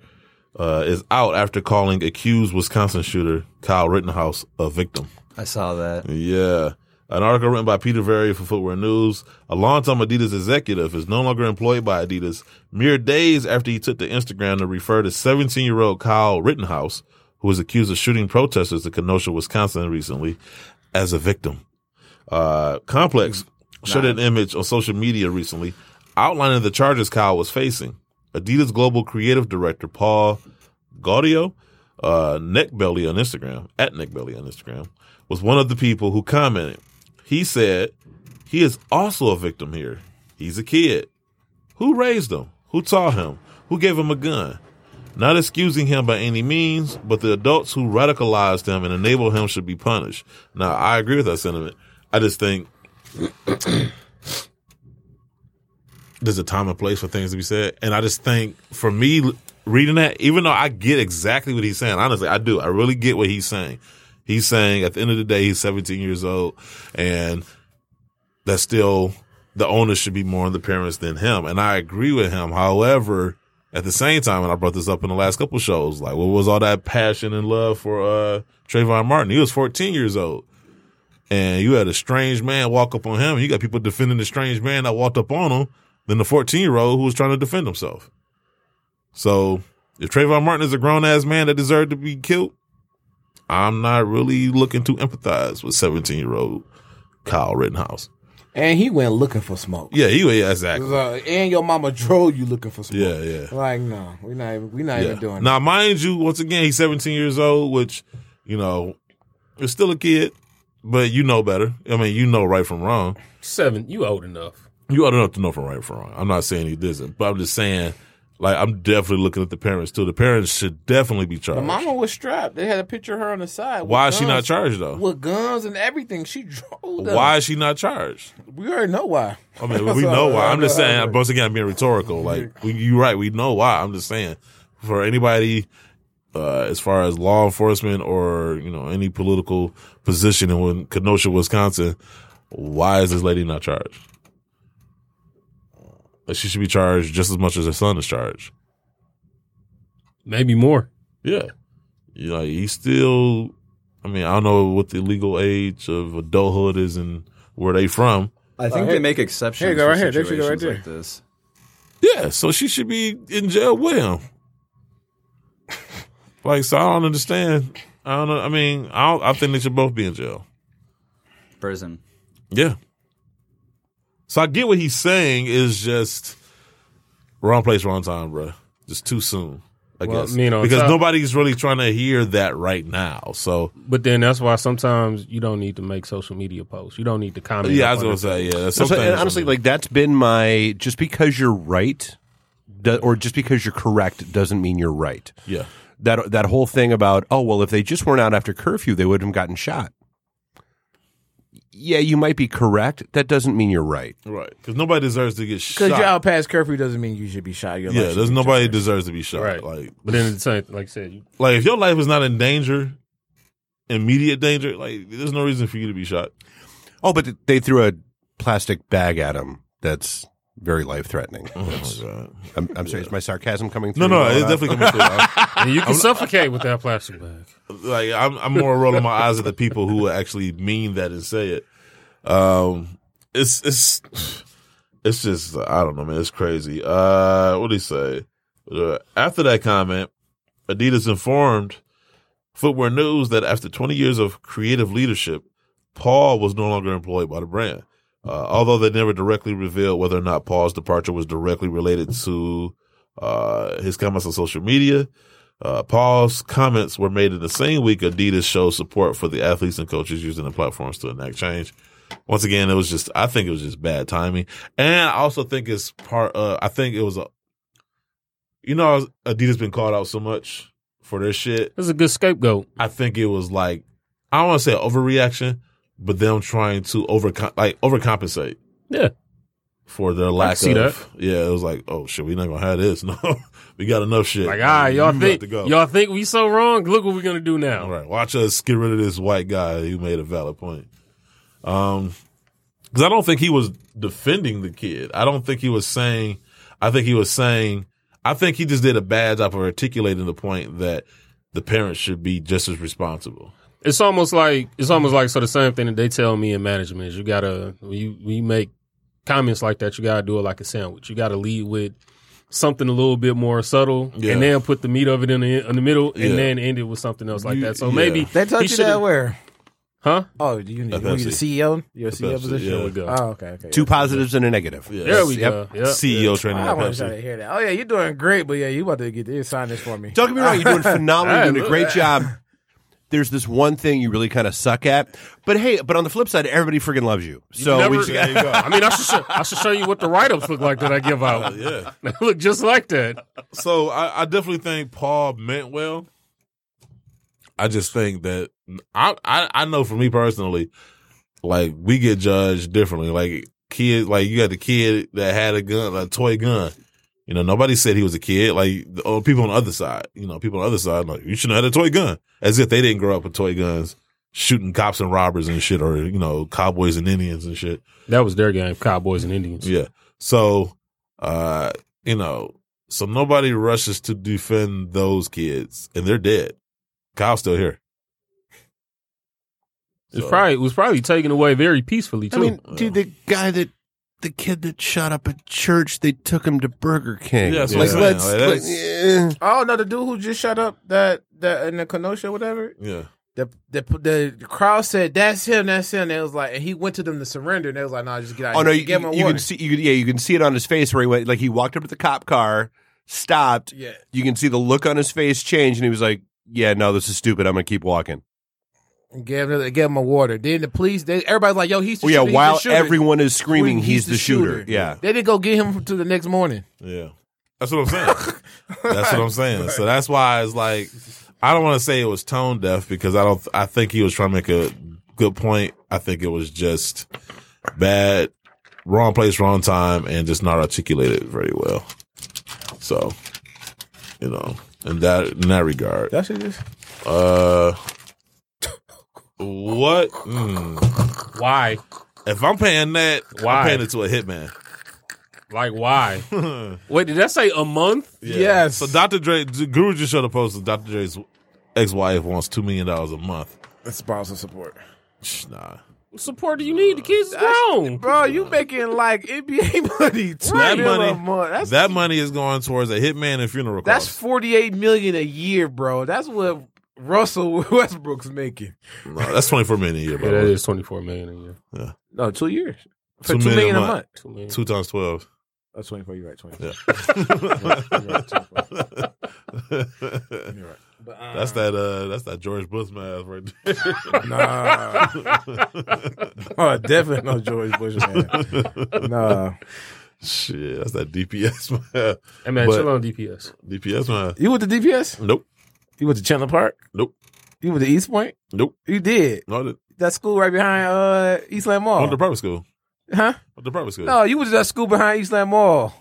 C: uh, is out after calling accused Wisconsin shooter Kyle Rittenhouse a victim.
D: I saw that.
C: Yeah. An article written by Peter Very for Footwear News. A longtime Adidas executive is no longer employed by Adidas mere days after he took to Instagram to refer to 17 year old Kyle Rittenhouse, who was accused of shooting protesters in Kenosha, Wisconsin recently, as a victim. Uh, Complex shared an image on social media recently outlining the charges Kyle was facing. Adidas Global Creative Director Paul Gaudio, uh, Neckbelly on Instagram, at Neckbelly on Instagram, was one of the people who commented. He said, He is also a victim here. He's a kid. Who raised him? Who taught him? Who gave him a gun? Not excusing him by any means, but the adults who radicalized him and enabled him should be punished. Now, I agree with that sentiment. I just think there's a time and place for things to be said. And I just think for me l- reading that, even though I get exactly what he's saying, honestly, I do. I really get what he's saying. He's saying at the end of the day, he's 17 years old and that's still the onus should be more on the parents than him. And I agree with him. However, at the same time, and I brought this up in the last couple shows, like what was all that passion and love for uh Trayvon Martin? He was 14 years old. And you had a strange man walk up on him, and you got people defending the strange man that walked up on him than the 14 year old who was trying to defend himself. So if Trayvon Martin is a grown ass man that deserved to be killed, I'm not really looking to empathize with 17 year old Kyle Rittenhouse.
J: And he went looking for smoke.
C: Yeah, he yeah, exactly.
J: So, and your mama drove you looking for smoke.
C: Yeah, yeah.
J: Like no, we're not even we're not
C: Yeah.
J: even doing
C: now, mind you, once again, he's 17 years old, which, you know, is still a kid, but you know better. I mean, you know right from wrong.
F: Seven, you old enough.
C: You ought to know to know from right from wrong. I'm not saying he doesn't, but I'm just saying, like, I'm definitely looking at the parents too. The parents should definitely be
J: that. The
C: charged.
J: mama was strapped. They had a picture of her on the side. with
C: Why is she not
J: guns-
C: charged, though?
J: With guns and everything, she drove. them.
C: Why is she not charged?
J: We already know why.
C: I
J: uh,
C: mean, we know why. I'm just saying. Once again, I'm being rhetorical. Like we- you, right? We know why. I'm just saying. For anybody, uh, as far as law enforcement or you know any political position in Kenosha, Wisconsin, why is this lady not charged? Like, She should be charged just as much as her son is charged.
F: Maybe more.
C: Yeah. You know, he's still. I mean, I don't know what the legal age of adulthood is and where they from.
D: I think they make exceptions
J: here you Uh, go,
D: for
J: right here. There you
D: situations
J: go, right
D: like this.
C: Yeah, so she should be in jail with him. Like, so I don't understand. I don't know. I mean, I don't, I think they should both be in jail.
D: Prison.
C: Yeah. So I get what he's saying is just wrong place, wrong time, bro. Just too soon, I
F: Well,
C: guess.
F: you know,
C: because
F: so-
C: nobody's really trying to hear that right now. So
F: But then that's why sometimes you don't need to make social media posts. You don't need to comment.
C: Yeah, I
F: up
C: was
F: on
C: gonna
F: it.
C: say, yeah,
G: That's what- and honestly, like that's been my just because you're right, do, or just because you're correct doesn't mean you're right.
C: Yeah.
G: That that whole thing about oh well, if they just weren't out after curfew, they would have gotten shot. Yeah, you might be correct. That doesn't mean you're right.
C: right, because nobody deserves to get
J: Because
C: shot.
J: you're out past curfew doesn't mean you should be shot. Your life
C: yeah,
J: should
C: there's
J: be
C: nobody deserves to be shot.
F: Right.
C: Like,
F: But then it's like, like I said, you-
C: like if your life is not in danger, immediate danger, like there's no reason for you to be shot.
G: Oh, but they threw a plastic bag at him. That's very life threatening.
C: Oh,
G: I'm, I'm sorry, is my sarcasm coming through?
C: No, no,
G: loud
C: it's
G: enough?
C: definitely coming through. I-
F: and you can
C: I'm-
F: suffocate with that plastic bag.
C: like I'm, I'm more rolling my eyes at the people who actually mean that and say it. Um, it's it's it's just I don't know, man. It's crazy. Uh, what do he say? Uh, after that comment, Adidas informed Footwear News that after 20 years of creative leadership, Paul was no longer employed by the brand. Uh, although they never directly revealed whether or not Paul's departure was directly related to uh, his comments on social media, uh, Paul's comments were made in the same week Adidas showed support for the athletes and coaches using the platforms to enact change. Once again, it was just, I think it was just bad timing. And I also think it's part, uh, I think it was a, you know, Adidas been called out so much for their shit.
F: That's a good scapegoat.
C: I think it was like, I don't want to say overreaction, but them trying to over, like overcompensate
F: Yeah.
C: for their lack
F: see
C: of,
F: that.
C: yeah, it was like, oh shit, we not gonna have this. No, we got enough shit.
F: Like, ah,
C: You
F: y'all
C: got
F: think
C: to go.
F: y'all think we so wrong? Look what we're gonna do now.
C: All right, watch us get rid of this white guy who made a valid point. Um, because I don't think he was defending the kid. I don't think he was saying. I think he was saying. I think he just did a bad job of articulating the point that the parents should be just as responsible.
F: It's almost like it's almost like so the same thing that they tell me in management is you gotta when you when you make comments like that, you gotta do it like a sandwich. You gotta lead with something a little bit more subtle,
C: Yeah.
F: and then put the meat of it in the in the middle, and
C: Yeah.
F: then end it with something else like
C: You-
F: that. So
C: yeah.
F: maybe
J: They told
F: he
J: you
F: should've-
J: that where?
F: huh?
J: Oh, do you need
C: At
J: were you the
C: Pepsi.
J: CEO? Your
C: At Pepsi,
J: CEO E position?
C: yeah. There we
F: go.
J: Oh, okay, okay.
G: two positives and a negative.
C: Yeah.
F: There we
G: Yep.
F: go. Yep.
C: CEO E training
J: I
C: at
J: want to
C: Pepsi.
J: hear that. Oh yeah, you're doing great, but yeah, you about to get this sign this for me.
G: Don't get me wrong, you're doing phenomenal,
F: Hey,
G: you're doing a
F: look
G: great
F: at
G: job. There's this one thing you really kind of suck at, but hey, but on the flip side, everybody freaking loves you. So
F: Never-
G: we just,
C: There you go.
F: I mean, I should show, I should show you what the write ups look like that I give out.
C: Yeah.
F: They look just like that.
C: So I, I definitely think Paul meant well. I just think that I, I I know for me personally, like we get judged differently. Like kid, like you had the kid that had a gun, a toy gun. You know, nobody said he was a kid. Like the old people on the other side, you know, people on the other side, like you shouldn't have had a toy gun, as if they didn't grow up with toy guns, shooting cops and robbers and shit, or you know, cowboys and Indians and shit.
F: That was their game, Cowboys and Indians.
C: Yeah. So, uh, you know, so nobody rushes to defend those kids, and they're dead. Kyle's still here.
F: It's probably it was probably taken away very peacefully
G: I
F: too.
G: mean, dude, the guy that the kid that shot up a church, they took him to Burger King.
C: Yeah, that's what
G: like,
C: I'm
G: let's,
C: saying. Like,
G: let's- yeah.
J: Oh no, the dude who just shut up that that in the Kenosha, whatever.
C: Yeah.
J: The, the the crowd said that's him, that's him. They was like, and he went to them to surrender. And they was like, nah, just get out.
G: Oh no,
J: here.
G: you,
J: Give him a
G: you
J: warning.
G: can see, you can, yeah, you can see it on his face where he went, like he walked up to the cop car, stopped.
J: Yeah.
G: you can see the look on his face change, and he was like, "Yeah, no, this is stupid. I'm gonna keep walking."
J: Give him, give him a water. Then the police, they, everybody's like, "Yo, he's the
G: Well, yeah,
J: shooter, he's the
G: while
J: shooter.
G: everyone is screaming,
J: He's
G: he's,
J: the
G: the, shooter.
J: shooter.
G: Yeah,
J: They didn't go get him to the next morning.
C: Yeah. That's what I'm saying. that's what I'm saying. So that's why it's like I don't want to say it was tone deaf because I don't. I think he was trying to make a good point. I think it was just bad, wrong place, wrong time, and just not articulated very well. So, you know, in that in that regard,
J: That shit is.
C: Uh, what? Mm.
F: Why?
C: If I'm paying that, why?
F: Why?
C: I'm paying it to a hitman.
F: Like why? Wait, did that say a month?
C: Yes. So Dr. Dre, Guru just showed a post that Dr. Dre's ex wife wants $2 million a month.
J: That's spousal support.
C: Nah.
F: What support do you need? The kids is grown.
J: Bro, you making like NBA money.
C: That money,
J: That's
C: that money is going towards a hitman and funeral
J: That's
C: costs.
J: forty eight million a year, bro. That's what Russell Westbrook's making.
C: No, that's 24 million a year, by
F: Yeah,
C: the
F: that
C: way.
F: is twenty four million a year.
C: Yeah.
J: No, two years. For two million a month.
F: Two million.
C: Two times 12.
J: That's twenty four. Oh, You're right. Twenty
C: Yeah.
J: You're right. But, uh,
C: that's that uh that's that George Bush math right there.
J: Nah. oh, definitely no George Bush man. Nah.
C: Shit, that's that DPS math.
F: Hey man,
C: But-
F: chill on DPS.
C: DPS math.
J: You went to DPS?
C: Nope.
J: You went to Chandler Park?
C: Nope.
J: You went to East Point?
C: Nope.
J: You did.
C: No, I didn't.
J: That school right behind uh Eastland
C: I
J: Mall.
C: went to private school.
J: huh?
C: Went to private school.
J: No, you went to that school behind Eastland Mall.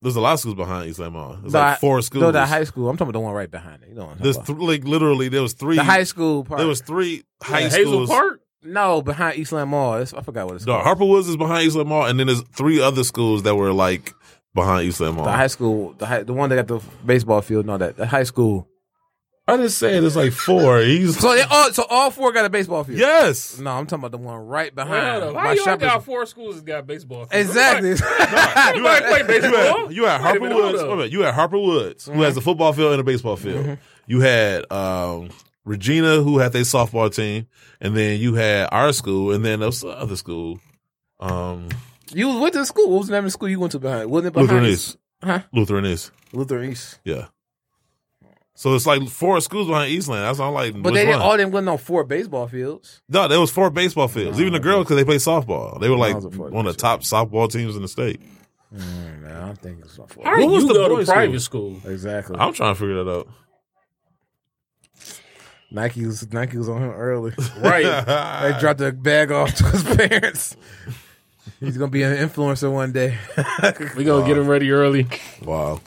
C: There's a lot of schools behind East Lake Mall. There's
J: No, I-
C: like four schools.
J: No, that high school. I'm talking about the one right behind it. You know what I'm
C: There's
J: talking
C: th- like literally there was three
J: about. The high school part.
C: There was three high
F: Hazel
C: schools.
F: Park?
J: no, behind Eastland Mall. It's, I forgot what it's
C: No,
J: called.
C: Harper Woods is behind East Lake Mall, and then there's three other schools that were like behind East Lake Mall.
J: the high school, the high, the one that got the baseball field. No, that the high school.
C: I just said there's like four. He's
J: So they all, so all four got a baseball field.
C: yes.
J: No, I'm talking about the one right
F: Why
J: behind.
F: why you all
J: shop is-
F: got four schools that got baseball? fields?
J: Exactly.
F: Nobody, nobody play
C: You
F: baseball.
C: had, you had
F: Wait a
C: Harper
F: minute,
C: Woods.
F: hold up.
C: wait a minute, You had Harper Woods, who has a football field and a baseball field. You had um, Regina, who had their softball team, and then you had our school, and then there was the other school, um,
J: You went to school. What was the name of the school you went to behind? Wasn't it behind
C: Lutheran East.
J: Huh?
C: Lutheran East.
J: Lutheran East.
C: Yeah. So it's like four schools behind Eastland. That's all I'm like.
J: But
C: which
J: they didn't,
C: one?
J: all them went on four baseball fields.
C: No, there was four baseball fields. Even the girls, because they play softball. They were like
J: was a four
C: one of the top softball teams in the state.
J: Mm, no, I think it's not four.
F: How did
C: What was
F: you
C: the
F: go to
C: boys'
F: private school?
J: Exactly.
C: I'm trying to figure that out.
J: Nike was Nike was on him early.
F: Right.
J: They dropped a bag off to his parents. He's gonna be an influencer one day.
F: we gonna get them ready early.
C: Wow.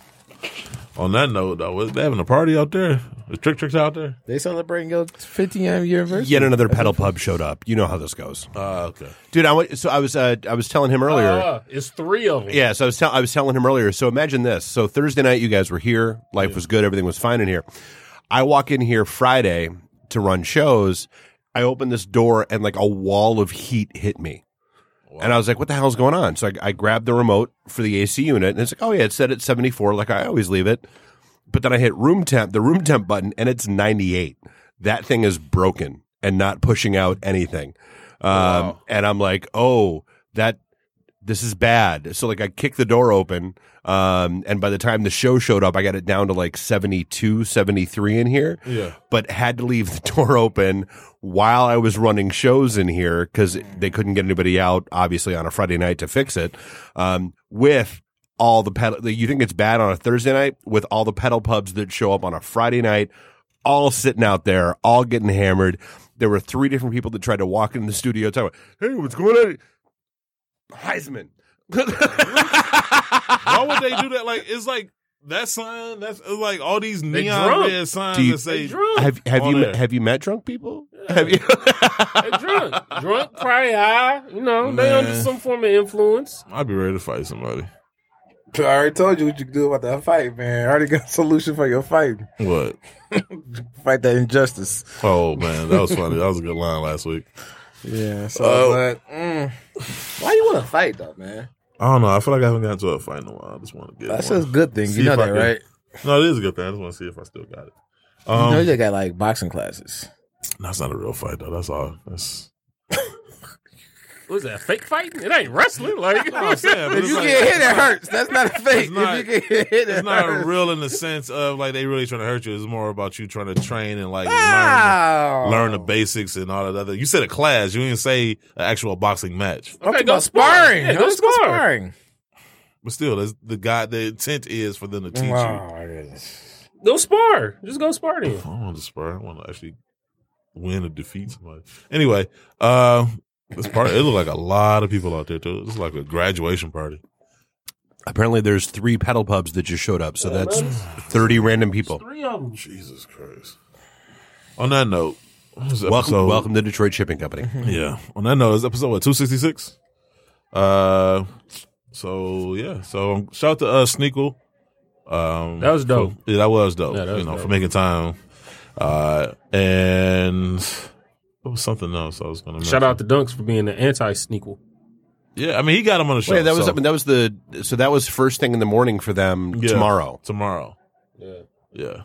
C: On that note, though, was they having a party out there? The trick tricks out there?
J: they celebrating your 15th year anniversary.
G: yet another pedal pub showed up. You know how this goes,
F: Ah,
C: Uh, okay.
G: dude. I went, so I was uh, I was telling him earlier.
F: Uh, it's three of them.
G: Yeah, so I was, tell- I was telling him earlier. So imagine this. So Thursday night, you guys were here. Life was good. Everything was fine in here. I walk in here Friday to run shows. I open this door and like a wall of heat hit me. And I was like, what the hell's going on? So I, I grabbed the remote for the AC unit and it's like, oh yeah, it's set at 74, like I always leave it. But then I hit room temp, the room temp button, and it's 98. That thing is broken and not pushing out anything. Um, And I'm like, oh, that this is bad. So like I kicked the door open. Um, and by the time the show showed up, I got it down to like 72, 73 in here,
C: Yeah.
G: but had to leave the door open while I was running shows in here because they couldn't get anybody out, obviously, on a Friday night to fix it. Um, with all the pedal, like, you think it's bad on a Thursday night with all the pedal pubs that show up on a Friday night, all sitting out there, all getting hammered. There were three different people that tried to walk in the studio talking about, hey, what's going on? Heisman.
C: Why would they do that? Like it's like that sign. That's it's like all these
G: They
C: neon
G: drunk.
C: red signs
G: Do you-
C: that say.
G: They drunk. Have- have
C: on
G: you
C: there.
G: have you met drunk people? Have you?
F: They drunk, drunk, probably high. You know, they
C: Man.
F: under some form of influence.
C: I'd be ready to fight somebody.
J: I already told you what you can do about that fight, man. I already got a solution for your fight.
C: What?
J: Fight that injustice.
C: Oh man, that was funny. That was a good line last week.
J: Yeah. So,
C: Oh.
J: but, mm, why you want to fight though, man?
C: I don't know. I feel like I haven't gotten to a fight in a while. I just want to get.
J: That's
C: one.
J: a good thing. You
C: See
J: know
C: if I
J: that,
C: can-
J: right?
C: No, it is a good thing. I just want to see if I still got it.
J: you know
C: Um,
J: you just got like boxing classes.
C: that's not a real fight though. That's all. That's
F: What's that? Fake fighting? It ain't wrestling. Like
C: I'm saying, but
J: If
C: it's
J: you
C: like-
J: get hit, it hurts. That's not a fake.
C: It's not-
J: if you get hit, it
C: it's not
J: hurts.
C: real in the sense of like they really trying to hurt you. It's more about you trying to train and like
J: Wow. Ah!
C: learn, learn the basics and all that other. You said a class. You didn't say an actual boxing match.
J: I'm talking about sparring.
F: Yeah,
J: I'm
F: go
J: talking about
F: spar.
J: sparring.
C: But still, that's the guy. The intent is for them to teach
J: Wow,
C: you.
F: Go spar. Just go spar
C: I
F: then.
C: don't want to spar. I want to actually win or defeat somebody. Anyway, uh, this part it looked like a lot of people out there too. It's like a graduation party.
G: Apparently, there's three pedal pubs that just showed up, so that's thirty random people.
F: Three of them.
C: Jesus Christ. On that note, what was the
G: Welcome,
C: episode?
G: welcome to Detroit Shipping Company.
C: Yeah. On that note, it's episode what two sixty six. Uh, so yeah. So um, shout out to uh, Sneakle. Um,
F: That was dope.
C: for- yeah, that was dope.
F: Yeah, that was
C: you know, for
F: dope.
C: making time. Uh, and it was something else I was gonna
F: Shout out to Dunks for being an anti-sneakle.
C: Yeah, I mean he got him on the show.
G: Wait, that was
C: so-
G: that was the so that was first thing in the morning for them
C: Yeah,
G: tomorrow.
C: Tomorrow. Yeah. Yeah.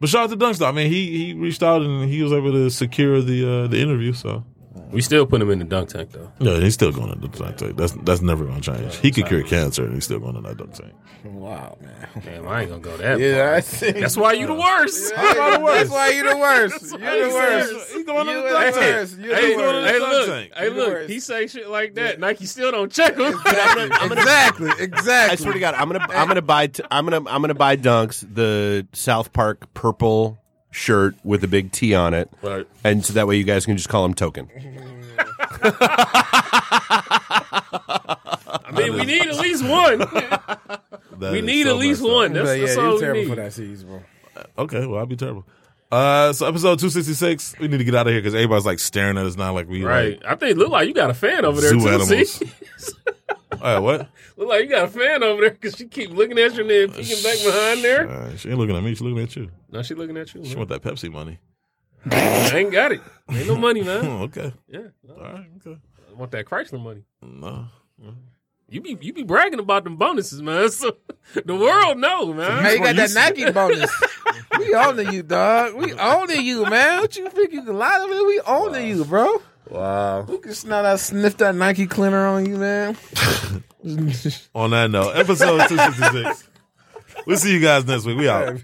C: But shout out to Dunks though. I mean he he reached out and he was able to secure the uh, the interview. So
F: We still put him in the dunk tank though.
C: yeah, he's still going to the dunk tank. That's that's never gonna change. He could cure cancer and he's still going to that dunk tank.
J: Wow, man.
F: Damn, I ain't gonna go that.
J: Yeah,
F: far.
J: I see.
F: That's why you the worst.
J: That's why you the worst. You're
F: Hey,
J: the worst.
C: He's going
J: You
C: on the
J: the
C: dunk tank.
J: worst.
C: He's
J: You the
F: Hey,
C: going on the
F: hey,
C: dunk
F: look,
C: tank.
F: hey, look. He say shit like that. Nike still don't check him.
J: Exactly.
G: I
J: Exactly.
G: swear to God, I'm gonna I'm gonna buy t- I'm gonna I'm gonna buy Dunks the South Park purple shirt with a big T on it,
C: Right.
G: and so that way you guys can just call him Token.
F: I mean, we need at least one.
C: That
F: we
C: is
F: need
C: so
F: at least
C: messed up.
F: one. That's,
J: But
F: that's
J: yeah,
F: all
J: you
F: we
J: terrible for
F: need.
J: that season, bro.
C: Okay, well I'll be terrible. Uh, so episode two sixty six. We need to get out of here because everybody's like staring at us now, like we
F: Right. I think look like you got a fan over there
C: Zoo
F: too.
C: animals.
F: See,
C: Like, All right, what?
F: look like you got a fan over there because she keep looking at you and then peeking back behind there.
C: Uh, she ain't looking at me. She's looking at you.
F: Now she looking at you.
C: She
F: Man.
C: want that Pepsi money.
F: I ain't got it. Ain't no money, man.
C: Oh, okay.
F: Yeah, no,
C: All right. Okay.
F: I want that Chrysler money.
C: No.
F: You be you be bragging about them bonuses, man. So the world know, man.
J: Now you got that
C: you-
J: Nike bonus. we owning you, dog. We owning you, man. What you think you can lie to me? We owning you, bro.
C: Wow.
J: Who can smell that sniff that Nike cleaner on you, man?
C: On that note, episode two sixty six. We'll see you guys next week. We out.